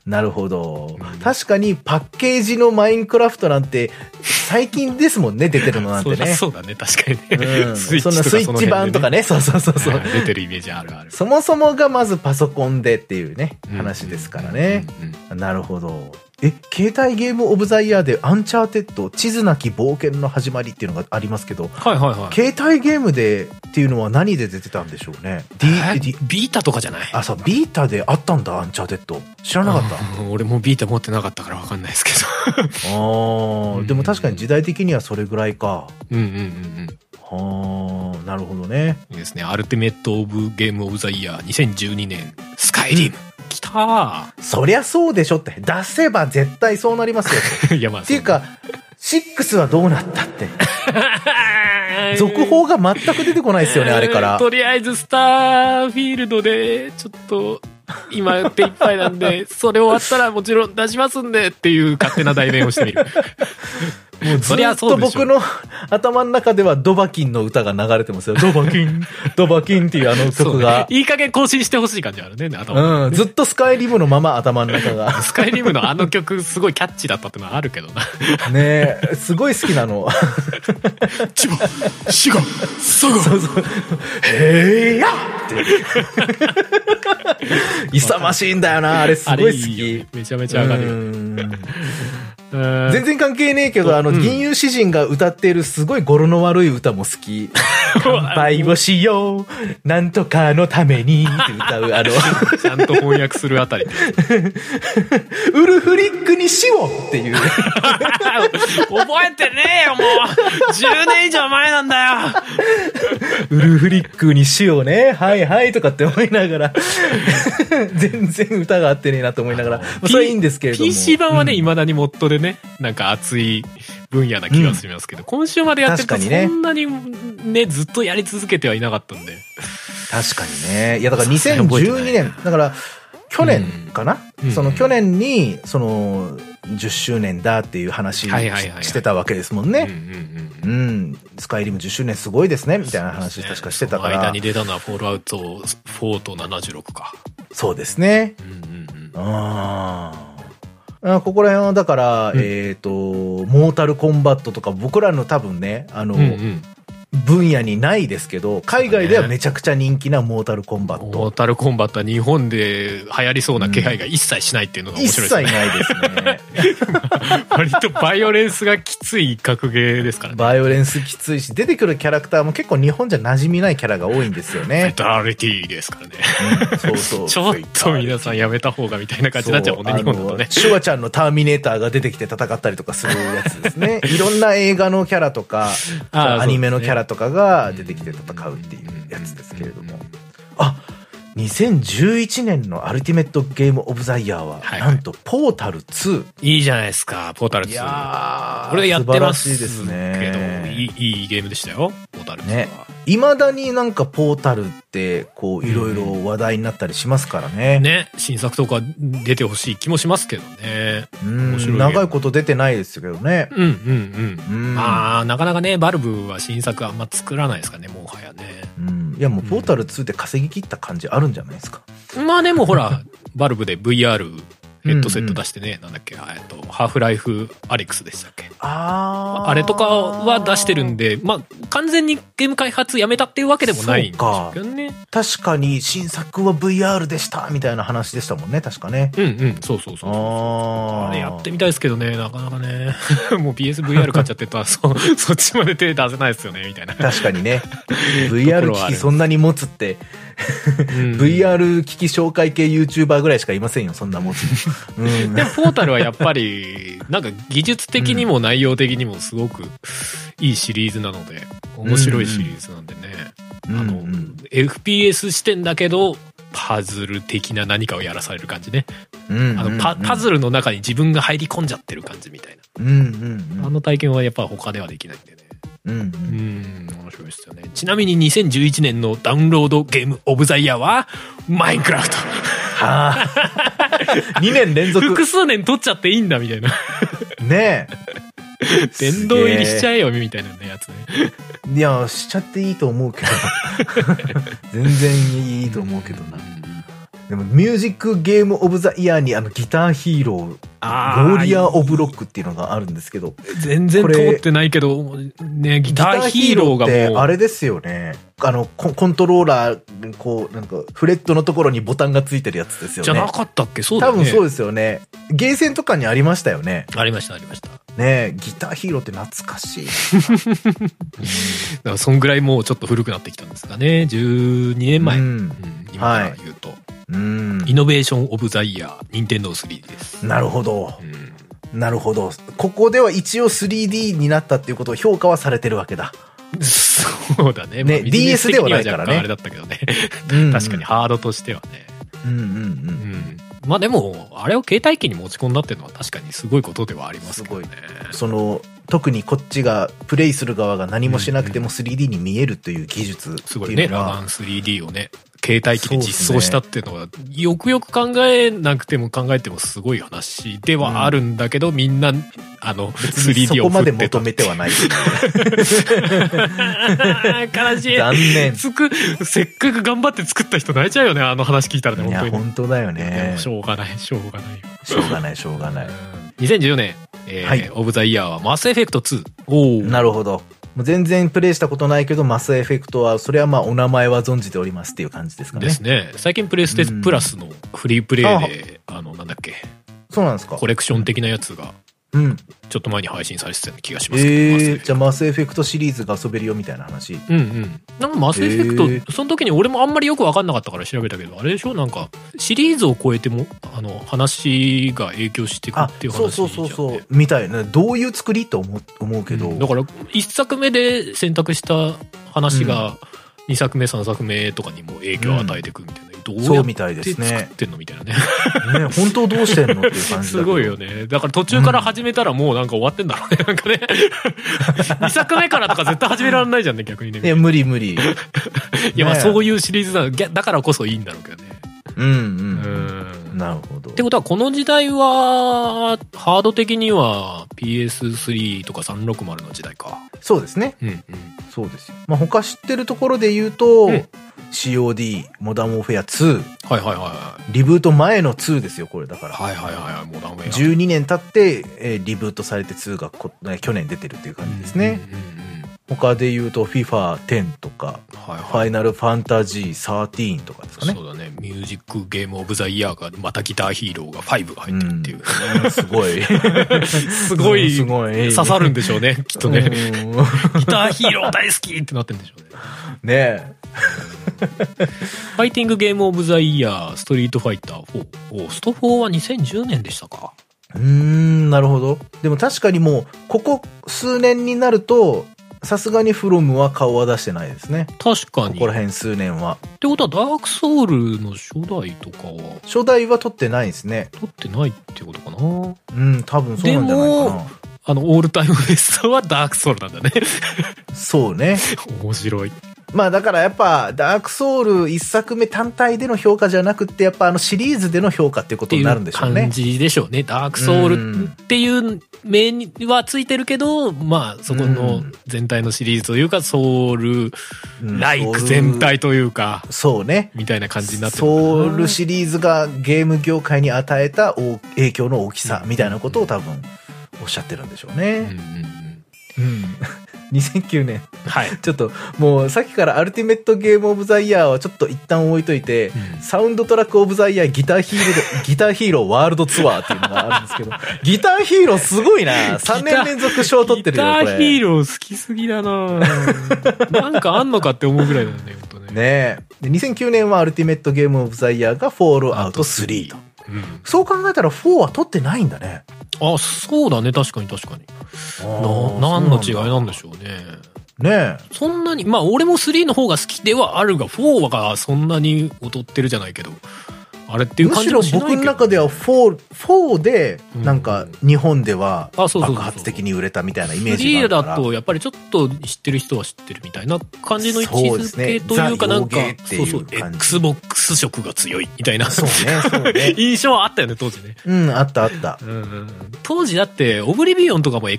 Speaker 1: なるほど。確かにパッケージのマインクラフトなんて、最近ですもんね、出てるのなん
Speaker 2: そ
Speaker 1: て
Speaker 2: うだ
Speaker 1: ね。
Speaker 2: そうだね、確かに
Speaker 1: う
Speaker 2: ね。
Speaker 1: ん、
Speaker 2: スイッチ
Speaker 1: そ
Speaker 2: と
Speaker 1: ん
Speaker 2: か
Speaker 1: なスイッ
Speaker 2: その
Speaker 1: チ
Speaker 2: 辺
Speaker 1: 版とか
Speaker 2: で
Speaker 1: ね、そうそうそうそう
Speaker 2: は。い出てるイメージあるある。
Speaker 1: そもそもがまずパソコンでっていうね、話ですからね。
Speaker 2: うん。うんうん
Speaker 1: なるほど。え、携帯ゲームオブザイヤーでアンチャーテッド、地図なき冒険の始まりっていうのがありますけど、
Speaker 2: はいはいはい。
Speaker 1: 携帯ゲームでっていうのは何で出てたんでしょうね。
Speaker 2: え
Speaker 1: D、
Speaker 2: ー
Speaker 1: D、
Speaker 2: ビータとかじゃない
Speaker 1: あ、そう、ビータであったんだ、アンチャーテッド。知らなかった。
Speaker 2: うん俺もビータ持ってなかったからわかんないですけ
Speaker 1: あ
Speaker 2: う
Speaker 1: あ、
Speaker 2: ん
Speaker 1: でも確かに時代的にはそれぐらいか。
Speaker 2: ど。うんうんうんうん。
Speaker 1: はあ、なるほどね。
Speaker 2: いいですね。アルティメット・オブ・ゲーム・オブ・ザ・イヤー2012年、スカイリム。きた ー
Speaker 1: そりゃそうでしょって。出せば絶対そうなりますよ。
Speaker 2: いやまあ
Speaker 1: っていう か、6はどうなったって。
Speaker 2: そう
Speaker 1: 続報が全く出てこないですよね、あれから。
Speaker 2: とりあえずスターフィールドでちょっと今やっていっぱいな んで、それ終わったらもちろん出しますんでっていう勝手な題名をしてみる。
Speaker 1: もうず
Speaker 2: そ
Speaker 1: っ
Speaker 2: りゃそ
Speaker 1: と
Speaker 2: うでし
Speaker 1: 僕
Speaker 2: ょ
Speaker 1: の頭の中ではドバキンの歌が流れてますよ。ドバ キン、ドバキンっていうあの
Speaker 2: そう
Speaker 1: 曲が。
Speaker 2: いい加減更新してほしい感じあるね、頭の中で
Speaker 1: うん、ずっとスカイリムのまま頭の中が。
Speaker 2: スカイリムのあの曲すごいキャッチーだったってのはあるけどな。
Speaker 1: ねえ、すごい好きなの。
Speaker 2: チボ、シゴ、ソゴ。
Speaker 1: そうそう。へえや って。勇ましいんだよな、あれす
Speaker 2: あ
Speaker 1: ご
Speaker 2: れ
Speaker 1: い好
Speaker 2: いいよ
Speaker 1: き
Speaker 2: ね。。めちゃめちゃ上がるよ
Speaker 1: う
Speaker 2: ね。
Speaker 1: ん
Speaker 2: うん
Speaker 1: 全然関係ねえけど、あの、銀融詩人が歌っているすごい語呂の悪い歌も好 き。乾杯をしよう、なんとかのためにって歌う、 あの、
Speaker 2: ちゃんと翻訳するあ たりで。
Speaker 1: ウルフリックにしようっていう。
Speaker 2: 覚えてねえよ、もう !10 年以上前なんだよ
Speaker 1: ウルフリックにしようね。はいはいとかって思いながら、全然歌が合ってねえなと思いながら、まあ、それはいいんですけれども。
Speaker 2: P- PC 版はね、未だにモッドでね、なんか熱い分野な気がしますけど、今週までやってると
Speaker 1: 確
Speaker 2: そ
Speaker 1: かにね
Speaker 2: んなにね、ずっとやり続けてはいなかったんで。
Speaker 1: 確かにね。いやだから
Speaker 2: さすがに覚えてない
Speaker 1: 2012年、だから去年かな、
Speaker 2: うん
Speaker 1: その去年に、その、10周年だっていう話
Speaker 2: はいはいはいはい
Speaker 1: してたわけですもん
Speaker 2: うんう
Speaker 1: ね。
Speaker 2: んうん
Speaker 1: うん。スカイリム10周年すごいですね、みたいな話確かしてたか
Speaker 2: その間
Speaker 1: ら
Speaker 2: に。出たのはフォールアウト4と76か。
Speaker 1: そうですね。
Speaker 2: うんうんうん。
Speaker 1: ああここら辺はだから、
Speaker 2: うん
Speaker 1: えっ、と、モータルコンバットとか僕らの多分ね、あの、
Speaker 2: うんうん。
Speaker 1: 分野にないですけど、海外ではめちゃくちゃ人気なモータルコンバッ
Speaker 2: モー
Speaker 1: ト。
Speaker 2: タルコンバットは日本で流行りそうな気配が一切しないっていうのが面
Speaker 1: 一
Speaker 2: 白い
Speaker 1: 切
Speaker 2: です
Speaker 1: ない
Speaker 2: ね。
Speaker 1: ですね。
Speaker 2: 割とバイオレンスがきつい格ゲーですからね。
Speaker 1: バイオレンスきついし、出てくるキャラクターも結構日本じゃ馴染みないキャラが多いんですよ
Speaker 2: フェ
Speaker 1: ね。
Speaker 2: タラリティですからね。
Speaker 1: うんそうそう。
Speaker 2: ちょっと皆さんやめた方がみたいな感じになっちゃうもんね、
Speaker 1: そう
Speaker 2: 日本だと
Speaker 1: あ
Speaker 2: ね
Speaker 1: の。シュワちゃんのターミネーターが出てきて戦ったりとかするやつです ね。いろんな映画のキャラとか、
Speaker 2: あー
Speaker 1: アニメのキャラとかが出てきて
Speaker 2: そうですね
Speaker 1: 戦うっていうやつですけれども。あ2011年のアルティメットゲームオブザイヤーは、
Speaker 2: はい
Speaker 1: なんとポータル2。
Speaker 2: いいじゃないですか、ポータル2。
Speaker 1: いやー
Speaker 2: これやってま
Speaker 1: 素晴
Speaker 2: す
Speaker 1: らしいです
Speaker 2: けど、い
Speaker 1: ね。
Speaker 2: いいいゲームでしたよ、ポータル2は。
Speaker 1: ねいまだになんかポータルって、こう、いろいろ話題になったりしますからね。
Speaker 2: ね、新作とか出てほしい気もしますけどね。
Speaker 1: うん
Speaker 2: 面白いゲーム
Speaker 1: 長いこと出てないですけどね。
Speaker 2: うんうん
Speaker 1: う
Speaker 2: うん。
Speaker 1: ん
Speaker 2: まあ、なかなかね、バルブは新作あんま作らないですかね、もはやね。
Speaker 1: うんいやもうポータル2って稼ぎ切った感じあるんじゃないですか。
Speaker 2: まあでもほら、バルブで VR ヘッドセット出してね、なんだっけ、えっと、ハーフライフアレックスでしたっけ。
Speaker 1: あ
Speaker 2: あれとかは出してるん
Speaker 1: で。
Speaker 2: で、まあ、完全にゲーム開発やめたっていうわけでもないんでしょうけどね。
Speaker 1: 確かに新作は VR でしたみたいな話でしたもんね、確かね。
Speaker 2: うんうん、そうそうそう。
Speaker 1: あ
Speaker 2: あ
Speaker 1: ー
Speaker 2: れやってみたいですけどね、なかなかね。 もう PSVR 買っちゃってたら、そ、そっちまで手出せないですよね、みたいな。
Speaker 1: 確かに ね。
Speaker 2: と
Speaker 1: VR
Speaker 2: ころはあ
Speaker 1: 機器
Speaker 2: る
Speaker 1: そんなに持つって、VR 機器紹介系 YouTuber ぐらいしかいませんよ、そんな 持つ。うん
Speaker 2: でも、ポータルはやっぱり、なんか技術的にも内容的にもすごくいいシリーズなので、面白いシリーズなんでね。
Speaker 1: うん
Speaker 2: あの、
Speaker 1: うんうん
Speaker 2: FPS 視点だけど、パズル的な何かをやらされる感じね。
Speaker 1: うん
Speaker 2: あのパ、パズルの中に自分が入り込んじゃってる感じみたい
Speaker 1: うんうん
Speaker 2: な。あの体験はやっぱ他ではできないんでね。
Speaker 1: うんうん
Speaker 2: うーん、面白いですよね。ちなみに2011年のダウンロードゲームオブザイヤーは、マインクラ フト。
Speaker 1: はあ。2年連続。
Speaker 2: 複数年取っちゃっていいんだみたいな。
Speaker 1: ねえ。
Speaker 2: 殿堂入りしちゃ
Speaker 1: え。
Speaker 2: えよみたいなやつね。
Speaker 1: いや、しちゃっていいと思うけど。 全然いいと思うけどな。でも、ミュージックゲームオブザイヤーにあのギターヒーロー、ゴ
Speaker 2: あー
Speaker 1: ーリアーオブロックっていうのがあるんですけど、
Speaker 2: 全然通ってないけど、ね、ギターヒーローが
Speaker 1: ギタって
Speaker 2: もう。
Speaker 1: あれですよね。あの、コンコントローラー、こう、なんか、フレットのところにボタンがついてるやつですよね。
Speaker 2: じゃなかったっけそうだ
Speaker 1: 多
Speaker 2: よね。
Speaker 1: 分そうですよね。ゲーセンとかにありましたよね。
Speaker 2: ありました、ありました。だ
Speaker 1: ねえギターヒーローって懐かしい。
Speaker 2: からそんぐらいもうちょっと古くなってきたんですかね。12年前。
Speaker 1: う
Speaker 2: うんん、今から言うと、
Speaker 1: うん。
Speaker 2: イノベーションオブザイヤー、ニンテンドー3です。
Speaker 1: なるほど
Speaker 2: う。ん
Speaker 1: なるほど。ここでは一応 3D になったっていうことを評価はされてるわけだ。
Speaker 2: そうだね。
Speaker 1: ね
Speaker 2: まあビジネ
Speaker 1: DS
Speaker 2: ス
Speaker 1: ではないからね
Speaker 2: 的には若干あれだったけどね。
Speaker 1: うん
Speaker 2: 確かに。ハードとしてはね。
Speaker 1: うんうん
Speaker 2: う
Speaker 1: うん。
Speaker 2: ん。まあでも、あれを携帯機に持ち込んだっていうのは確かにすごいことではありますけどね。
Speaker 1: その、特にこっちが、プレイする側が何もしなくても 3D に見えるという技術って
Speaker 2: すごい
Speaker 1: い
Speaker 2: ね。
Speaker 1: うの
Speaker 2: ラガ
Speaker 1: は
Speaker 2: ン 3D をね、携帯機で実装したっていうのは、よくよく考えなくても考えてもすごい話ではあるんだけど、みんな、あの、
Speaker 1: そ
Speaker 2: 3D
Speaker 1: こ
Speaker 2: を振
Speaker 1: ま
Speaker 2: っ
Speaker 1: で
Speaker 2: てた
Speaker 1: 求めてはない。
Speaker 2: 悲し い。
Speaker 1: 残 念。
Speaker 2: つく、せっかく頑張って作った人泣いちゃうよね、あの話聞いたらね、
Speaker 1: いや、
Speaker 2: 本当に。
Speaker 1: 本当だよ
Speaker 2: で
Speaker 1: ね
Speaker 2: も。しょうがない、しょうがないよ。
Speaker 1: しょうがない、しょうがない。
Speaker 2: 2014年、えー
Speaker 1: はい
Speaker 2: オブザイヤーはマスエフェクト2。お
Speaker 1: なるほど。もう全然プレイしたことないけど、マスエフェクトは、それはまあお名前は存じておりますっていう感じですかね。
Speaker 2: ですね。最近プレステ
Speaker 1: うん
Speaker 2: プラスのフリープレイで、あの、なんだっけ、
Speaker 1: そうなんですか
Speaker 2: コレクション的なやつが、
Speaker 1: うん。
Speaker 2: ちょっと前に配信されてたような気がしますけど、マスエ
Speaker 1: え
Speaker 2: フ
Speaker 1: え
Speaker 2: ェク
Speaker 1: じゃあマスエフェクトシリーズが遊べるよみたいな話。
Speaker 2: トうんうん。なんかマスエフェクト、
Speaker 1: へー
Speaker 2: その時に俺もあんまりよくわかんなかったから調べたけど、あれでしょなんか、シリーズを超えても、あの、話が影響していく
Speaker 1: あ
Speaker 2: っていう、話
Speaker 1: そうそうそう
Speaker 2: じゃんね
Speaker 1: そう。みたいな。どういう作りと思う思うけど。
Speaker 2: うんだから1作目で選択した話が2作目3作目とかにも影響を与えていくみたいな、どう
Speaker 1: そ
Speaker 2: や
Speaker 1: う
Speaker 2: っ
Speaker 1: みたいで
Speaker 2: て
Speaker 1: す
Speaker 2: 作っ
Speaker 1: ね。
Speaker 2: てんのみたいなね
Speaker 1: ね本当どうしてんのっていう感じだけど。
Speaker 2: すごいよねだから途中から始めたらもうなんか終わってんだろうねなん かね2作目からとか絶対始められないじゃんね逆にね
Speaker 1: いや、無理無 理。
Speaker 2: いやまあ
Speaker 1: ね
Speaker 2: そういうシリーズだぎゃだからこそいいんだろうけどね
Speaker 1: うんう
Speaker 2: う
Speaker 1: ん。
Speaker 2: ん
Speaker 1: なるほど。
Speaker 2: ってことはこの時代はハード的には PS3 とか360の時代か
Speaker 1: そうですね。
Speaker 2: うんうん
Speaker 1: そうですよ。まあ、他知ってるところで言うと、
Speaker 2: うん
Speaker 1: COD、モダンウォーフェア2、
Speaker 2: はいはいはいはい
Speaker 1: リブート前の2ですよ、これだから。
Speaker 2: はいはいはいはい、もうダメよ。
Speaker 1: 12年経って、えーリブートされて2がこえー去年出てるっていう感じですね。
Speaker 2: うんうんうんうん。
Speaker 1: 他で言うと FIFA10 とか、
Speaker 2: はい
Speaker 1: フ
Speaker 2: は
Speaker 1: ァ
Speaker 2: い。
Speaker 1: イナルファンタジー13とかですかね
Speaker 2: そ。うだね。ミュージックゲームオブザイヤーが、またギターヒーローが5が入ってるっていう。
Speaker 1: うんすごい。
Speaker 2: すごい、
Speaker 1: すごい
Speaker 2: 刺さるんでしょうね、きっとね。
Speaker 1: うん
Speaker 2: ギターヒーロー大好きってなってるんでしょうね。
Speaker 1: ね
Speaker 2: ファイティングゲームオブザイヤー、ストリートファイター4。おスト4は2010年でしたか。
Speaker 1: え。うーん、なるほど。でも確かにもう、ここ数年になると、さすがにフロムは顔は出してないですね。
Speaker 2: 確か
Speaker 1: こ
Speaker 2: に。
Speaker 1: こら
Speaker 2: っ
Speaker 1: 辺数年は。
Speaker 2: てことは、ダークソウルの初代とかは、
Speaker 1: 初代は取ってないですね。
Speaker 2: 撮ってないってことかな。
Speaker 1: うん、多分そうなんじゃないか
Speaker 2: あの、オールタイムベストはダークソウルなん だね。
Speaker 1: な。そうね。
Speaker 2: 面白い。
Speaker 1: まあだからやっぱ、ダークソウル一作目単体での評価じゃなくって、やっぱあのシリーズでの評価っていうこ
Speaker 2: って
Speaker 1: と
Speaker 2: い
Speaker 1: になるん
Speaker 2: う
Speaker 1: でしょう
Speaker 2: 感
Speaker 1: ね。
Speaker 2: じでしょうね。ダークソウルっていう名にはついてるけど、まあそこ
Speaker 1: う
Speaker 2: の
Speaker 1: ん
Speaker 2: 全体のシリーズというか、ソウル
Speaker 1: うん
Speaker 2: ライク全。体というか、
Speaker 1: そうね。
Speaker 2: みたいな感じになってるのかな
Speaker 1: ソウルシリーズがゲーム業界に与えた大影響の大きさみたいなことを多分おっしゃってるんでしょう
Speaker 2: うんうん
Speaker 1: ね。
Speaker 2: うん
Speaker 1: うん。2009年。
Speaker 2: はい。
Speaker 1: ちょっともうさっきからアルティメットゲームオブザイヤーはちょっと一旦置いといて、
Speaker 2: うん
Speaker 1: サウンドトラックオブザイヤーギターヒーロー、 ギターヒーローワールドツアーっていうのがあるんですけど、ギターヒーローすごい な !3 年連続賞取ってるよ、こ
Speaker 2: ギター
Speaker 1: れ。
Speaker 2: ヒーロー好きすぎ だななんかあんのかって思うぐらいだよね、ほんとね。
Speaker 1: ねえ。で、2009年はアルティメットゲームオブザイヤーがフォールアウト3と。
Speaker 2: うん
Speaker 1: そう考えたら4は取ってないんだね。
Speaker 2: あ、そうだね、確かに確かに。な、何の違いなんでしょうね。
Speaker 1: うねえ。
Speaker 2: そんなに、まあ俺も3の方が好きではあるが、4がそんなに劣ってるじゃないけど、あれっていう
Speaker 1: む
Speaker 2: 感
Speaker 1: し
Speaker 2: じ
Speaker 1: ろ
Speaker 2: もしないけど
Speaker 1: 僕の中では4、4で、なんか日本では
Speaker 2: あそうそうそ
Speaker 1: 爆
Speaker 2: うそう
Speaker 1: 発的に売れたみたいなイメージがあ
Speaker 2: 3
Speaker 1: るから。
Speaker 2: だと、やっぱりちょっと知ってる人は知ってるみたいな感じの位置
Speaker 1: そうです
Speaker 2: づ
Speaker 1: ね
Speaker 2: けというか、
Speaker 1: ザ
Speaker 2: なんか
Speaker 1: 洋芸っ、てい
Speaker 2: そううそう、
Speaker 1: 感じ
Speaker 2: Xbox 色が強いみたいな、。
Speaker 1: そうね、そうね
Speaker 2: 印象はあったよね、当時ね。
Speaker 1: うん、あったあった。
Speaker 2: うんうんうん当時だって、オブリビオンとかも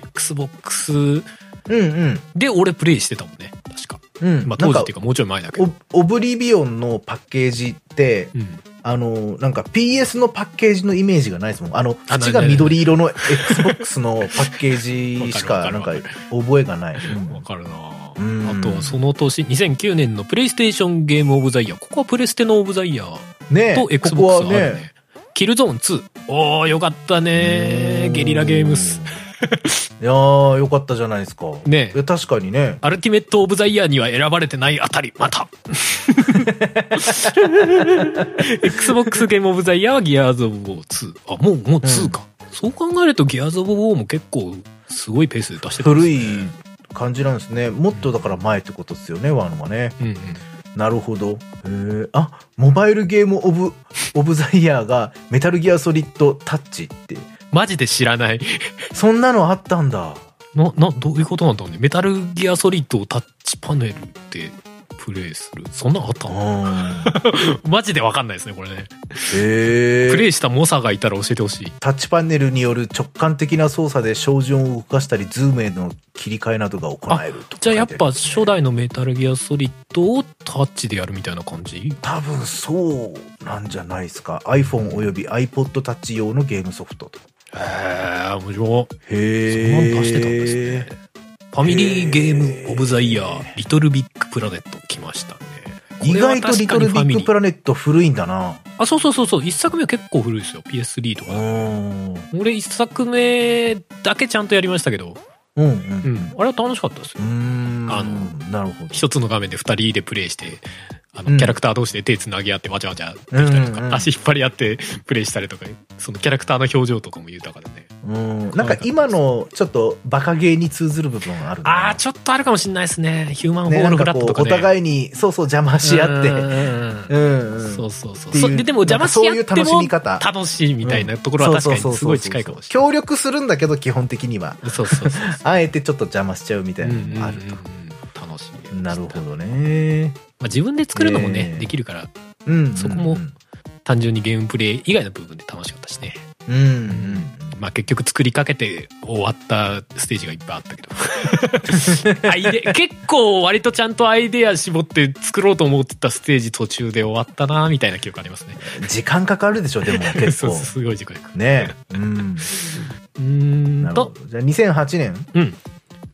Speaker 2: Xbox
Speaker 1: うんうん。
Speaker 2: で俺プレイしてたもんね、確か。
Speaker 1: うん。
Speaker 2: まあ当時
Speaker 1: な
Speaker 2: っ
Speaker 1: ん
Speaker 2: てい
Speaker 1: か
Speaker 2: うかもうちょい前だけど。
Speaker 1: オオブリビオンのパッケージって、
Speaker 2: うん
Speaker 1: あの、なんか PS のパッケージのイメージがないですもん。あの、縁が
Speaker 2: あないないない
Speaker 1: 緑色の Xbox のパッケージし
Speaker 2: わか
Speaker 1: か、な
Speaker 2: るわ
Speaker 1: ん
Speaker 2: か
Speaker 1: か
Speaker 2: るわか
Speaker 1: 覚えがない。
Speaker 2: わかるなあ
Speaker 1: うん
Speaker 2: あとはその年2009年のプレイステーションゲームオブザイヤーここはプレステのオブザイヤー
Speaker 1: うんね
Speaker 2: と
Speaker 1: え、ここ
Speaker 2: XBOX
Speaker 1: は
Speaker 2: があるね
Speaker 1: ね。
Speaker 2: キルゾーン2おーよかったねゲリラゲームっす
Speaker 1: うん。いやー、よかったじゃないですか。
Speaker 2: ねえ
Speaker 1: え確かにね。
Speaker 2: アルティメットオブザイヤーには選ばれてないあたりまた XBOX ゲームオブザイヤーはギアーズオブウォー2あもうもう2か、そう考えるとギアーズオブウォーも結構すごいペースで出してたん
Speaker 1: 古
Speaker 2: ですね
Speaker 1: い感じなんですね。もっとだから前ってことですよね、ワンはね。
Speaker 2: うんうん
Speaker 1: なるほど。へーあ、モバイルゲームオブ、オブザイヤーがメタルギアソリッドタッチって。
Speaker 2: マジで知らない
Speaker 1: そんなのあったんだ。
Speaker 2: な、な、どういうことなんだろうね。メタルギアソリッドタッチパネルって、プレイする。そんなのあったの
Speaker 1: うん。
Speaker 2: マジでわかんないですね、これね。
Speaker 1: へ
Speaker 2: プ
Speaker 1: ー
Speaker 2: レイした猛者がいたら教えてほしい。
Speaker 1: タッチパネルによる直感的な操作で照準を動かしたり、ズームへの切り替えなどが行えると。
Speaker 2: じゃあやっぱ初。代のメタルギアソリッドをタッチでやるみたいな感じ
Speaker 1: 多分そうなんじゃないですか。iPhone および iPod Touch 用のゲームソフトと。
Speaker 2: へえ、面白い。
Speaker 1: へ
Speaker 2: そんなん出してたんですね。ファミリーゲームオブザイヤー、リトルビッグプラネット来ましたね。
Speaker 1: 意外とリトルビッグプ
Speaker 2: ラ
Speaker 1: ラネット古いんだな。
Speaker 2: あ、そうそうそうそう。一作目は結構古いですよ。PS3 と
Speaker 1: う
Speaker 2: か。
Speaker 1: ん。うん
Speaker 2: 俺一作目だけちゃんとやりましたけど、
Speaker 1: うん。
Speaker 2: う。
Speaker 1: うん
Speaker 2: あれは楽しかったですよ。
Speaker 1: ーん。
Speaker 2: あの
Speaker 1: なるほど。
Speaker 2: 一つの画面で二人でプレイして、あ
Speaker 1: う
Speaker 2: の、
Speaker 1: ん
Speaker 2: キャラクター同士で手つなぎ合ってわちゃわちゃできたりと
Speaker 1: うんうんう
Speaker 2: か、
Speaker 1: ん
Speaker 2: 足引っ張り合ってプレイしたりとか、そのキャラクターの表情とかも豊かでね。
Speaker 1: うん。なんか今のちょっとバカゲーに通ずる部分がある
Speaker 2: ああ、
Speaker 1: ょ
Speaker 2: ちょっとあるかもしれないですね。ヒューマンホ
Speaker 1: ね、
Speaker 2: ー
Speaker 1: なん
Speaker 2: ルフ
Speaker 1: か
Speaker 2: ラッ
Speaker 1: こ
Speaker 2: トと
Speaker 1: う、
Speaker 2: か
Speaker 1: お
Speaker 2: ね。い
Speaker 1: 互いに、そうそう、邪魔し合って。
Speaker 2: て。
Speaker 1: うん、うん。
Speaker 2: そうそうそ
Speaker 1: っ
Speaker 2: う
Speaker 1: ていう
Speaker 2: そう。ででも
Speaker 1: なん
Speaker 2: 邪
Speaker 1: か
Speaker 2: 魔し合
Speaker 1: そう
Speaker 2: って
Speaker 1: いう楽し
Speaker 2: も
Speaker 1: み方
Speaker 2: 楽しいみたいなところは確かにすごい近いかもしれ
Speaker 1: ない。協力するんだけど、基本的には。
Speaker 2: ない。そうそうそうそう。
Speaker 1: あえてちょっと邪魔しちゃうみたい
Speaker 2: うんう
Speaker 1: なん
Speaker 2: うん
Speaker 1: の
Speaker 2: うん
Speaker 1: もあると。
Speaker 2: 楽しい。
Speaker 1: なるほ。どね。
Speaker 2: まあ、自分で作るのもね、
Speaker 1: ねえ
Speaker 2: できるから、
Speaker 1: うん。
Speaker 2: そこ
Speaker 1: う
Speaker 2: も
Speaker 1: ん
Speaker 2: 単純にゲームプレイ以外の部分で楽しかったしね。
Speaker 1: うん。うん
Speaker 2: まあ結局作りかけて終わったステージがいっぱいあったけ どアイデ結構割とちゃんとアイデア絞って作ろうと思ってたステージ途中で終わったなみたいな記憶ありますね
Speaker 1: 時間かかるでしょ、でも結
Speaker 2: そう
Speaker 1: 構。
Speaker 2: すごい時間かかる
Speaker 1: ねうん。
Speaker 2: うー
Speaker 1: なんるほ
Speaker 2: と
Speaker 1: ど。じゃあ2008年
Speaker 2: うん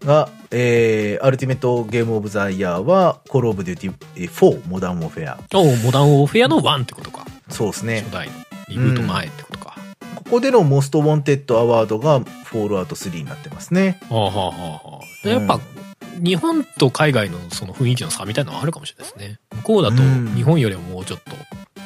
Speaker 1: が、えー、アルティメットゲームオブザイヤーは、コールオブデューティー4モダンウォーフェア。
Speaker 2: おうモダンオフェアの1ってことか
Speaker 1: そうですね
Speaker 2: 初。代のリブート前ってことか、
Speaker 1: ここでのモストウォンテッドアワードが、フォールアウト3になってますね。
Speaker 2: はあはあはあはあやっぱ、日本と海外のその雰囲気の差みたいなのはあるかもしれないですね向こうだと
Speaker 1: うん
Speaker 2: 日本よりももうちょっと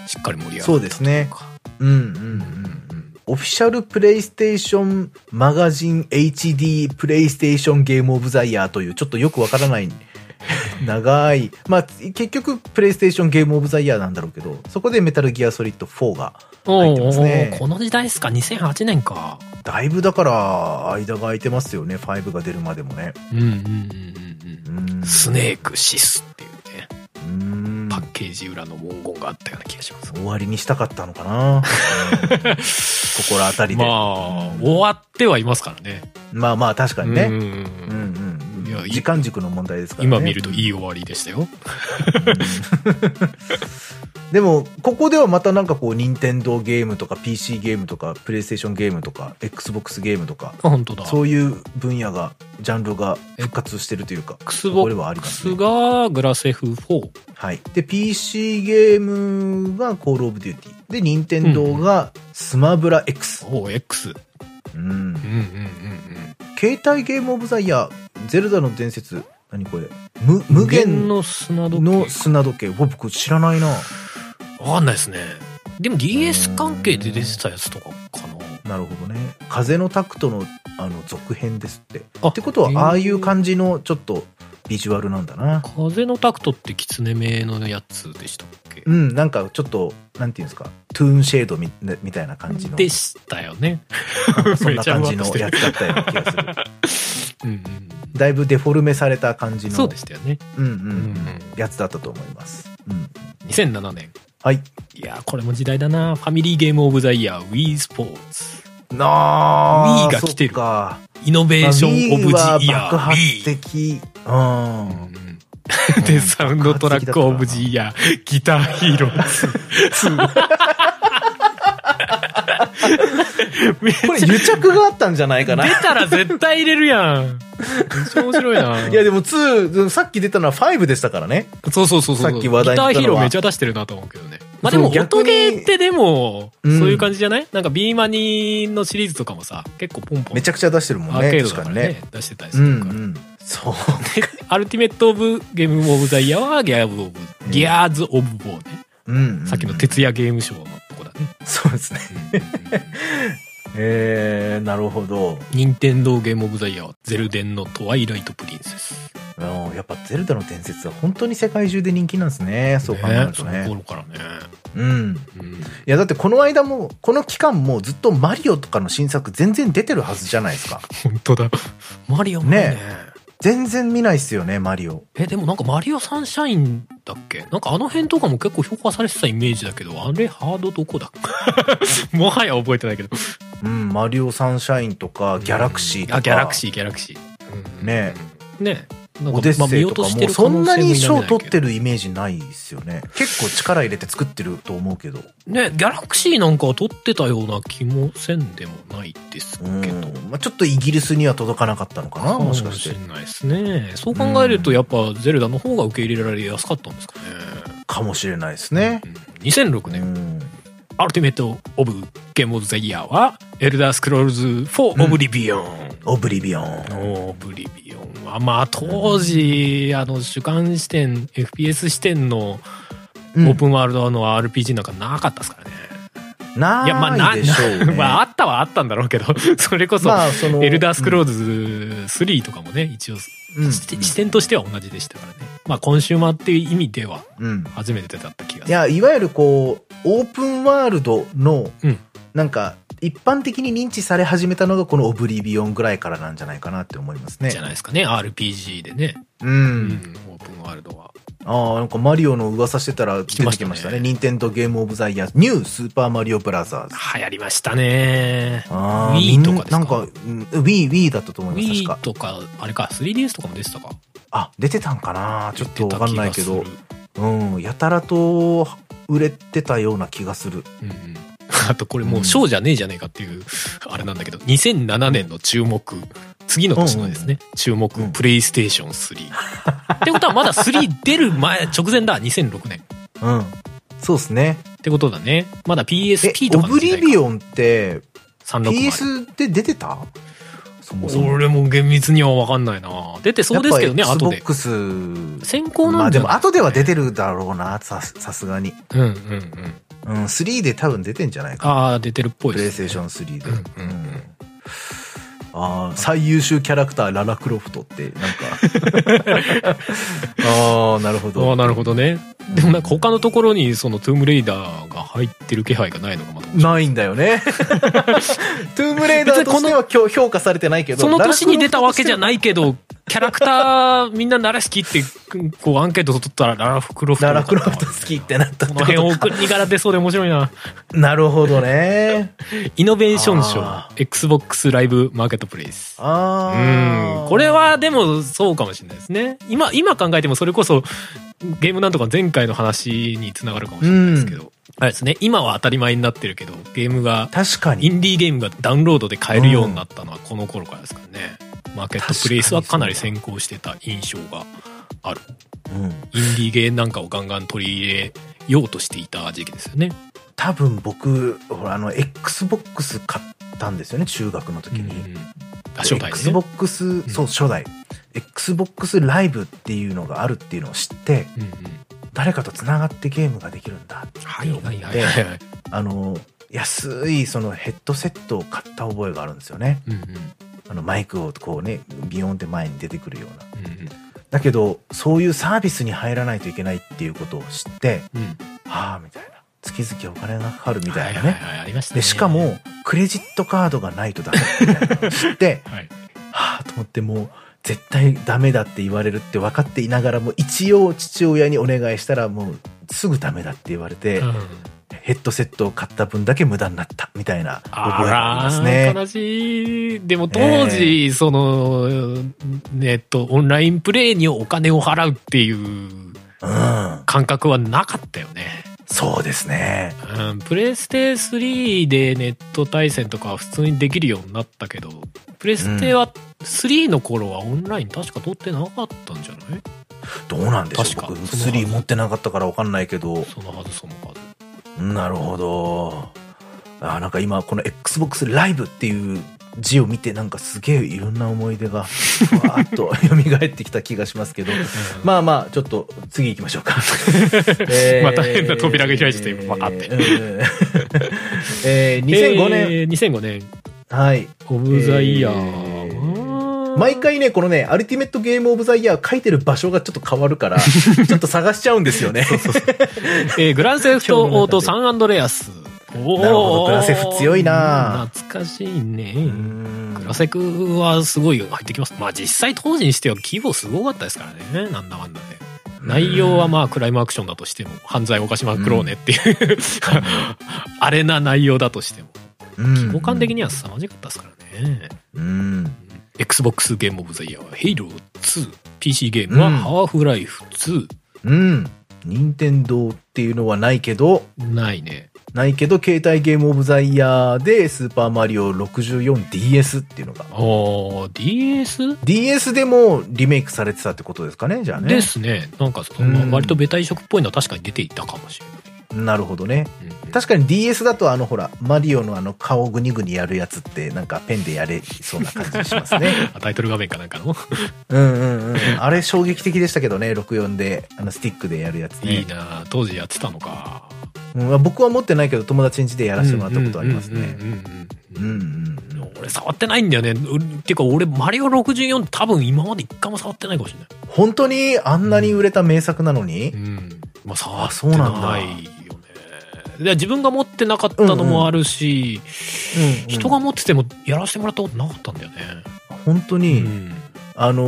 Speaker 2: しっかり盛り上がった
Speaker 1: そうですね
Speaker 2: とか
Speaker 1: うんうんうんうん。オフィシャルプレイステーションマガジン HD プレイステーションゲームオブザイヤーというちょっとよくわからない 長い。まあ結局プレイステーションゲームオブザイヤーなんだろうけど、そこでメタルギアソリッド4が、入ってますね
Speaker 2: おうおうおうこの時代っすか2008年か
Speaker 1: だいぶだから間が空いてますよね。5が出るまでもね。
Speaker 2: うんうんうん
Speaker 1: う
Speaker 2: うん
Speaker 1: ん
Speaker 2: うんスネークシスっていうね
Speaker 1: うん
Speaker 2: パッケージ裏の文言があったような気がします、
Speaker 1: 終わりにしたかったのか なうん心当たりで。
Speaker 2: ま
Speaker 1: まあ、
Speaker 2: あ終わってはいますからね
Speaker 1: まあ確かに
Speaker 2: うん
Speaker 1: ね。
Speaker 2: うん
Speaker 1: う
Speaker 2: うん
Speaker 1: ん
Speaker 2: い
Speaker 1: うん
Speaker 2: や。い
Speaker 1: 時間軸の問題ですからね。
Speaker 2: 今見るといい終わりでしたよ
Speaker 1: でも、ここではまたなんかこう、任天堂ゲームとか、PC ゲームとか、プレイステーションゲームとか、Xbox ゲームとか、
Speaker 2: あ本当だ
Speaker 1: そういう分野が、ジャンルが復活してるというか、これはあります、
Speaker 2: Xbox
Speaker 1: ね。
Speaker 2: がグラセフ4
Speaker 1: はい。で、PC ゲームが Call of Duty。で、任天堂がスマブラ X。
Speaker 2: おう X
Speaker 1: うん
Speaker 2: うんうんうんうん
Speaker 1: 携帯ゲームオブザイヤー、ゼルダの伝説、何これ無無限
Speaker 2: の砂時
Speaker 1: の
Speaker 2: 計
Speaker 1: 砂時計。うわ僕知らないな。
Speaker 2: わかんないですねでも DS 関係で出てたやつとかかな
Speaker 1: なるほどね。風のタクトのあの続編ですって。
Speaker 2: あ
Speaker 1: ってこと
Speaker 2: へー
Speaker 1: は、ああいう感じのちょっとビジュアルなんだな。
Speaker 2: 風のタクトってキツネ目のやつでしたっけ
Speaker 1: うん、なんかちょっと、なんていうんですか、トゥーンシェードみみたいな感じの、
Speaker 2: でしたよね。
Speaker 1: そんな感じ
Speaker 2: めちゃうまくし
Speaker 1: の
Speaker 2: て
Speaker 1: や
Speaker 2: る
Speaker 1: つだったような気がする。
Speaker 2: うんうん
Speaker 1: だいぶデフォルメされた感じ
Speaker 2: うん、
Speaker 1: の、
Speaker 2: そうでしたよね。
Speaker 1: うんうん、
Speaker 2: うん
Speaker 1: やつだったと思います。うん。
Speaker 2: 2007年。
Speaker 1: はい。
Speaker 2: いやー、これも時代だな。ファミリーゲームオブザイヤー、Wii スポーツ。
Speaker 1: なあ
Speaker 2: Wii が来てる
Speaker 1: そっか。
Speaker 2: イノベーションオブ
Speaker 1: まあ Wii
Speaker 2: ジイヤ
Speaker 1: は爆
Speaker 2: ー、
Speaker 1: 発
Speaker 2: Wii。
Speaker 1: 的。
Speaker 2: う
Speaker 1: うん
Speaker 2: うんで、サウンドトラックオブジイヤー、ギターヒーロー2。めっ
Speaker 1: ん。これ
Speaker 2: ちゃ
Speaker 1: 癒着があったんじゃないかな
Speaker 2: 出。たら絶対入れるやん。めっちゃ面白いな。
Speaker 1: いやでも2、さっき出たのは5でしたからね。
Speaker 2: そうそうそうそう。
Speaker 1: さっき話題に出たのは
Speaker 2: ギターヒーローめちゃ出してるなと思うけどね。まあでも、
Speaker 1: そう逆に
Speaker 2: 音ゲーってでも、そう
Speaker 1: うん
Speaker 2: いう感じじゃない、なんかビーマニのシリーズとかもさ、結構ポンポン。
Speaker 1: めちゃくちゃ出してるもん
Speaker 2: アーケ
Speaker 1: ね。
Speaker 2: ード
Speaker 1: 確
Speaker 2: だ
Speaker 1: か
Speaker 2: か
Speaker 1: に
Speaker 2: ら
Speaker 1: ね
Speaker 2: ね。、出してたり
Speaker 1: う
Speaker 2: す
Speaker 1: ん
Speaker 2: るか
Speaker 1: う
Speaker 2: ら。
Speaker 1: ん。そう。
Speaker 2: アルティメット・オブ・ゲーム・オブ・ザ・イヤーは、ギャーブ・オブ、ギャーズ・オブ・ボーね。
Speaker 1: うん、うん。
Speaker 2: さっきの徹夜ゲームショーのとこだね。
Speaker 1: そうですね。えー、なるほど。
Speaker 2: 任天堂ゲーム・オブ・ザ・イヤーは、ゼルデンのトワイライト・プリンセス。
Speaker 1: うんやっぱゼルダの伝説は本当に世界中で人気なんですね。そう考えるとね。
Speaker 2: その頃からね。
Speaker 1: うん。
Speaker 2: うん。
Speaker 1: いや、だってこの間も、この期間もずっとマリオとかの新作全然出てるはずじゃないですか。
Speaker 2: 本当だ。マリオもね
Speaker 1: ね全然見ないっすよね、マリオ。
Speaker 2: えでもなんかマリオサンシャインだっけなんかあの辺とかも結構評価されてたイメージだけどあれハードどこだもはや覚えてないけど
Speaker 1: うん、マリオサンシャインとか、ギャラクシーとか。
Speaker 2: あギャラク
Speaker 1: ー。
Speaker 2: シーギャラクシー、うん
Speaker 1: ね
Speaker 2: ねなんか
Speaker 1: オデッセイとかもうそんなに賞取って
Speaker 2: る
Speaker 1: るイメージないっすよね。結構力入れて作ってると思うけど。
Speaker 2: ねギャラクシーなんかは取ってたような気もせんでもないですけ
Speaker 1: う
Speaker 2: ど、
Speaker 1: ん。まあちょっとイギリスには届かなかったのかな、もしかして
Speaker 2: れ。ないですねそう考えるとやっぱゼルダの方が受け入れられやすかったんですかね、
Speaker 1: かもしれないですね。
Speaker 2: うん2006
Speaker 1: う
Speaker 2: 年、
Speaker 1: ん。
Speaker 2: アルティメット・オブ・ゲーム・オブ・ザ・イヤーは、エルダー・スクロールズ・4・オブリビオン。
Speaker 1: オブリビオン。
Speaker 2: オブリビオンは、まあ当時、あの主観視点、FPS 視点のオ
Speaker 1: うん
Speaker 2: ープンワールドの RPG なんかなかったですからね。
Speaker 1: ない
Speaker 2: いや、まあな、
Speaker 1: でしょう、ね。
Speaker 2: まああったはあったんだろうけど、それこそ、
Speaker 1: まあその
Speaker 2: エルダー・スクロールズ3とかもね、一応、
Speaker 1: うん
Speaker 2: 視点視点としては同じでしたからね。まあコンシューマーっていう意味では
Speaker 1: うん。
Speaker 2: 初めてだった気が
Speaker 1: い
Speaker 2: する。
Speaker 1: や、いわゆるこう、オープンワールドの、
Speaker 2: うん
Speaker 1: なんか、一般的に認知され始めたのがこのオブリビオンぐらいからなんじゃないかなって思いますね。
Speaker 2: じゃないですかね、RPG でね。
Speaker 1: う
Speaker 2: うん
Speaker 1: ん。、
Speaker 2: オープンワールドは。
Speaker 1: ああ、なんかマリオの噂してたら出てきましたね。
Speaker 2: 来ましたね
Speaker 1: ニンテンドーゲームオブザイヤー、ニュースーパーマリオブラザーズ。
Speaker 2: 流行りましたね。
Speaker 1: あー
Speaker 2: Wii
Speaker 1: みん
Speaker 2: とかですか
Speaker 1: なんか、うん Wii、Wii だったと思います、確
Speaker 2: Wii
Speaker 1: か。
Speaker 2: とか、あれか、3DS とかも出てたか。
Speaker 1: あ、出てたんかなちょっと
Speaker 2: 出
Speaker 1: わ
Speaker 2: た
Speaker 1: かん
Speaker 2: 気
Speaker 1: ない
Speaker 2: が
Speaker 1: け
Speaker 2: する
Speaker 1: ど。うん、やたらと売れてたような気がする。
Speaker 2: うんうん。 あとこれもう賞じゃねえじゃねえかっていう、あれなんだけど、2007年の注目、次の年のですね、注目
Speaker 1: うん、
Speaker 2: プレイステーション3。ってことはまだ3出る前、直前だ、2006年。
Speaker 1: うん。そうですね。
Speaker 2: ってことだね。まだ
Speaker 1: え
Speaker 2: PSP、と
Speaker 1: オ
Speaker 2: か
Speaker 1: ブ
Speaker 2: の時
Speaker 1: リ
Speaker 2: 代
Speaker 1: ビ
Speaker 2: か。
Speaker 1: オンって、
Speaker 2: 360。
Speaker 1: PS で出てたそもそも。
Speaker 2: 俺も厳密には分かんないな出てそうですけどね、
Speaker 1: やっぱ
Speaker 2: 後で。
Speaker 1: Xbox。
Speaker 2: 先行
Speaker 1: ま
Speaker 2: な
Speaker 1: あ
Speaker 2: んじ
Speaker 1: で
Speaker 2: ゃない
Speaker 1: も後では出てるだろうな、ささすがに。
Speaker 2: うんうんうん。
Speaker 1: うん、3で多分出てんじゃないか。
Speaker 2: ああ、出てるっぽい
Speaker 1: プレ
Speaker 2: で
Speaker 1: イス
Speaker 2: す
Speaker 1: テ
Speaker 2: ね
Speaker 1: ーション3で。
Speaker 2: うんうんうん
Speaker 1: あー最優秀キャラクター、ララクロフトって、なんか。 ああ、なるほ
Speaker 2: あ
Speaker 1: ど。
Speaker 2: あなるほどねでもなんか他のところにそのトゥームレイダーが入ってる気配がないのがまた
Speaker 1: ないんだよね。トゥームレイダーとしては評評価されてないけど。
Speaker 2: その年に出たわけじゃ
Speaker 1: い
Speaker 2: ないけどキャラクターみんななら好きってこうアンケート取ったらララフクロフト
Speaker 1: ララクロフト好きってなったってこ
Speaker 2: この
Speaker 1: とか
Speaker 2: 辺お国柄出そうで面白いな
Speaker 1: なるほどね。
Speaker 2: イノベーション賞
Speaker 1: あ
Speaker 2: XBOX ライブマーケットプレイスう
Speaker 1: ああ。
Speaker 2: んこれはでもそうかもしれないですね今今考えてもそれこそゲームなんとか前回の話につながるかもしれないですけど、あれですね今は当たり前になってるけどゲームが
Speaker 1: 確か
Speaker 2: イ
Speaker 1: に。
Speaker 2: ンディーゲームがダウンロードで買えるようになったのはこの頃からですからね。マーケットプレイスはかなり先行してた印象がある。
Speaker 1: うん。
Speaker 2: インディーゲーなんかをガンガン取り入れようとしていた時期ですよね。
Speaker 1: 多分僕、ほら、あの、Xbox 買ったんですよね、中学の時
Speaker 2: うん
Speaker 1: に。
Speaker 2: あ、初代ね。
Speaker 1: Xbox、そう、初代。Xbox ライブっていうのがあるっていうのを知って、
Speaker 2: うんうん
Speaker 1: 誰かと繋がってゲームができるんだって
Speaker 2: はい
Speaker 1: 思っ
Speaker 2: はいはいは
Speaker 1: て、
Speaker 2: い。
Speaker 1: あの、安いそのヘッドセットを買った覚えがあるんですよね。
Speaker 2: うんうん
Speaker 1: あのマイクをこうね、ビヨンって前に出てくるような。
Speaker 2: うん
Speaker 1: だけど、そういうサービスに入らないといけないっていうことを知って、
Speaker 2: うんうん
Speaker 1: はあ、みたいな。月々お金がかかるみたいな
Speaker 2: は
Speaker 1: ね
Speaker 2: は。はいはいありましたね。
Speaker 1: で、しかも、クレジットカードがないとダメだみたいなのを知って、
Speaker 2: はい、
Speaker 1: はぁと思ってもう、絶対ダメだって言われるって分かっていながらも、一応父親にお願いしたら、もう、すぐダメだって言われて
Speaker 2: うん、
Speaker 1: ヘッドセットを買った分だけ無駄になった、みたいな覚えがありま
Speaker 2: あ
Speaker 1: す
Speaker 2: ら、
Speaker 1: ね。
Speaker 2: 悲しい。でも当時、その、ネット、オンラインプレイにお金を払うっていう
Speaker 1: うん。
Speaker 2: 感覚はなかったよね。
Speaker 1: そうですね。
Speaker 2: うん、プレステ3でネット対戦とかは普通にできるようになったけど、プレステは3の頃はオンライン確か取ってなかったんじゃない
Speaker 1: どうなんでしょう
Speaker 2: 確か
Speaker 1: 僕、
Speaker 2: その
Speaker 1: 3持ってなかったから分かんないけど、
Speaker 2: そのはずそのはず。
Speaker 1: なるほど。あーなんか今、この Xbox ライブっていう字を見て、なんかすげえいろんな思い出が、わーっと 蘇ってきた気がしますけど。
Speaker 2: ま
Speaker 1: まあまあ、ちょっと次行きましょう か。
Speaker 2: また変な扉が開いてた今パカって
Speaker 1: うんえー2005年、
Speaker 2: えー2005年、
Speaker 1: はい。
Speaker 2: オブザイヤー
Speaker 1: え
Speaker 2: は
Speaker 1: 毎回ね、このね、アルティメットゲームオブザイヤー書いてる場所がちょっと変わる から、ちょっと探しちゃうんですよね。
Speaker 2: えーグランセフトオートサンアンドレアス。おー
Speaker 1: なるほどグラセフ強いな
Speaker 2: 懐かしいね。
Speaker 1: うー
Speaker 2: グ
Speaker 1: ん
Speaker 2: ラセクはすごい入ってきます。まあ実際当時にしては規模すごかったですからね。なんだかんだで。内容はまあクライムアクションだとしても、犯罪を犯しまくろうねっていう、 あれな内容だとしても、
Speaker 1: うん
Speaker 2: 交換的には凄まじかったですからね。
Speaker 1: うん。
Speaker 2: Xbox ゲームオブザイヤーは Halo 2、PC ゲームはハーフライフ2、
Speaker 1: うん。任天堂っていうのはないけど、
Speaker 2: ないね。
Speaker 1: ないけど、携帯ゲームオブザイヤーで、スーパーマリオ 64DS っていうのが。
Speaker 2: あー、DS?
Speaker 1: DS でもリメイクされてたってことですかねじゃあね。
Speaker 2: ですね。なんかそ
Speaker 1: うん
Speaker 2: の、割とベタ移植っぽいのは確かに出ていたかもしれない。
Speaker 1: なるほどね。
Speaker 2: うん
Speaker 1: 確かに DS だとあのほら、マリオのあの顔グニグニやるやつってなんかペンでやれそうな感じしますね。
Speaker 2: あタイトル画面かなんかの
Speaker 1: うんうんうん。あれ衝撃的でしたけどね、64で、あのスティックでやるやつね。
Speaker 2: いいなあ当時やってたのか
Speaker 1: うん、僕は持ってないけど友達ん家でや
Speaker 2: や
Speaker 1: らせてもらったことありますね。うんうんうん。
Speaker 2: 俺触ってないんだよねうっていうか俺マリオ64多分今まで一回も触ってないかもしれない、
Speaker 1: 本当にあんなに売れた名作なのに、
Speaker 2: うんまあ、触
Speaker 1: あ
Speaker 2: っ
Speaker 1: そ
Speaker 2: て
Speaker 1: う
Speaker 2: な
Speaker 1: な
Speaker 2: いよ
Speaker 1: んだ
Speaker 2: ねで自分が持ってなかったのもあるし、人が持っててもやらせてもらったことなかったんだよね、
Speaker 1: 本当
Speaker 2: う
Speaker 1: に、
Speaker 2: ん
Speaker 1: あの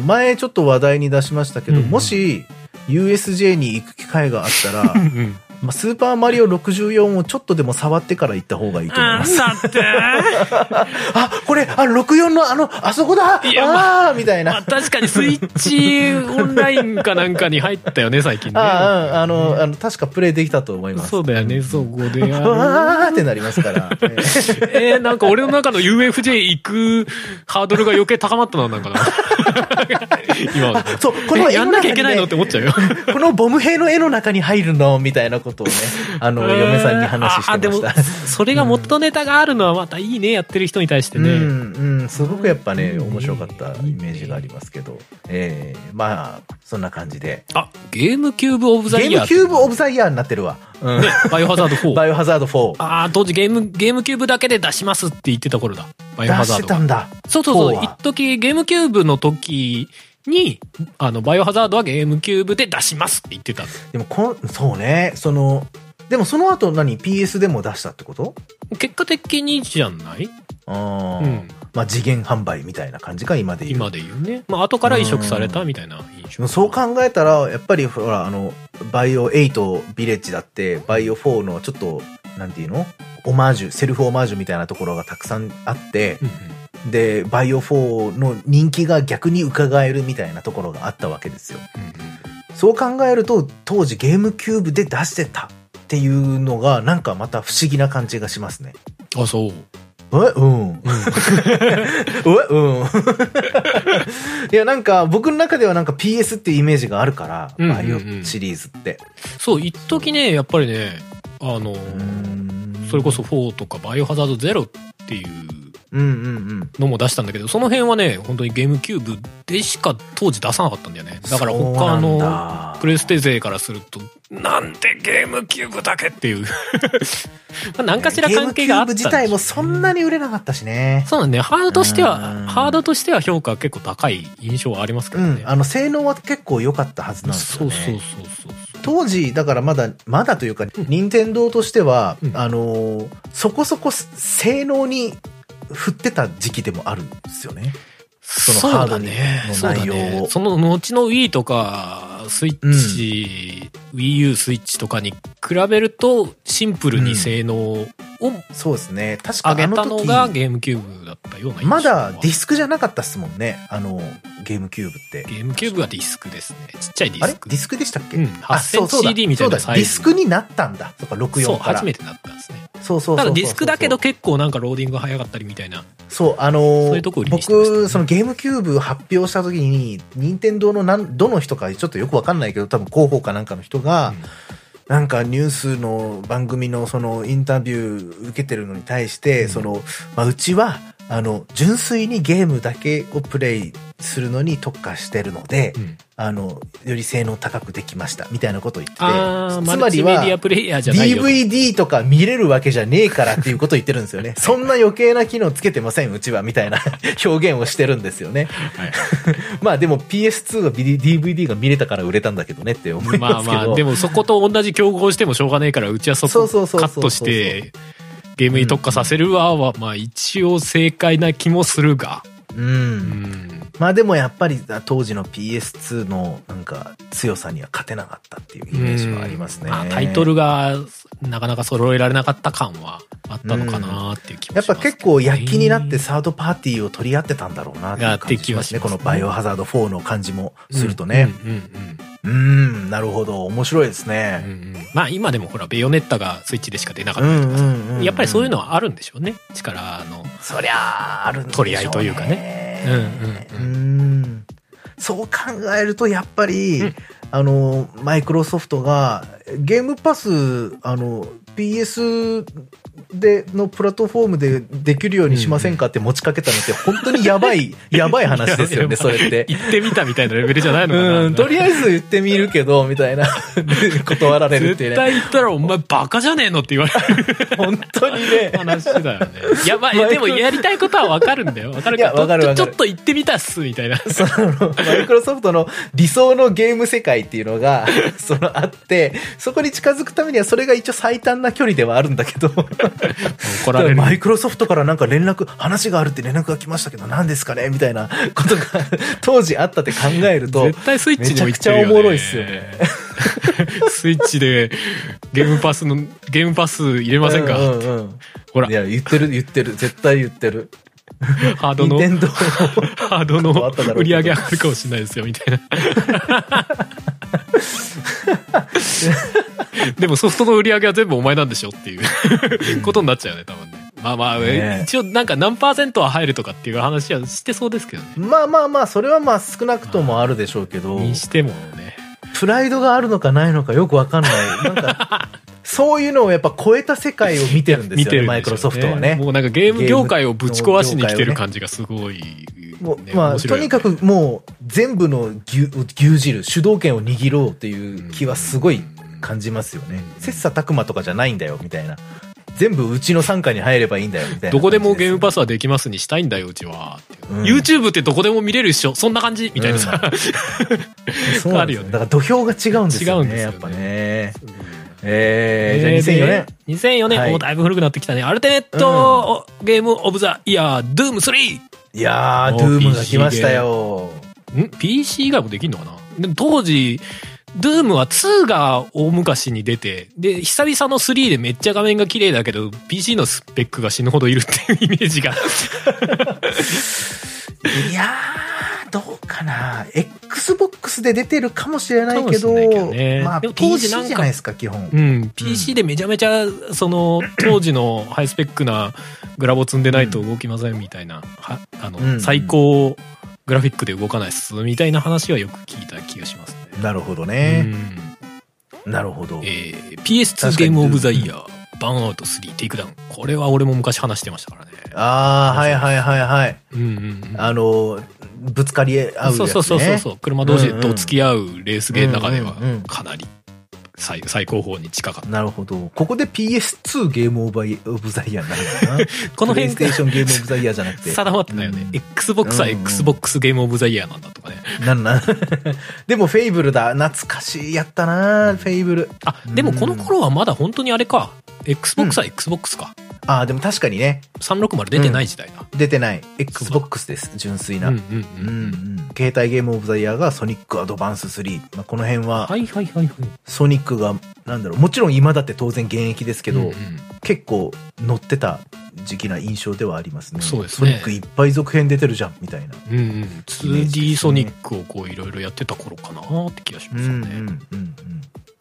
Speaker 1: ー前ちょっと話題に出しましたけど、
Speaker 2: うんうん
Speaker 1: もし USJ に行く機会があったら、
Speaker 2: うんうん、
Speaker 1: まあ、スーパーマリオ64をちょっとでも触ってから行った方がいいと思います。
Speaker 2: だって
Speaker 1: あ、これ、あ、64のあの、あそこだあ
Speaker 2: いやま
Speaker 1: あーみたい
Speaker 2: ま
Speaker 1: な
Speaker 2: あ。確かにスイッチオンラインかなんかに入ったよね最近ね
Speaker 1: ああ、あの、あの、確かプレイできたと思います。
Speaker 2: そうだよね、そこでやる。
Speaker 1: わーってなります から。ええ
Speaker 2: えー、なんか俺の中の UFJ 行くハードルが余計高まったな、なんかな。今は
Speaker 1: そう、この
Speaker 2: え
Speaker 1: 絵
Speaker 2: や
Speaker 1: の中に、ね、
Speaker 2: んなきゃいけないのって思っちゃうよ。
Speaker 1: このボム兵の絵の中に入るのみたいなことをね、あの、嫁さんに話してました。
Speaker 2: あーでも、それが元ネタがあるのはまたいいね、やってる人に対してね。
Speaker 1: うん、うん、すごくやっぱね、
Speaker 2: うん
Speaker 1: 面白かったイメージがありますけど、ええまあ、そんな感じで。
Speaker 2: あ、ゲームキューブオブ
Speaker 1: ゲ
Speaker 2: ザイ
Speaker 1: ー
Speaker 2: ヤ
Speaker 1: ム
Speaker 2: ー。
Speaker 1: キューブオブザイヤーになってるわ。うん。
Speaker 2: バイオハザー ド
Speaker 1: バ
Speaker 2: 4。
Speaker 1: イオハザード4。
Speaker 2: ああ、当時ゲーム、ゲームキューブだけで出しますって言ってた頃だ。バイ
Speaker 1: 出
Speaker 2: オハザ
Speaker 1: して
Speaker 2: ード
Speaker 1: た
Speaker 2: が。
Speaker 1: んだ。
Speaker 2: そうそう
Speaker 1: 4
Speaker 2: そう。
Speaker 1: は
Speaker 2: 一時ゲームキューブの時に、あの、バイオハザードはゲームキューブで出しますって言ってた。
Speaker 1: でもこん、そうね、その、でもその後何 ?PS でも出したってこと
Speaker 2: 結果的にじゃない、
Speaker 1: あ
Speaker 2: う
Speaker 1: ー
Speaker 2: ん、
Speaker 1: まあ次元販売みたいな感じか、今で言う。
Speaker 2: 今で言うね、まあ後から移植されたみたいな印
Speaker 1: で
Speaker 2: 象
Speaker 1: もそう考えたら、やっぱりほら、あの、バイオ8ビレッジだって、バイオ4のちょっと、なんていうのオマージュ、セルフオマージュみたいなところがたくさんあって、
Speaker 2: うんうん
Speaker 1: で、バイオ4の人気が逆に伺えるみたいなところがあったわけですよ。
Speaker 2: うんうん
Speaker 1: そう考えると、当時ゲームキューブで出してたっていうのが、なんかまた不思議な感じがしますね。
Speaker 2: あそう
Speaker 1: えうん。 えうん。 いや、なんか、僕の中ではなんか PS っていうイメージがあるから、
Speaker 2: うんうん
Speaker 1: バイ
Speaker 2: う
Speaker 1: オ
Speaker 2: ん
Speaker 1: シリーズって。
Speaker 2: そう一時ねやっぱりねあのそれこそ4とか「バイオハザード0」っていう
Speaker 1: うんうん
Speaker 2: のも出したんだけどその辺はね本当にゲームキューブでしか当時出さなかったんだよね
Speaker 1: うん。
Speaker 2: だから
Speaker 1: そう
Speaker 2: 他
Speaker 1: な
Speaker 2: の
Speaker 1: んだ
Speaker 2: プレステ勢からするとなんでゲームキューブだけっていう まあ何かしら関係があったんでし
Speaker 1: ゲームキューブ自
Speaker 2: ょうね
Speaker 1: 体もそんなに売れなかったしね。
Speaker 2: そうなんね、ハードとして
Speaker 1: うん
Speaker 2: は、ハードとしては評価は結構高い印象はありますけ
Speaker 1: う
Speaker 2: どね。
Speaker 1: ん。あの、性能は結構良かったはずなんです
Speaker 2: そ
Speaker 1: よ
Speaker 2: う
Speaker 1: ね。
Speaker 2: そうそうそう。
Speaker 1: 当時、だからまだ、まだというか、
Speaker 2: ん
Speaker 1: 任天堂としては、
Speaker 2: うん
Speaker 1: あのーそこそこ性能に振ってた時期でもあるんですよね。そ
Speaker 2: そ
Speaker 1: の
Speaker 2: う
Speaker 1: ハード
Speaker 2: だ
Speaker 1: に
Speaker 2: ね。
Speaker 1: の内容を
Speaker 2: そうだねその後の Wii とか、スイッチ、Wii U スイッチとかに比べると、シンプルに性能を
Speaker 1: そうですね。確か
Speaker 2: 上げ
Speaker 1: あの
Speaker 2: た
Speaker 1: 時
Speaker 2: のがゲームキューブだったような印象は
Speaker 1: まだディスクじゃなかったっすもんね。あの、ゲームキューブって。
Speaker 2: ゲームキューブはディスクですね。ちっちゃいデ
Speaker 1: あ
Speaker 2: ィ
Speaker 1: れ
Speaker 2: ス
Speaker 1: デ
Speaker 2: ク。
Speaker 1: ィスクでしたっけ、
Speaker 2: うん
Speaker 1: あそうそうだ
Speaker 2: 8cm みた
Speaker 1: そ
Speaker 2: いな
Speaker 1: うだ
Speaker 2: サ
Speaker 1: ディ
Speaker 2: イズ
Speaker 1: スクになったんだ。そっか、
Speaker 2: そう、
Speaker 1: 64から。
Speaker 2: 初めてだったんですね。
Speaker 1: そうそうそうそうそう。
Speaker 2: ただディスクだけど結構なんかローディングが早かったりみたいな。
Speaker 1: そう、あの
Speaker 2: そういうとこ売りにしてましたね
Speaker 1: 僕、そのゲームキューブ発表した時に、任天堂のなんどの人かちょっとよくわかんないけど、多分広報かなんかの人が、
Speaker 2: うん
Speaker 1: なんかニュースの番組のそのインタビュー受けてるのに対して、
Speaker 2: うん
Speaker 1: その、まあ、うちは、あの、純粋にゲームだけをプレイするのに特化してるので、
Speaker 2: うん
Speaker 1: あの、より性能高くできました、みたいなことを言ってて、
Speaker 2: あー
Speaker 1: つまり
Speaker 2: マルチメディア
Speaker 1: は、
Speaker 2: プレイヤーじゃないよと
Speaker 1: DVD とか見れるわけじゃねえからっていうことを言ってるんですよ ね。そんな余計な機能つけてません、うちは、みたいな表現をしてるんですよね。 まあでも PS2 が DVD が見れたから売れたんだけどねって思い
Speaker 2: ま
Speaker 1: ま
Speaker 2: あ
Speaker 1: すけ
Speaker 2: ま
Speaker 1: ど
Speaker 2: あ、で。もそこと同じ競合してもしょうがないから、うちはそ
Speaker 1: そう
Speaker 2: こ
Speaker 1: そうそうそ
Speaker 2: カ
Speaker 1: う
Speaker 2: ットして、ゲームに特化させるわは、まあ一応正解な気もするが。
Speaker 1: う。
Speaker 2: うんん。
Speaker 1: まあでもやっぱりあ当時の PS2 のなんか強さには勝てなかったっていうイメージはありますね。
Speaker 2: まあタイトルがなかなか揃えられなかった感はあったのかなっていう気も
Speaker 1: や
Speaker 2: しま
Speaker 1: っ
Speaker 2: す
Speaker 1: ぱ
Speaker 2: けどね、
Speaker 1: 結構躍起になってサードパーティーを取り合ってたんだろうなっていう感じしますね。
Speaker 2: やってきますね
Speaker 1: このバイオハザード4の感じもするとね。
Speaker 2: うんうんうん
Speaker 1: うん、んなるほど。面白いです
Speaker 2: うんう
Speaker 1: ね。
Speaker 2: んうんまあ今でもほらベヨネッタがスイッチでしか出なか
Speaker 1: う
Speaker 2: っ
Speaker 1: ん
Speaker 2: たり
Speaker 1: うんう
Speaker 2: とかさ
Speaker 1: んうん
Speaker 2: やっぱりそういうのはあるんでしょうね力の
Speaker 1: そりゃああるんでしょうね
Speaker 2: 取り合いというかねうん
Speaker 1: うんそう考えるとやっぱり、
Speaker 2: うん
Speaker 1: あのマイクロソフトがゲームパスあの PS でのプラットフォームでできるようにしませんかって持ちかけたのって本当にやばいやばい話ですよねそれって。
Speaker 2: 行ってみたみたいなレベルじゃないのかな
Speaker 1: うん、とりあえず言ってみるけど、みたいな、断られるっていう
Speaker 2: 絶
Speaker 1: ね。
Speaker 2: 対行ったらお前バカじゃねえのって言われる
Speaker 1: 本当にね。
Speaker 2: 話だよね。いや、まあ、
Speaker 1: マイク
Speaker 2: でもやりたいことはわかるんだよ。わかる
Speaker 1: いやわかるわ
Speaker 2: ち
Speaker 1: か
Speaker 2: ょ
Speaker 1: る
Speaker 2: ちょっと行ってみたっす、みたいな。
Speaker 1: その、マイクロソフトの理想のゲーム世界っていうのが、 その、あって、そこに近づくためには、それが一応最短な距離ではあるんだけど、
Speaker 2: 怒ら れる。
Speaker 1: マイクロソフトからなんか連絡、話があるって連絡が来ましたけど、何ですかねみたいな ことが、当時あったって考えると、
Speaker 2: 絶対スイッチにも行ってるよ、ね。
Speaker 1: めちゃくちゃおもろいっすよね。
Speaker 2: スイッチでゲームパスの、ゲームパス入れませんか、
Speaker 1: うんうんうん
Speaker 2: ほら
Speaker 1: い、や、言ってる、言ってる、絶対言ってる。
Speaker 2: ハード
Speaker 1: 任
Speaker 2: の、
Speaker 1: 天堂
Speaker 2: ハード
Speaker 1: ちょっとあ
Speaker 2: の
Speaker 1: っただろうけど
Speaker 2: 売り上げ上がるかもしれない ですよ、みたいな。でもソフトの売り上げは全部お前なんでしょっていうことになっちゃうよね、多分ね。まあまあ、
Speaker 1: ねえ
Speaker 2: 一応なんか何パーセントは入るとかっていう話はしてそうですけどね。
Speaker 1: まあまあまあ、それはまあ少なくともあるでしょうけど。
Speaker 2: にしてもね。
Speaker 1: プライドがあるのかないのかよくわかんない。なんか、そういうのをやっぱ超えた世界を見てるんです
Speaker 2: 見
Speaker 1: よ
Speaker 2: て
Speaker 1: ね、
Speaker 2: るんでしょうね
Speaker 1: マイクロソフトはね。
Speaker 2: もうなんかゲーム業界をぶち壊しに来てる感じがすごい、
Speaker 1: もう
Speaker 2: ね
Speaker 1: まあ、
Speaker 2: 面白
Speaker 1: と
Speaker 2: いよ
Speaker 1: に
Speaker 2: ね
Speaker 1: かくもう全部の牛牛耳る、主導権を握ろうという気はすごい感じますよね。切磋琢磨とかじゃないんだよ、みたいな。全部うちの傘下に入ればいいんだよ、みたいな感じす。
Speaker 2: どこでもゲームパスはできますにしたいんだよ、うちは。
Speaker 1: うん
Speaker 2: YouTube ってどこでも見れるっしょそんな感じみたいなさ。
Speaker 1: そうなん
Speaker 2: あ
Speaker 1: で
Speaker 2: る
Speaker 1: す
Speaker 2: よ
Speaker 1: よ
Speaker 2: ね
Speaker 1: だから土俵が違うんですよ
Speaker 2: 違うんで
Speaker 1: ね、
Speaker 2: すよ
Speaker 1: や
Speaker 2: ね
Speaker 1: っぱね。えー、じゃあ2004年。
Speaker 2: 年。2004年、
Speaker 1: はい
Speaker 2: もうだいぶ古くなってきたね。アルテネット、ゲームオブザイヤー、ドゥーム 3!
Speaker 1: いやー、
Speaker 2: も
Speaker 1: ド
Speaker 2: う
Speaker 1: ゥームが来ましたよ。
Speaker 2: ん ?PC 以外もできんのかなでも当時、ドゥームは2が大昔に出て、で、久々の3でめっちゃ画面が綺麗だけど、PC のスペックが死ぬほどいるっていうイメージが。
Speaker 1: いやー、どうかな。Xbox で出てるかもしれないけ
Speaker 2: か
Speaker 1: ど、
Speaker 2: もしれないけどね
Speaker 1: まあ、
Speaker 2: でも当時
Speaker 1: PC
Speaker 2: なんか
Speaker 1: じゃないですか、基本
Speaker 2: う。ん、PC でめちゃめちゃ、その、当時のハイスペックなグラボ積んでないと動きませんみたいな、はあの、
Speaker 1: うんうん
Speaker 2: 最高グラフィックで動かないっす、みたいな話はよく聞いた気がしますね。
Speaker 1: なるほど
Speaker 2: う
Speaker 1: ね。
Speaker 2: ん
Speaker 1: なるほど。
Speaker 2: えー PS2 ゲームオブザイヤー、バーンアウト3テイクダウン。これは俺も昔話してましたからね。
Speaker 1: あー、はいはいはいはい。
Speaker 2: うんうんうん。
Speaker 1: あの、ぶつかり合うやつ、ね。
Speaker 2: そうそうそうそうそう。車同士でと付き合うレースゲーの中では
Speaker 1: うんうんうん、
Speaker 2: かなり最最高峰に近かった。
Speaker 1: なるほど。ここで PS2 ゲームオブザイヤーになるのかな
Speaker 2: この辺
Speaker 1: プレイステーションゲームオブザイヤーじゃなくて。
Speaker 2: 定まってないよね。Xbox は
Speaker 1: うんうん
Speaker 2: Xbox ゲームオブザイヤーなんだとかね。
Speaker 1: なんなん でも、フェイブルだ。懐かしい。やったなフェイブル。
Speaker 2: あ、でもこの頃はまだ本当にあれか。Xbox は Xbox か。
Speaker 1: あー、でも確かにね、
Speaker 2: 360出てない時代だ。
Speaker 1: 出てない。Xbox です。純粋
Speaker 2: うん
Speaker 1: な。
Speaker 2: うん
Speaker 1: うん
Speaker 2: う。
Speaker 1: うんん、携帯ゲームオブザイヤーがソニックアドバンス3。まあ、この辺は、
Speaker 2: いはいはいはい。
Speaker 1: ソニックが、なんだろう、もちろん今だって当然現役ですけ
Speaker 2: け
Speaker 1: ど、結構乗ってた時期な印象ではありますね。
Speaker 2: そうです
Speaker 1: ソ
Speaker 2: ね
Speaker 1: ニックいっぱい続編出てるじゃん、みたいな。
Speaker 2: うんうん。2D ソニックをこういろいろやってた頃かなって気がし
Speaker 1: う
Speaker 2: ま
Speaker 1: ん
Speaker 2: す
Speaker 1: う
Speaker 2: よ
Speaker 1: んうん
Speaker 2: ね。
Speaker 1: うん。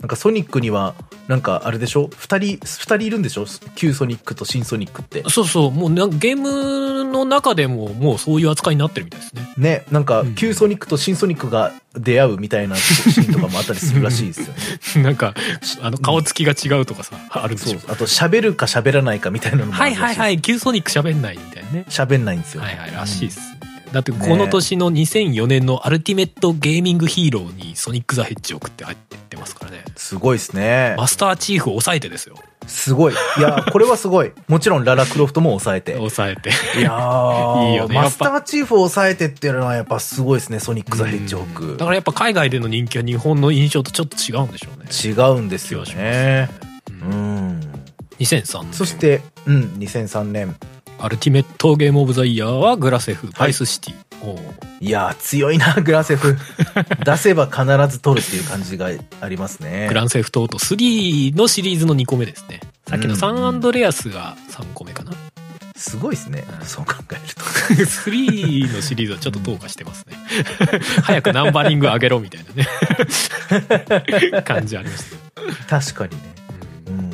Speaker 1: なんかソニックには、なんかあれでしょ二人、二人いるんでしょ旧ソニックと新ソニックって。
Speaker 2: そうそう。もうなんかゲームの中でももうそういう扱いになってるみたいですね。
Speaker 1: ね、なんか
Speaker 2: うん
Speaker 1: 旧ソニックと新ソニックが出会うみたいなシーンとかもあったりするらしいですよね。
Speaker 2: なんか、あの顔つきが 違うとかさ、あるで
Speaker 1: そ
Speaker 2: し
Speaker 1: う
Speaker 2: ょ。。
Speaker 1: あと喋るか喋らないかみたいなのもあ
Speaker 2: は
Speaker 1: る
Speaker 2: い
Speaker 1: らしい
Speaker 2: はいはい、旧ソニック喋んないみたいな。ね。
Speaker 1: 喋んないんですよ。
Speaker 2: はいはい、らしいっすね。だってこの年の2004年のアルティメットゲーミングヒーローにソニック・ザ・ヘッジオークって入ってますからね。
Speaker 1: すごいですね。
Speaker 2: マスターチーフを抑えてですよ。
Speaker 1: すごい。いや、これはすごい。もちろんララクロフトも抑えて。
Speaker 2: 抑えて。
Speaker 1: いやー
Speaker 2: いいよねやっぱ
Speaker 1: マスターチーフを抑えてっていうのはやっぱすごいですね、ソニック・ザ・ヘッジホ
Speaker 2: う
Speaker 1: ー
Speaker 2: んだ
Speaker 1: ク。
Speaker 2: からやっぱ海外での人気は日本の印象とちょっと違うんでしょう
Speaker 1: 違
Speaker 2: ね。
Speaker 1: うんですよ
Speaker 2: 気が
Speaker 1: ね
Speaker 2: し。ま
Speaker 1: う
Speaker 2: すね
Speaker 1: ん。
Speaker 2: 2003年。
Speaker 1: そし、て、うん、2003年。
Speaker 2: アルティメットゲームオブザイヤーはグラセフ、パイスシティ。おう
Speaker 1: いやー、強いな、グ ラセフ。出せば必ず取るっていう感じがありますね
Speaker 2: グ。ランセフトオート3のシリーズの2個目ですね。さっきのサンアンドレアスが3個目かな。
Speaker 1: すごいですね。そう考えると。
Speaker 2: 3のシリーズはちょっとどうかしてますね。 早くナンバリング上げろみたいな ね。感じありましたけ
Speaker 1: 確かにね。う
Speaker 2: ど。
Speaker 1: ん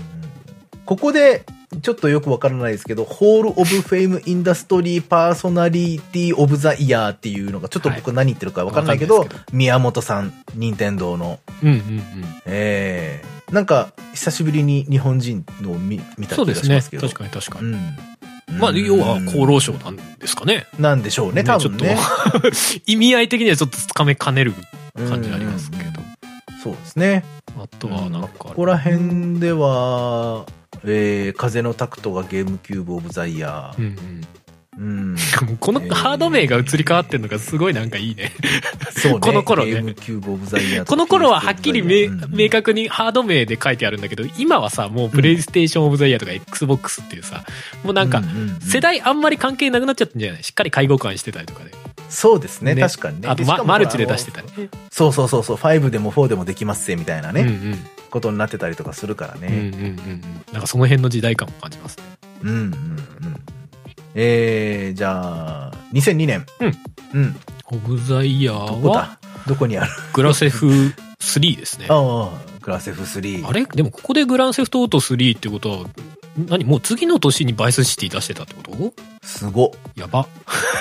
Speaker 1: ここで、ちょっとよくわからないですけど、ホール・オブ・フェイム・インダストリー・パーソナリティ・オブ・ザ・イヤーっていうのが、ちょっと僕何言ってるかわかんないけど、
Speaker 2: わかんないで
Speaker 1: 宮本さん、任天堂の、
Speaker 2: うんうんうん。
Speaker 1: えー、なんか、久しぶりに日本人のを見見た
Speaker 2: そう
Speaker 1: 気
Speaker 2: で
Speaker 1: が
Speaker 2: す
Speaker 1: しま
Speaker 2: ね。
Speaker 1: すけど。
Speaker 2: 確かに確か
Speaker 1: う
Speaker 2: に。
Speaker 1: ん。
Speaker 2: まあ、
Speaker 1: うん
Speaker 2: 要は厚労省なんですかね。
Speaker 1: なんでしょうね、
Speaker 2: ね
Speaker 1: 多分ね。
Speaker 2: 意味合い的にはちょっとつかめかねる 感じありますけ
Speaker 1: うん
Speaker 2: ど。
Speaker 1: そうですね。
Speaker 2: あとはなんかある、
Speaker 1: ここら辺では、えー、風のタクトがゲームキューブ・オブ・ザ・イヤ
Speaker 2: うんうん。
Speaker 1: ー。うん。
Speaker 2: このハード名が移り変わってるのがすごいなんかいいね。
Speaker 1: そうね。
Speaker 2: この頃ね
Speaker 1: ゲームキューブオブザイヤーとか
Speaker 2: この頃ははっきりめ
Speaker 1: うん
Speaker 2: 明確にハード名で書いてあるんだけど、今はさ、もうプレイステーションオブザイヤーとか XBOX っていうさ、もうなん
Speaker 1: う
Speaker 2: か、
Speaker 1: ううん
Speaker 2: 世代あんまり関係なくなっちゃったんじゃないしっかり介護官してたりとかで。
Speaker 1: そうですね
Speaker 2: ね
Speaker 1: 確かにね
Speaker 2: あ
Speaker 1: で
Speaker 2: と、
Speaker 1: し
Speaker 2: ま
Speaker 1: かも
Speaker 2: マルチで出して
Speaker 1: あ
Speaker 2: たり。
Speaker 1: のそうそうそうそう5でも4でもできますぜみたいな
Speaker 2: うんう
Speaker 1: ね、
Speaker 2: ん。
Speaker 1: ことになってたりとかするから
Speaker 2: うんうん
Speaker 1: ね
Speaker 2: うんうん。なんかその辺の時代感も感じますね。
Speaker 1: うんうんうんえー、じゃあ2002年うん、うん、
Speaker 2: オブザイヤー
Speaker 1: どこ
Speaker 2: は、
Speaker 1: だどこにある
Speaker 2: グラセフ3ですね。
Speaker 1: ああグラセフ3
Speaker 2: あれでもここでグランセフトオート3ってことは、何もう次の年にバイスシティ出してたってこと
Speaker 1: すご
Speaker 2: やば。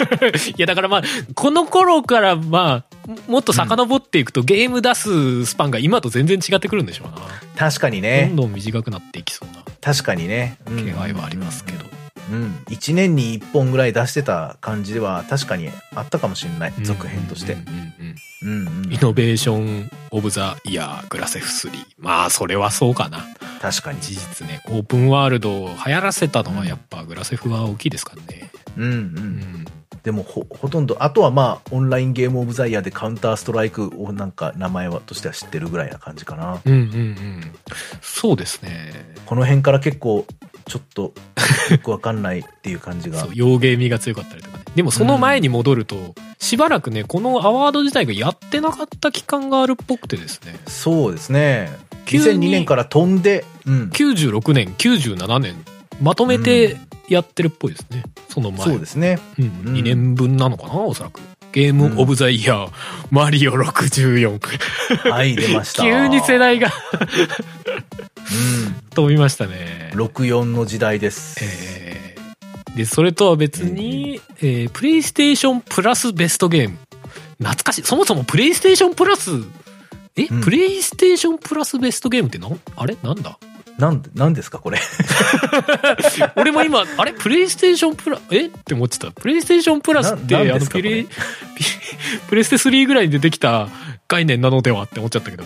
Speaker 2: いやだからまあ、この頃からまあ、ももっと遡っていくと、ゲーム出すスパンが今と全然違ってくるんでしょうな。
Speaker 1: 確かに
Speaker 2: どん
Speaker 1: ね
Speaker 2: どん短くなっていきそうな
Speaker 1: 確かにねうん
Speaker 2: 気配はありますけど。
Speaker 1: うん、1年に1本ぐらい出してた感じでは確かにあったかもしれない続編として
Speaker 2: うんうんうん
Speaker 1: うんうん
Speaker 2: イノベーション・オブ・ザ・イヤー・グラセフ3。まあ、それはそうかな。
Speaker 1: 確かに
Speaker 2: 事実ね、オープンワールドを流行らせたのはやっぱグラセフは大きいですからね。
Speaker 1: うんう
Speaker 2: うんん。
Speaker 1: でもほほとんどあとはまあオンラインゲームオブザイヤーでカウンターストライクをなんか名前はとしては知ってるぐらいな感じかな
Speaker 2: うんうんうん。そうですね。
Speaker 1: この辺から結構ちょっ とよくわかんないっていう感じが
Speaker 2: そう、洋芸味が強かったりとかね。でもその前に戻ると、しばらくね、このアワード自体がやってなかった期間があるっぽくてですね。
Speaker 1: そうですね
Speaker 2: 急
Speaker 1: 2002
Speaker 2: に
Speaker 1: 年から飛んで、うん、
Speaker 2: 96年、97年、まとめてやってるっぽいですね。その前。
Speaker 1: そうですね
Speaker 2: うん、
Speaker 1: うん
Speaker 2: 2年分なのかな、おそらく。ゲームオブザイヤー、マリオ64。
Speaker 1: はい出ました
Speaker 2: 急に世代が
Speaker 1: う
Speaker 2: 飛びましたね。
Speaker 1: ん、64の時代です、
Speaker 2: えーで、それとは別に、えープレイステーションプラスベストゲーム。懐かしい。そもそもプレイステーションプラス、え、
Speaker 1: うん
Speaker 2: プレイステーションプラスベストゲームってな、あれなんだ
Speaker 1: なんでなんですかこれ
Speaker 2: 俺 も今、あれプレイステーションプラ、えって思ってた。プレイステーションプラスって、
Speaker 1: ななん
Speaker 2: あ
Speaker 1: で
Speaker 2: の、
Speaker 1: すか
Speaker 2: プレイ、プレステ3ぐらいに出てきた概念なのではって思っちゃったけど。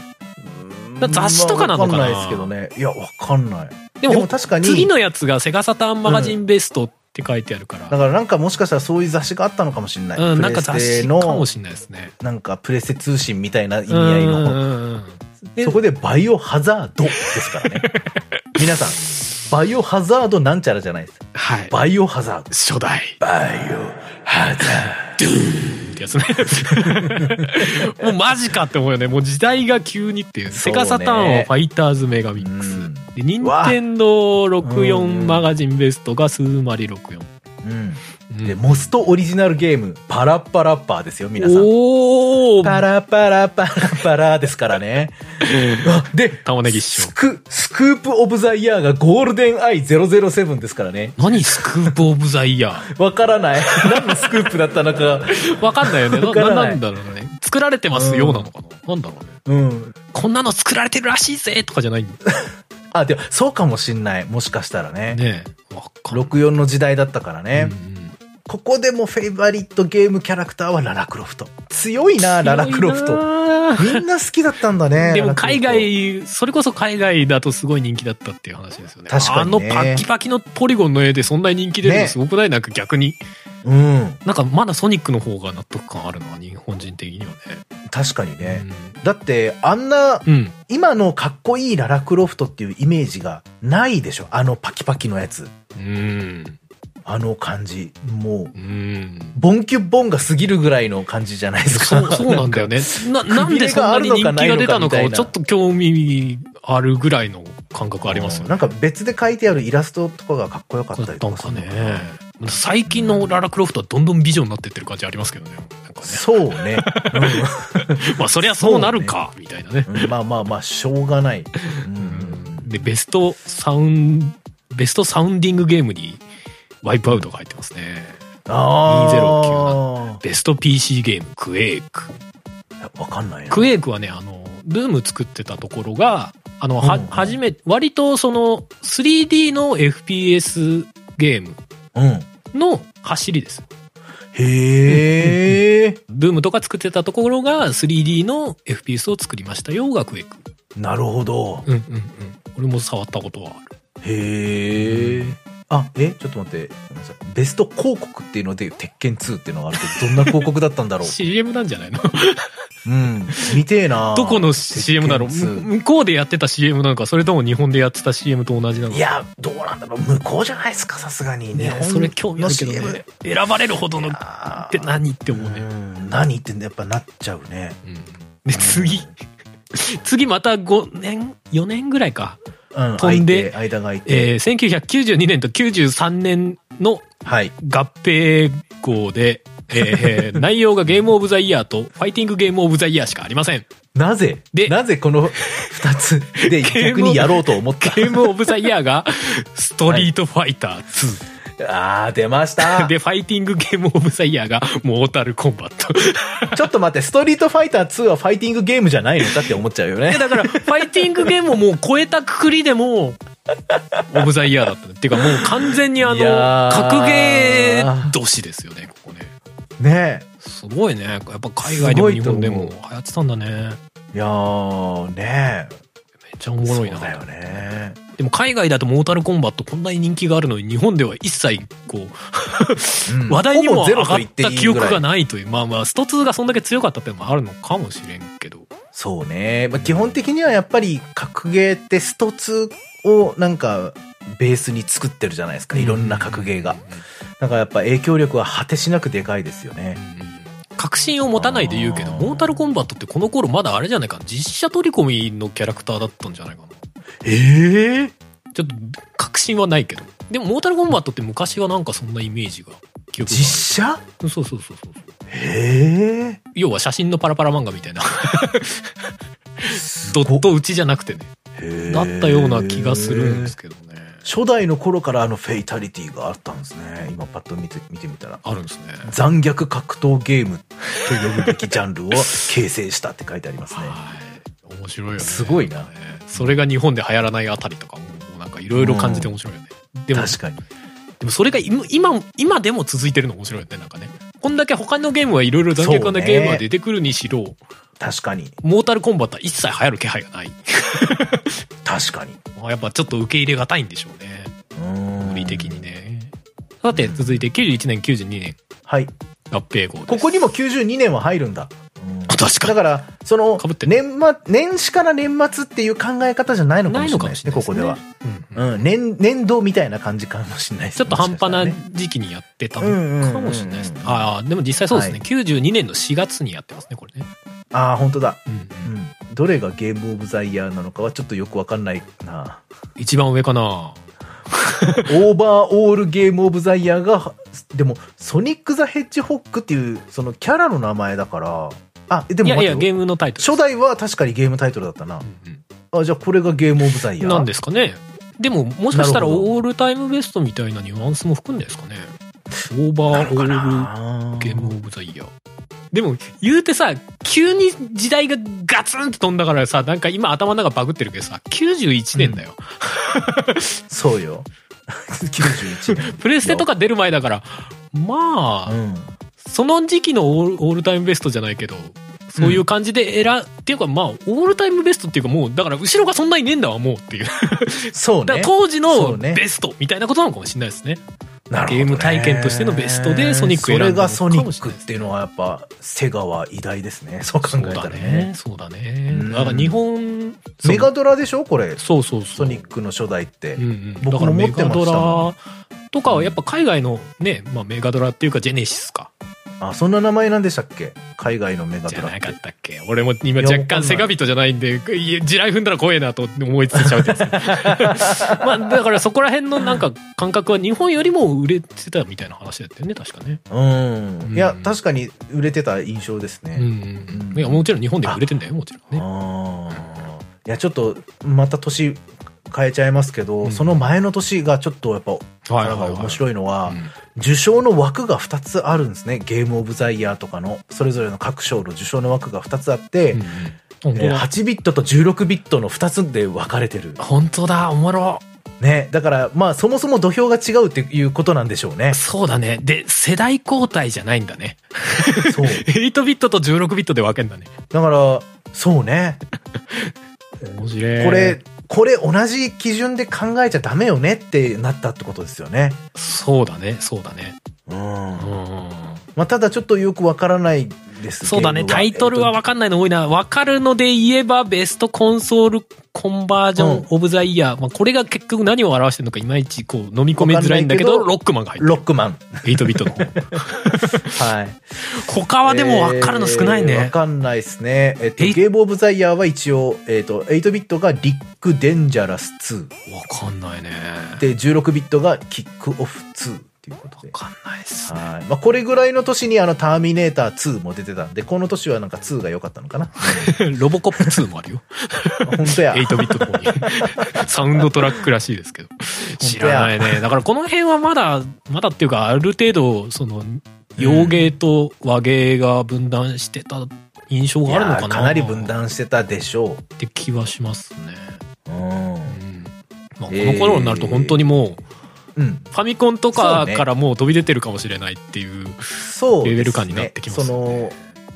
Speaker 2: な雑誌とかなのかな
Speaker 1: わかんないですけどねいやわかんない
Speaker 2: で
Speaker 1: で
Speaker 2: も、
Speaker 1: も確かに
Speaker 2: 次のやつがセガサターンマガジンベストって書いてあるから。
Speaker 1: だからなんかもしかしたらそういう雑誌があったのかもしれない、
Speaker 2: うん、
Speaker 1: プ
Speaker 2: なん
Speaker 1: レ
Speaker 2: か
Speaker 1: ス
Speaker 2: 雑誌
Speaker 1: テ
Speaker 2: か
Speaker 1: の
Speaker 2: もしれないですね。
Speaker 1: なんかプレステ通信みたいな意味合い
Speaker 2: うんう
Speaker 1: の。
Speaker 2: んうんうん
Speaker 1: そこでバイオハザードですから ね。皆さん、バイオハザードなんちゃらじゃないです。
Speaker 2: はい。
Speaker 1: バイオハザード。
Speaker 2: 初代
Speaker 1: バイオハザ
Speaker 2: ってやつね。 もうマジかって思うよね。もう時代が急にっていう。
Speaker 1: そ
Speaker 2: セ
Speaker 1: うね
Speaker 2: ガサターンはファイターズメガミックス
Speaker 1: うん。
Speaker 2: で、任天堂
Speaker 1: うんう
Speaker 2: 64
Speaker 1: ん
Speaker 2: マガジンベストがスーマリ64。
Speaker 1: ード。う
Speaker 2: うん
Speaker 1: ん。で、モストオリジナルゲーム、パラッパラッパーですよ、皆さん。
Speaker 2: おー
Speaker 1: パラパラパラパラですから ね。あで、
Speaker 2: 玉ねぎ師匠
Speaker 1: ス。ク、スクープオブザイヤーがゴールデンアイ007ですからね。
Speaker 2: 何スクープオブザイヤー。
Speaker 1: わからない。 何のスクープだったのか。
Speaker 2: わかんないよね。な
Speaker 1: わから
Speaker 2: な
Speaker 1: ない
Speaker 2: なんだろうね。作られてますようなのかな。なんだろうね。
Speaker 1: うん。
Speaker 2: こんなの作られてるらしいぜとかじゃないんだ
Speaker 1: あ、 でも、そうかもしんない。もしかしたらね。
Speaker 2: ね。わかんない
Speaker 1: 64の時代だったからね。
Speaker 2: うんうん
Speaker 1: ここでもフェイバリットゲームキャラクターはララクロフト。強いな、ララクロフト。
Speaker 2: ト
Speaker 1: みんな好きだったんだね。
Speaker 2: でも
Speaker 1: ララクロ
Speaker 2: 海
Speaker 1: フト。
Speaker 2: 外、それこそ海外だとすごい人気だったっていう話ですよね。
Speaker 1: 確かにね
Speaker 2: あのパッキパキのポリゴンの絵でそんなに人気出るのすごくない、なんか逆に。
Speaker 1: うん。
Speaker 2: なんかまだソニックの方が納得感あるのは日本人的には
Speaker 1: 確かにね。
Speaker 2: ね。
Speaker 1: だって、あんな、
Speaker 2: うん。うん
Speaker 1: 今のかっこいいララクロフトっていうイメージがないでしょ。あのパキパキのやつ。
Speaker 2: うん。
Speaker 1: あの感じ。もう、
Speaker 2: うん。
Speaker 1: ボンキュッボンが過ぎるぐらいの感じじゃないですか。
Speaker 2: そうそうなんだよね。な
Speaker 1: か
Speaker 2: なんでそんなに人気が出たのかをちょっと興味あるぐらいの感覚ありますよね。
Speaker 1: なんか別で書いてあるイラストとかがかっこよかったりとかするのかな
Speaker 2: ね。最近のララクロフトはどんどん美女になってってる感じありますけどね。なんかね。
Speaker 1: そうね。
Speaker 2: まあそりゃそうなるか、みたいなね。
Speaker 1: うんうんまあまあまあ、しょうがない。うん
Speaker 2: で、ベストサウン、ベストサウンディングゲームにワイプアウトが入ってますね。
Speaker 1: あ
Speaker 2: ベスト PC ゲーム、クエイク。
Speaker 1: あ。わかんないな。
Speaker 2: クエイクはね、あの、ルーム作ってたところが、あの、は、
Speaker 1: うんうん
Speaker 2: 初め、割とその 3D の FPS ゲーム
Speaker 1: うん。
Speaker 2: の走りです。
Speaker 1: へえ。
Speaker 2: ルームとか作ってたところが 3D の FPS を作りましたよがクエイク。
Speaker 1: なるほど。
Speaker 2: うんうんうん。俺も触ったことはある。
Speaker 1: へえ。あ、え、ちょっと待って。ごめんなさいベスト広告っていうので、鉄拳2っていうのがあるけど、どんな広告だったん だろ
Speaker 2: CM なんじゃないの
Speaker 1: う。うん。見てえな
Speaker 2: どこの CM だろう
Speaker 1: 鉄拳2
Speaker 2: む向こうでやってた CM なのか、それとも日本でやってた CM と同じなの
Speaker 1: い
Speaker 2: か。
Speaker 1: や、どうなんだろう。向こうじゃないですか、さすがに。日
Speaker 2: ね
Speaker 1: 本、
Speaker 2: それ興味あるけど
Speaker 1: の CM
Speaker 2: ね。選ばれるほどのっ
Speaker 1: あ
Speaker 2: て
Speaker 1: ー
Speaker 2: 何って思うね。
Speaker 1: うん何言ってんだやっぱなっちゃうね。
Speaker 2: うんで、次。 次また5年 ?4 年ぐらいか。
Speaker 1: うん、
Speaker 2: 飛んで
Speaker 1: 空いて間が空いて、
Speaker 2: えー、1992年と93年の
Speaker 1: はい。
Speaker 2: 合併号で、え ー内容がゲームオブザイヤーとファイティングゲームオブザイヤーしかありま せん。
Speaker 1: なぜ
Speaker 2: で
Speaker 1: なぜこ の二つで
Speaker 2: ゲーム
Speaker 1: 逆にやろうと思った
Speaker 2: ゲームオブザイヤーがストリートファイター2。
Speaker 1: あ ー、出ました。
Speaker 2: で、ファイティングゲームオブザイヤーがモータルコンバット。
Speaker 1: ちょっと待って、ストリートファイター2はファイティングゲームじゃないのかって思っちゃうよね
Speaker 2: で。だから、ファイティングゲームをもう超えたくくりでも、オブザイヤーだったね。っていうかもう完全にあ
Speaker 1: いや
Speaker 2: の、
Speaker 1: ー
Speaker 2: 格ゲー同士ですよね、ここね。
Speaker 1: ね
Speaker 2: すごいね。やっぱ海外でも
Speaker 1: すごい
Speaker 2: 日
Speaker 1: と思
Speaker 2: 本
Speaker 1: う
Speaker 2: でも流行ってたんだね。めっ
Speaker 1: え。いやー、ねえ。
Speaker 2: ちゃおもろい
Speaker 1: そ
Speaker 2: な
Speaker 1: う。だよね。
Speaker 2: でも海外だとモータルコンバットこんなに人気があるのに日本では一切こ
Speaker 1: うん
Speaker 2: う話題に
Speaker 1: ほ
Speaker 2: も
Speaker 1: ぼ
Speaker 2: 上
Speaker 1: ゼ
Speaker 2: が
Speaker 1: ロと
Speaker 2: っ
Speaker 1: 言ってい
Speaker 2: た
Speaker 1: い
Speaker 2: 記
Speaker 1: ぐ
Speaker 2: 憶
Speaker 1: らい
Speaker 2: がないというまあまあスト2がそんだけ強かったっていうのもあるのかもしれんけど
Speaker 1: そうね。まあ、基本的にはやっぱり格ゲーってスト2をなんかベースに作ってるじゃないですか。いろんな格ゲーが。だからやっぱ影響力は果てしなくでかいですよね。
Speaker 2: 確信を持たないで言うけど
Speaker 1: あー
Speaker 2: モータルコンバットってこの頃まだあれじゃないかな実写取り込みのキャラクターだったんじゃないかな
Speaker 1: ええ
Speaker 2: ちょっと確信はないけどでもモータルコンバットって昔はなんかそんなイメージが記憶がある
Speaker 1: 実写
Speaker 2: そうそうそうそう
Speaker 1: ええ
Speaker 2: 要は写真のパラパラ漫画みたいな ドット打ちじゃなくてねだったような気がするんですけどね。
Speaker 1: 初代の頃からあのフェイタリティがあったんですね。今パッと見て見てみたら。
Speaker 2: あるんですね。
Speaker 1: 残虐格闘ゲームと呼ぶべきジャンルを形成したって書いてありますね。
Speaker 2: はい。面白いよね。
Speaker 1: すごいな
Speaker 2: ね。それが日本で流行らないあたりとかも、なんかいろいろ感じて面白いよね。でも、
Speaker 1: 確かに。
Speaker 2: でもそれが今、今今でも続いてるの面白いよね、なんかね。こんだけ他のゲームはいろいろ残虐
Speaker 1: そう
Speaker 2: な
Speaker 1: ね
Speaker 2: ゲームが出てくるにしろ、
Speaker 1: 確かに。
Speaker 2: モータルコンバットは一切流行る気配がない。
Speaker 1: 確かに。
Speaker 2: まあやっぱちょっと受け入れがたいんでしょうね。
Speaker 1: 無
Speaker 2: 無理的に。ね。さて、続いて91年、92年、
Speaker 1: はい。
Speaker 2: 合併号です。
Speaker 1: ここにも92年は入るんだ。うん
Speaker 2: あ確か
Speaker 1: だ
Speaker 2: に。
Speaker 1: から、その
Speaker 2: 被って、る
Speaker 1: 年末、年始から年末っていう考え方じゃないのかも
Speaker 2: な
Speaker 1: し
Speaker 2: い
Speaker 1: れ
Speaker 2: の
Speaker 1: な
Speaker 2: か
Speaker 1: いで
Speaker 2: も
Speaker 1: す
Speaker 2: し
Speaker 1: ね、
Speaker 2: れない
Speaker 1: こ
Speaker 2: です
Speaker 1: こ
Speaker 2: ね
Speaker 1: では。
Speaker 2: うん
Speaker 1: うん、年、年度みたいな感じかもしれないです
Speaker 2: ちょっと半端な
Speaker 1: もしかしたらね
Speaker 2: 時期にやってた
Speaker 1: うんうんうんう
Speaker 2: の
Speaker 1: ん
Speaker 2: かもしれないですね。ああ、でも実際そうですね。
Speaker 1: はい
Speaker 2: 92年の4月にやってますね、これね。
Speaker 1: ああ、本当だ。
Speaker 2: うん
Speaker 1: うん。どれがゲームオブザイヤーなのかはちょっとよくわかんない な。
Speaker 2: 一番上かな
Speaker 1: オーバーオールゲームオブザイヤーが、でも、ソニック・ザ・ヘッジホックっていう、そのキャラの名前だから、あ、で
Speaker 2: い
Speaker 1: も
Speaker 2: や
Speaker 1: 待って
Speaker 2: いや、
Speaker 1: よ
Speaker 2: ゲームのタイトルです。
Speaker 1: 初代は確かにゲームタイトルだったな
Speaker 2: う。ん
Speaker 1: あ、じゃあこれがゲームオブザイ
Speaker 2: う
Speaker 1: ヤ
Speaker 2: ん
Speaker 1: ー。
Speaker 2: なんですかね。でも、もしかしたら
Speaker 1: なるほど
Speaker 2: オールタイムベストみたいなニュアンスも含んでですかね。オー
Speaker 1: な
Speaker 2: バ
Speaker 1: の
Speaker 2: ーオ
Speaker 1: か
Speaker 2: ー
Speaker 1: な
Speaker 2: ルゲームオブザイヤー。でも、言うてさ、急に時代がガツンと飛んだからさ、なんか今頭の中バグってるけどさ、91年だよ。
Speaker 1: そうよ。 91年。
Speaker 2: プレステとか出る前だから、まあ、
Speaker 1: うん。
Speaker 2: その時期のオールオールタイムベストじゃないけど、そういう感じで選、っていうかまあ、オールタイムベストっていうかもう、だから後ろがそんなにねえんだわ、もうっていう。
Speaker 1: そう
Speaker 2: だか
Speaker 1: ね
Speaker 2: ら。当時
Speaker 1: そ
Speaker 2: の
Speaker 1: うね
Speaker 2: ベストみたいなことなのかもしれないですね。
Speaker 1: なるほどね
Speaker 2: ゲーム体験としてのベストでソニック選んだの
Speaker 1: それ
Speaker 2: かも
Speaker 1: が
Speaker 2: し
Speaker 1: ソニック
Speaker 2: れない
Speaker 1: っていうのはやっぱ、セガは偉大ですね。そう考
Speaker 2: そう
Speaker 1: えた
Speaker 2: だ
Speaker 1: ら
Speaker 2: ね
Speaker 1: ね。。
Speaker 2: そうだね
Speaker 1: う。ん
Speaker 2: だから日本、
Speaker 1: メガドラでしょこれ。
Speaker 2: そうそうそ
Speaker 1: ソ
Speaker 2: う。
Speaker 1: ニックの初代って。
Speaker 2: うんうん、
Speaker 1: 僕も
Speaker 2: だから
Speaker 1: 持
Speaker 2: メ
Speaker 1: って
Speaker 2: ガ
Speaker 1: ました
Speaker 2: ドラとかはやっぱ海外のね、まあ、メガドラっていうかジェネシスか
Speaker 1: あ、そんな名前なんでしたっけ海外のメガ
Speaker 2: じ
Speaker 1: ド
Speaker 2: ゃ
Speaker 1: ラっ
Speaker 2: なか
Speaker 1: て
Speaker 2: っ。たっけ俺も
Speaker 1: いや
Speaker 2: 今若
Speaker 1: わかん
Speaker 2: 干
Speaker 1: ない
Speaker 2: セガビットじゃないんでいや地雷踏んだら怖えなと思いつつ 喋ってますまあだからそこら辺のなんか感覚は日本よりも売れてたみたいな話だったよね確かね
Speaker 1: うん。いや
Speaker 2: う、ん
Speaker 1: 確かに売れてた印象です
Speaker 2: うん
Speaker 1: ね。
Speaker 2: うん
Speaker 1: う
Speaker 2: うんんいやもちろん日本でも売れてんだよもちろんね
Speaker 1: ああ。いや、ちょっと、また年変えちゃいますけど、
Speaker 2: うん
Speaker 1: その前の年がちょっとやっぱ、
Speaker 2: はい
Speaker 1: なんか面白いのは、
Speaker 2: うん
Speaker 1: 受賞の枠が2つあるんですね。ゲームオブザイヤーとかの、それぞれの各賞の受賞の枠が2つあって、
Speaker 2: うんうん本当
Speaker 1: えー
Speaker 2: だ
Speaker 1: 8ビットと16ビットの2つで分かれてる。
Speaker 2: 本当だおもろ。
Speaker 1: ね。だから、まあ、そもそも土俵が違うっていうことなんでしょうね
Speaker 2: そうだねで世代交代じゃないんだね
Speaker 1: そう。
Speaker 2: 8ビットと16ビットで分けんだね
Speaker 1: だから、そうね。
Speaker 2: 面白い
Speaker 1: これ、これ同じ基準で考えちゃダメよねってなったってことですよね。
Speaker 2: そうだねそうだね
Speaker 1: うん。
Speaker 2: うん
Speaker 1: ま
Speaker 2: うんうん
Speaker 1: あ、ただちょっとよくわからないです
Speaker 2: そうだね
Speaker 1: ゲーム
Speaker 2: タイトルは
Speaker 1: えっ
Speaker 2: 分かんないの多いな分かるので言えばベストコンソールコンバージョ
Speaker 1: うん
Speaker 2: ン・オブ・ザ・イヤー、まあ、これが結局何を表してるのかいまいちこう飲み込めづらいんだけど
Speaker 1: わかんな
Speaker 2: ロックマンが入
Speaker 1: と
Speaker 2: っ
Speaker 1: ロックマン。
Speaker 2: てる8ビットの 方
Speaker 1: はい。
Speaker 2: 他はでも分かるの少ない
Speaker 1: えーわ
Speaker 2: ね、
Speaker 1: かんないですね。えっと、
Speaker 2: えい
Speaker 1: ゲームオブザイヤーは一応、えっと、8ビットがリック・デンジャラス2。
Speaker 2: 分かんないね
Speaker 1: で、16ビットがキックオフ2っていうこと
Speaker 2: 分
Speaker 1: で。
Speaker 2: かんないっすね
Speaker 1: はい。まあ、これぐらいの年にあの、ターミネーター2も出てたんで、この年はなんか2が良かったのかな。
Speaker 2: ロボコップ2もあるよ
Speaker 1: 本当や。
Speaker 2: 8ビットの方にサウンドトラックらしいですけど知らないねだからこの辺はまだまだっていうかある程度その洋芸と和芸が分断してた印象があるの
Speaker 1: いや
Speaker 2: かな
Speaker 1: ーかなり分断してたでしょ
Speaker 2: って気はしますね、
Speaker 1: う。うん。
Speaker 2: うんまあ、こ
Speaker 1: えー
Speaker 2: の頃になると本当にもう
Speaker 1: うん。
Speaker 2: ファミコンと
Speaker 1: そう
Speaker 2: か
Speaker 1: ね
Speaker 2: からもう飛び出てるかもしれないっていう
Speaker 1: そうですね、
Speaker 2: レベル感になってきますね
Speaker 1: その、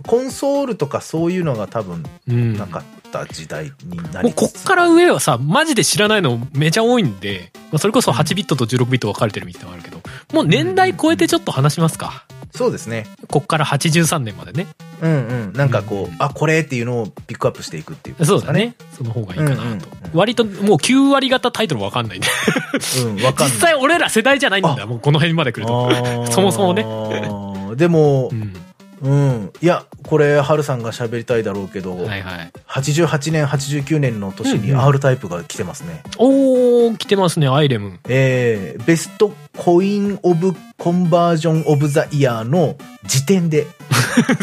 Speaker 1: コンソールとかそういうのが多分
Speaker 2: うん
Speaker 1: なかった時代にな
Speaker 2: も
Speaker 1: り
Speaker 2: うこ
Speaker 1: つ
Speaker 2: っ
Speaker 1: つ
Speaker 2: から上はさ、マジで知らないのめちゃ多いんで、まあ、それこそ8ビットと16ビット分かれてるみたいなのがあるけど、もう年代超えてちょっと話しますか。
Speaker 1: そうですね。
Speaker 2: こっから83年までね。
Speaker 1: うんうん。なんかこう、
Speaker 2: うん
Speaker 1: あ、これっていうのをピックアップしていくっていうこと
Speaker 2: そ
Speaker 1: で
Speaker 2: う
Speaker 1: すか
Speaker 2: だ
Speaker 1: ね。
Speaker 2: ね。その方がいいかなと。
Speaker 1: うんうん
Speaker 2: 割ともう9割型タイトル分かんないんで。
Speaker 1: うん、わかん
Speaker 2: 実
Speaker 1: ない。
Speaker 2: 際俺ら世代じゃないんだ。もうこの辺まで来ると。
Speaker 1: あー
Speaker 2: そもそもね。
Speaker 1: でも
Speaker 2: う、ん。
Speaker 1: うん。いや、これ、ハルさんが喋りたいだろうけど、
Speaker 2: はいはい。
Speaker 1: 88年、89年の年に
Speaker 2: うんうん
Speaker 1: R タイプが来てますね。
Speaker 2: おー、来てますね、アイレム。
Speaker 1: えー、ベストコイン・オブ・コンバージョン・オブ・ザ・イヤーの時点 で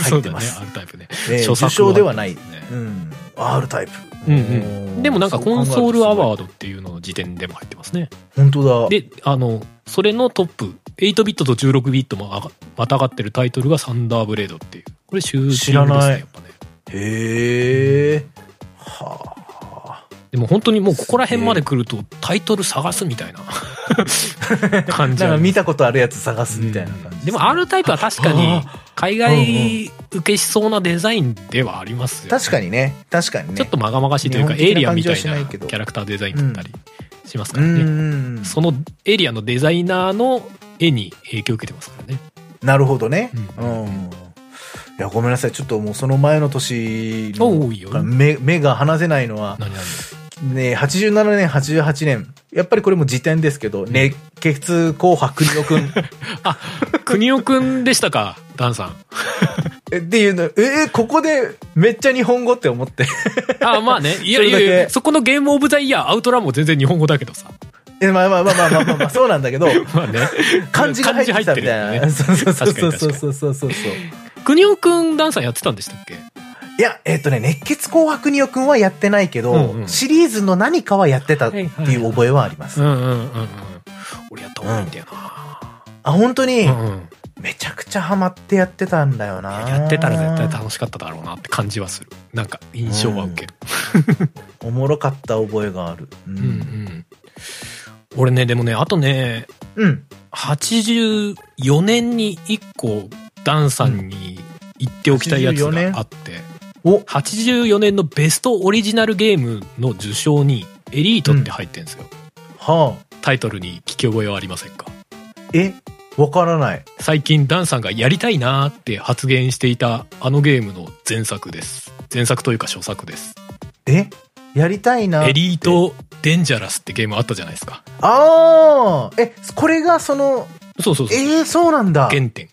Speaker 2: そ
Speaker 1: 入っ
Speaker 2: う
Speaker 1: て
Speaker 2: だね
Speaker 1: ま、す。
Speaker 2: あるタイプね。
Speaker 1: えー
Speaker 2: 著作
Speaker 1: 受賞ではない
Speaker 2: ね。
Speaker 1: うん。R タイプ。
Speaker 2: うん
Speaker 1: お
Speaker 2: う
Speaker 1: ー
Speaker 2: ん。でもなんか
Speaker 1: そう考え
Speaker 2: コ
Speaker 1: る
Speaker 2: ン
Speaker 1: と
Speaker 2: ソールア
Speaker 1: すごい
Speaker 2: ワードっていうのの時点でも入ってますね。
Speaker 1: 本当だ。
Speaker 2: で、あの、それのトップ、8ビットと16ビットも上がまたがってるタイトルがサンダーブレードっていう。これシューティング
Speaker 1: 知ら
Speaker 2: です
Speaker 1: な
Speaker 2: ね、
Speaker 1: い
Speaker 2: やっぱね。
Speaker 1: へえ。はあ。
Speaker 2: でも本当にもうここら辺まで来るとタイトル探すみたいな 感じ
Speaker 1: なん
Speaker 2: あ
Speaker 1: か
Speaker 2: る
Speaker 1: 見たことあるやつ探すみたいな感じ
Speaker 2: う
Speaker 1: す
Speaker 2: ん
Speaker 1: ね。
Speaker 2: でも R タイプは確かに
Speaker 1: は
Speaker 2: 海外受けしそうなデザインではありますよ、
Speaker 1: 確かにね。確かにね。
Speaker 2: ちょっとまがまがしいというか
Speaker 1: 日本
Speaker 2: エイ
Speaker 1: 的
Speaker 2: リ
Speaker 1: な
Speaker 2: ア
Speaker 1: 感
Speaker 2: ンみ
Speaker 1: じ
Speaker 2: た
Speaker 1: はいしない
Speaker 2: な
Speaker 1: けど
Speaker 2: キャラクターデザインだったりしますか
Speaker 1: う
Speaker 2: らね、
Speaker 1: ん。
Speaker 2: そのエイリアンのデザイナーの絵に影響を受けてますからね
Speaker 1: なるほどね。う。
Speaker 2: うん
Speaker 1: いや、ごめんなさい。ちょっともうその前の年
Speaker 2: お
Speaker 1: の
Speaker 2: ういいよ
Speaker 1: 目目が離せないのは、
Speaker 2: 何々
Speaker 1: ね、87年、88年。やっぱりこれも時点ですけど、熱血紅白国くん
Speaker 2: あ、国尾くんでしたか、ダンさん。
Speaker 1: っていうの、えーここでめっちゃ日本語って思って。
Speaker 2: あ、まあね。いやいや
Speaker 1: それ
Speaker 2: い
Speaker 1: だ
Speaker 2: や、
Speaker 1: け
Speaker 2: そこのゲームオブザイヤー、アウトランも全然日本語だけどさ。
Speaker 1: えまあまあまあまあまあまあまあ、そうなんだけど、
Speaker 2: まあね。
Speaker 1: 漢字が入ってきたみたいな。
Speaker 2: 漢字入ってる
Speaker 1: そうそうそ
Speaker 2: よね
Speaker 1: うそう
Speaker 2: 確かに確
Speaker 1: そうそうそう。
Speaker 2: 国尾くん、ダンさんやってたんでしたっけ
Speaker 1: いや、えっ、とね、熱血紅白におくんはやってないけど、
Speaker 2: うんうん
Speaker 1: シリーズの何かはやってたっていう覚えはあります。
Speaker 2: うんうんうんうん。俺やったことないんだよ
Speaker 1: あ、本当に
Speaker 2: な。、うんうん。
Speaker 1: めちゃくちゃハマってやってたんだよな。
Speaker 2: やってたら絶対楽しかっただろうなって感じはする。なんか、印象は受ける。
Speaker 1: おもろかった覚えがある。うん。
Speaker 2: うんうん。俺ね、でもね、あとね、
Speaker 1: うん。
Speaker 2: 84年に1個、ダンさんに言っておきたいやつ
Speaker 1: 84年
Speaker 2: があって、
Speaker 1: お、
Speaker 2: 84年のベストオリジナルゲームの受賞に、エリートって入ってんですよ。
Speaker 1: はあ。
Speaker 2: タイトルに聞き覚えはありませんか
Speaker 1: え、わからない。
Speaker 2: 最近ダンさんがやりたいなーって発言していたあのゲームの前作です。前作というか初作です。
Speaker 1: え、やりたいな。
Speaker 2: エリー。ト・デンジャラスってゲームあったじゃないですか。
Speaker 1: ああ。え、これがその、
Speaker 2: そうそうそう。
Speaker 1: えー、そうなんだ。
Speaker 2: 原点。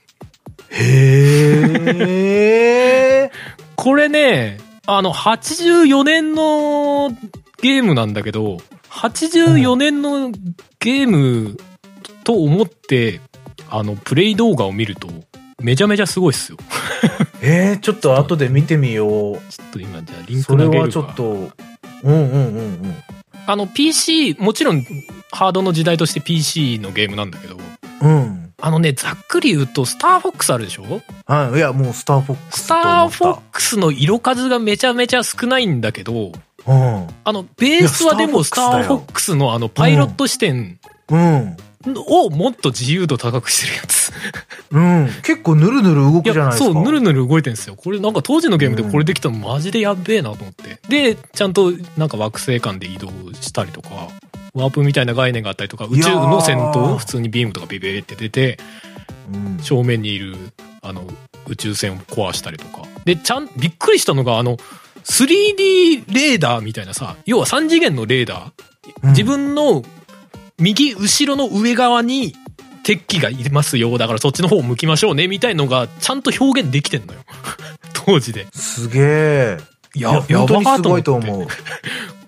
Speaker 1: へえ。
Speaker 2: これね、あの、84年のゲームなんだけど、84年のゲームと思って、あの、プレイ動画を見ると、めちゃめちゃすごいっすよ。
Speaker 1: えー、ちょっと後で見てみよう。
Speaker 2: ちょっと今、じゃあリン
Speaker 1: そ
Speaker 2: ク
Speaker 1: れ
Speaker 2: 投げる
Speaker 1: は
Speaker 2: か
Speaker 1: ちょっと、うんうんうんうん。
Speaker 2: あの、PC、もちろん、ハードの時代として PC のゲームなんだけど、
Speaker 1: うん。
Speaker 2: あのね、ざっくり言うと、スターフォックスあるでしょ
Speaker 1: はい、いや、もうスターフォックス
Speaker 2: ス
Speaker 1: と
Speaker 2: タ
Speaker 1: 思っ
Speaker 2: ー
Speaker 1: た。
Speaker 2: フォックスの色数がめちゃめちゃ少ないんだけど、あの、ベースはでも
Speaker 1: いや
Speaker 2: ス
Speaker 1: ス
Speaker 2: タ
Speaker 1: ターフォックスだ
Speaker 2: ー
Speaker 1: よ
Speaker 2: フォックスのあの、パイロット視点
Speaker 1: うん。うん。
Speaker 2: をもっと自由度高くしてるやつ。
Speaker 1: うん。結構ぬるぬる動くじゃないです
Speaker 2: そ
Speaker 1: か。
Speaker 2: う、ぬるぬる動いてるんですよ。これなんか当時のゲームでこれできたのマジでやっべえなと思って。で、ちゃんとなんか惑星間で移動したりとか、ワープみたいな概念があったりとか、宇宙の戦闘を普通にビームとかビビビって出て、
Speaker 1: うん。
Speaker 2: 正面にいるあの宇宙船を壊したりとかでちゃんびっくりしたのがあの 3D レーダーみたいなさ要は3次元のレーダー
Speaker 1: うん
Speaker 2: 自分の右後ろの上側に敵機がいますよだからそっちの方を向きましょうねみたいのがちゃんと表現できてんのよ 当時です
Speaker 1: げえ。
Speaker 2: い
Speaker 1: いや、
Speaker 2: や
Speaker 1: 本当に
Speaker 2: ば
Speaker 1: すごいと
Speaker 2: 思っ
Speaker 1: 思う。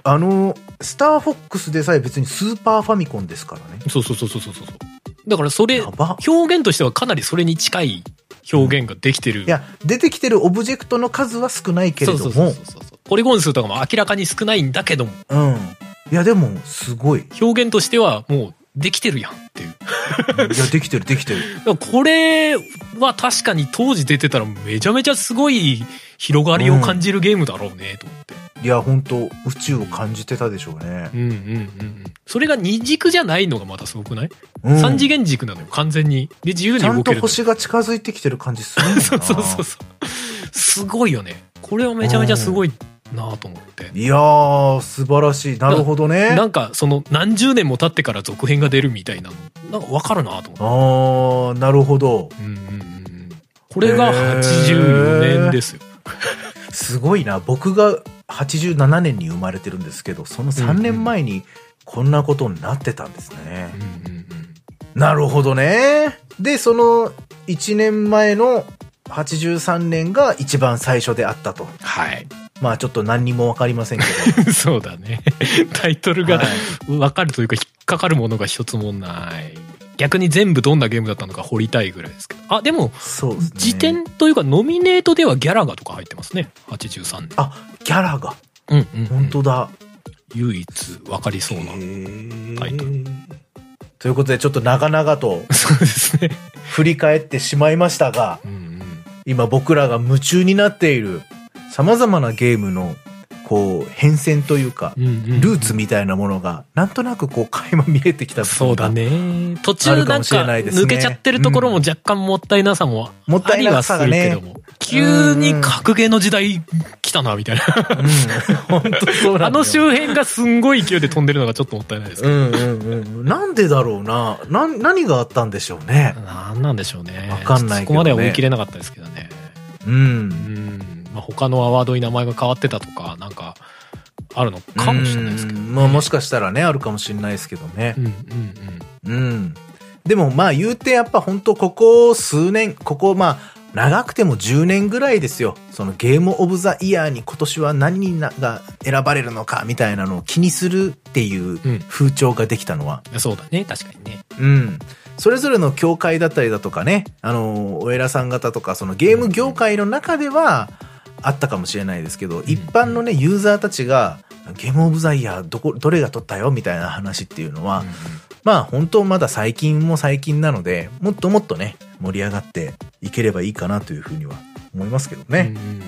Speaker 1: あの、スターフォックスでさえ別にスーパーファミコンですからね。
Speaker 2: てそうそうそうそうそうそうだからそれ
Speaker 1: やば。
Speaker 2: 表現としてはかなりそれに近い表現ができてる
Speaker 1: いや、出てきてるオブジェクトの数は少ないけれど
Speaker 2: そう
Speaker 1: も
Speaker 2: そう、そうそうそうポリゴン数とかも明らかに少ないんだけども
Speaker 1: うん。いや、でも、すごい。い
Speaker 2: 表現としてはもうできてるやんっていう
Speaker 1: や、できてる、できてる。
Speaker 2: だからこれは確かに当時出てたらめちゃめちゃすごい広がりを感じるゲームだろうねと思って、
Speaker 1: いや、本当宇宙を感じてたでしょうね。
Speaker 2: うん、うんうんうんそれが二軸じゃないのがまたすごくない、
Speaker 1: うん。
Speaker 2: 三次元軸なのよ完全にで自由に
Speaker 1: ちゃん
Speaker 2: 動
Speaker 1: と
Speaker 2: けるのよ
Speaker 1: 星が近づいてきてる感じするもんな
Speaker 2: そうそうそうそうすごいよねこれはめちゃめちゃすごいなと思って、
Speaker 1: いやー、素晴らしい。なるほどね。
Speaker 2: なんかその何十年も経ってから続編が出るみたいなのなんかわかるなと思っ
Speaker 1: あー、
Speaker 2: て
Speaker 1: なるほど。
Speaker 2: うんうんうんうんこれが84年ですよ
Speaker 1: すごいな。僕が87年に生まれてるんですけど、その3年前にこんなことになってたんですね。なるほどね。で、その1年前の83年が一番最初であったと。
Speaker 2: はい
Speaker 1: まあちょっと何にもわかりませんけ
Speaker 2: そうだねタイトル
Speaker 1: ど。は
Speaker 2: が
Speaker 1: い
Speaker 2: 分かるというか引っかかるものが一つもない逆に全部どんなゲームだったのか掘りたいぐらいですけどあでも
Speaker 1: そうですね。
Speaker 2: 辞典というかノミネートではギャラガとか入ってますね83年
Speaker 1: あ、ギャラが。
Speaker 2: うんうん、うん、
Speaker 1: 本当だ。
Speaker 2: 唯一分かりそうな
Speaker 1: へー
Speaker 2: タイト
Speaker 1: ということで、ちょっと長々と
Speaker 2: そうですね
Speaker 1: 振り返ってしまいましたが、
Speaker 2: うんうん
Speaker 1: 今僕らが夢中になっている様々なゲームの、こう、変遷というか
Speaker 2: う、んうん
Speaker 1: ルーツみたいなものが、なんとなくこう、垣間見えてきた部分が
Speaker 2: そうだ。ね途
Speaker 1: あ
Speaker 2: 中
Speaker 1: る
Speaker 2: な
Speaker 1: か
Speaker 2: ん
Speaker 1: も
Speaker 2: か
Speaker 1: しれないですね
Speaker 2: 抜けちゃってるところも若干もったいなさも
Speaker 1: もった
Speaker 2: あ
Speaker 1: い
Speaker 2: り
Speaker 1: な
Speaker 2: は
Speaker 1: さ
Speaker 2: す
Speaker 1: が
Speaker 2: るけ
Speaker 1: ね
Speaker 2: ど。も、急に格ゲーの時代来たな、みたいな。
Speaker 1: うん。本当そうな
Speaker 2: あ
Speaker 1: んだよ
Speaker 2: の周辺がすんごい勢いで飛んでるのがちょっともったいないです
Speaker 1: う
Speaker 2: けど。
Speaker 1: んうんうん。なんでだろうな。な、何があったんでしょうね。
Speaker 2: なんなんでしょうね。
Speaker 1: わかんないけどね
Speaker 2: そこまでは追い切れなかったですけどね。
Speaker 1: う。
Speaker 2: うんん。まあ、他のアワードに名前が変わってたとか、なんか、あるのかもしれないですけど。
Speaker 1: うんまあもしかしたらね、あるかもしれないですけどね
Speaker 2: う。んうん
Speaker 1: うん。でもまあ言うてやっぱ本当ここ数年、ここまあ長くても10年ぐらいですよ。そのゲームオブザイヤーに今年は何人が選ばれるのかみたいなのを気にするっていう
Speaker 2: うん
Speaker 1: 風潮ができたのは。
Speaker 2: うん。そうだね、確かにね。
Speaker 1: うん。それぞれの協会だったりだとかね、あの、お偉さん方とかそのゲーム業界の中ではあったかもしれないですけど、一般のね、ユーザーたちがゲームオブザイヤーどこ、どれが取ったよみたいな話っていうのは、
Speaker 2: うんうん
Speaker 1: まあ本当まだ最近も最近なので、もっともっとね、盛り上がっていければいいかなというふうには思いますけどね。
Speaker 2: うんうんうん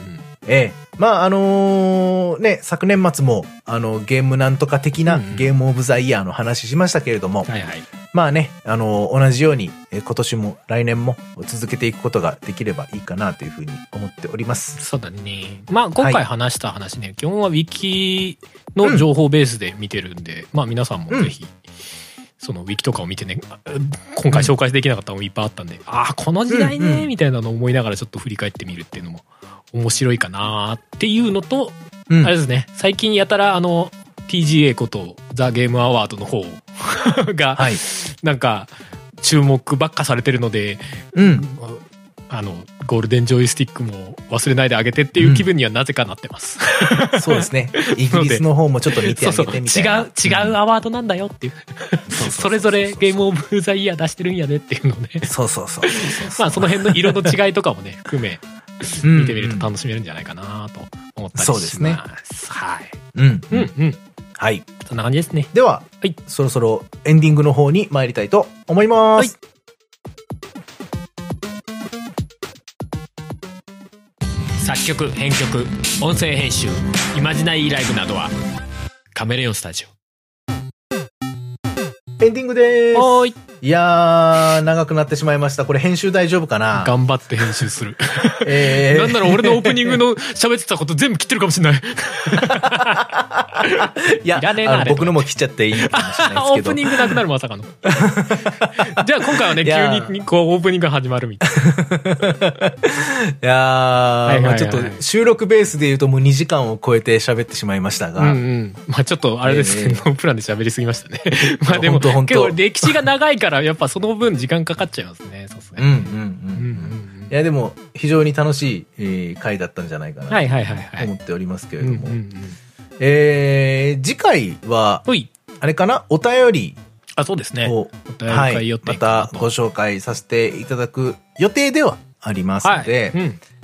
Speaker 1: ええ。まあ、あのーね、昨年末も、あの、ゲームなんとか的な
Speaker 2: うんうん
Speaker 1: ゲームオブザイヤーの話しましたけれども、
Speaker 2: はいはい。
Speaker 1: まあね、あのー同じように、えー今年も来年も続けていくことができればいいかなというふうに思っております。
Speaker 2: そうだね。まあ、今回話した話ね、基本は Wiki の情報ベースで見てるんで、まあ皆さんもぜひ、その Wiki とかを見てね、あ今回紹介できなかったのもいっぱいあったんで、ああ、この時代
Speaker 1: うんう
Speaker 2: ね、
Speaker 1: ん
Speaker 2: みたいなのを思いながらちょっと振り返ってみるっていうのも面白いかなっていうのと、
Speaker 1: うん
Speaker 2: あれですね、最近やたらあの、TGA ことザ・ゲームアワードの方が、
Speaker 1: はい。
Speaker 2: なんか、注目ばっかされてるので、
Speaker 1: うん。
Speaker 2: あの、ゴールデンジョイスティックも忘れないであげてっていう気分にはなぜかなってます。
Speaker 1: そうです ね。イギリスの方もちょっと見て
Speaker 2: そ
Speaker 1: あ
Speaker 2: うそ
Speaker 1: げ
Speaker 2: う。違う、
Speaker 1: て
Speaker 2: 違
Speaker 1: みたいな。
Speaker 2: うアワードなんだよっていう。それぞれゲームオブザイヤー出してるんやねっていうのをね。
Speaker 1: そうそうそうそう そう。
Speaker 2: まあその辺の色の違いとかもね、含め、
Speaker 1: うん
Speaker 2: 見てみると楽しめるんじゃないかなと思ったりします。
Speaker 1: そうですね
Speaker 2: はい。
Speaker 1: うん。
Speaker 2: う
Speaker 1: うんん。
Speaker 2: うん。
Speaker 1: はい。
Speaker 2: そんな感じですね。
Speaker 1: では、
Speaker 2: はい
Speaker 1: そろそろエンディングの方に参りたいと思います。
Speaker 2: 作曲、編曲、音声編集、イマジナイライブなどは、カメレオンスタジ
Speaker 1: エンディングで
Speaker 2: オ。
Speaker 1: ー
Speaker 2: おーい。
Speaker 1: す。いやー、長くなってしまいました。これ編集大丈夫かな
Speaker 2: 頑張って編集する。
Speaker 1: え
Speaker 2: なんなら俺のオープニングの喋ってたこと全部切ってるかもしれない。
Speaker 1: いや、
Speaker 2: いらねえな
Speaker 1: あの
Speaker 2: あれ
Speaker 1: 僕のも切っちゃっていいかもしれない
Speaker 2: オ
Speaker 1: です
Speaker 2: ー
Speaker 1: け
Speaker 2: プ
Speaker 1: ど
Speaker 2: ニ。ングなくなるま さかの。じゃあ今回はね、
Speaker 1: いやー
Speaker 2: 急にこうオープニングが始まるみたいな。
Speaker 1: いや
Speaker 2: いは
Speaker 1: ー、
Speaker 2: い
Speaker 1: まあちょっと
Speaker 2: はい
Speaker 1: 収録ベースで言うともう2時間を超えて喋ってしまいましたが、
Speaker 2: うんうん。まあちょっとあれですけ
Speaker 1: え
Speaker 2: ど、ノープランで喋りすぎ ましたね。まあでも、
Speaker 1: ほんとほんと
Speaker 2: 結構歴史が長いから、やっぱその分時間かかっちゃいますね。そうです
Speaker 1: うんうん
Speaker 2: ね。
Speaker 1: うん
Speaker 2: うんう
Speaker 1: い
Speaker 2: ん
Speaker 1: や、でも非常に楽しい、えー回だったんじゃないか
Speaker 2: うん。は
Speaker 1: ない
Speaker 2: はいはい
Speaker 1: と
Speaker 2: はい。
Speaker 1: 思っておりますけれ
Speaker 2: うん
Speaker 1: ど
Speaker 2: う
Speaker 1: も。
Speaker 2: んうん。
Speaker 1: えー、次回は、
Speaker 2: ほい。
Speaker 1: あれかなお便り
Speaker 2: あ、そうですね。
Speaker 1: を、
Speaker 2: お便り
Speaker 1: は
Speaker 2: 会
Speaker 1: い
Speaker 2: 予、定
Speaker 1: ま
Speaker 2: かな
Speaker 1: た
Speaker 2: と
Speaker 1: ご紹介させていただく予定ではありますの
Speaker 2: はい。
Speaker 1: で、
Speaker 2: う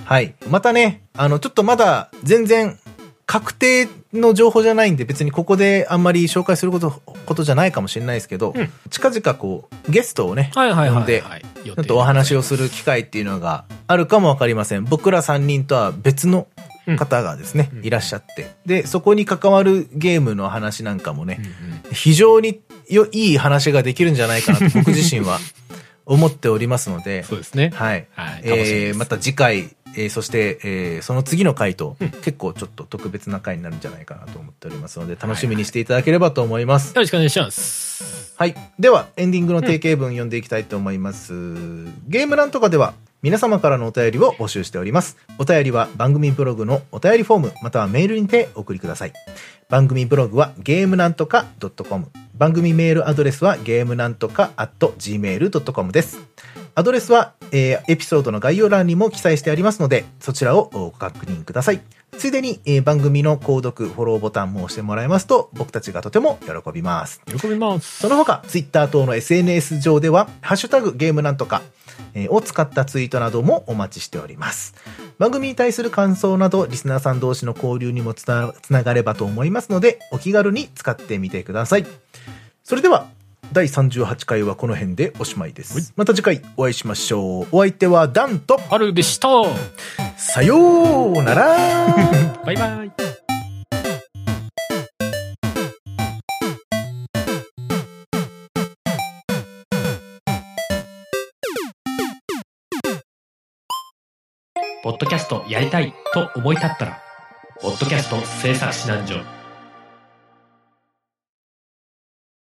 Speaker 1: はい、
Speaker 2: ん。
Speaker 1: またね、あの、ちょっとまだ全然確定の情報じゃないんで、別にここであんまり紹介すること、ことじゃないかもしれないですけど、
Speaker 2: うん
Speaker 1: 近々こう、ゲストをね、
Speaker 2: はいはい
Speaker 1: な
Speaker 2: は
Speaker 1: ん
Speaker 2: い
Speaker 1: で
Speaker 2: はい。ち
Speaker 1: ちょっとお話をする機会っていうのがあるかもわかりません。僕ら3人とは別の方がですね、
Speaker 2: うん
Speaker 1: いらっしゃって。で、そこに関わるゲームの話なんかもね
Speaker 2: うん、うん
Speaker 1: 非常によいい話ができるんじゃないかなと 僕自身は思っておりますので、
Speaker 2: そうですね。
Speaker 1: はい。
Speaker 2: はい。楽しみ
Speaker 1: え
Speaker 2: で
Speaker 1: ー
Speaker 2: す
Speaker 1: また次回、えーそして、えーその次の回と、
Speaker 2: うん
Speaker 1: 結構ちょっと特別な回になるんじゃないかなと思っておりますので、楽しみにしていただければと思います。
Speaker 2: よろしくお願いします。
Speaker 1: はい。では、エンディングの定型文読んでいきたいと思います。ゲーム欄とかでは、皆様からのお便りを募集しております。お便りは番組ブログのお便りフォーム、またはメールにてお送りください。番組ブログはゲームなんとか .com。番組メールアドレスはゲームなんとか .gmail.com です。アドレスは、えーエピソードの概要欄にも記載してありますので、そちらをご確認ください。ついでに、えー番組の購読、フォローボタンも押してもらえますと、僕たちがとても喜びます。
Speaker 2: 喜びます。
Speaker 1: その他、ツイッター等の SNS 上では、ハッシュタグゲームなんとか、えーを使ったツイートなどもお待ちしております。番組に対する感想など、リスナーさん同士の交流にもつなつながればと思いますので、お気軽に使ってみてください。それでは、第38回はこの辺でおしまいで
Speaker 2: はい
Speaker 1: す。また次回お会いしましょう。お相手はダンと、
Speaker 2: 春でした。
Speaker 1: さようなら
Speaker 2: バイバイ。ポッドキャストやりたいと思い立ったら、ポッドキャスト制作指南所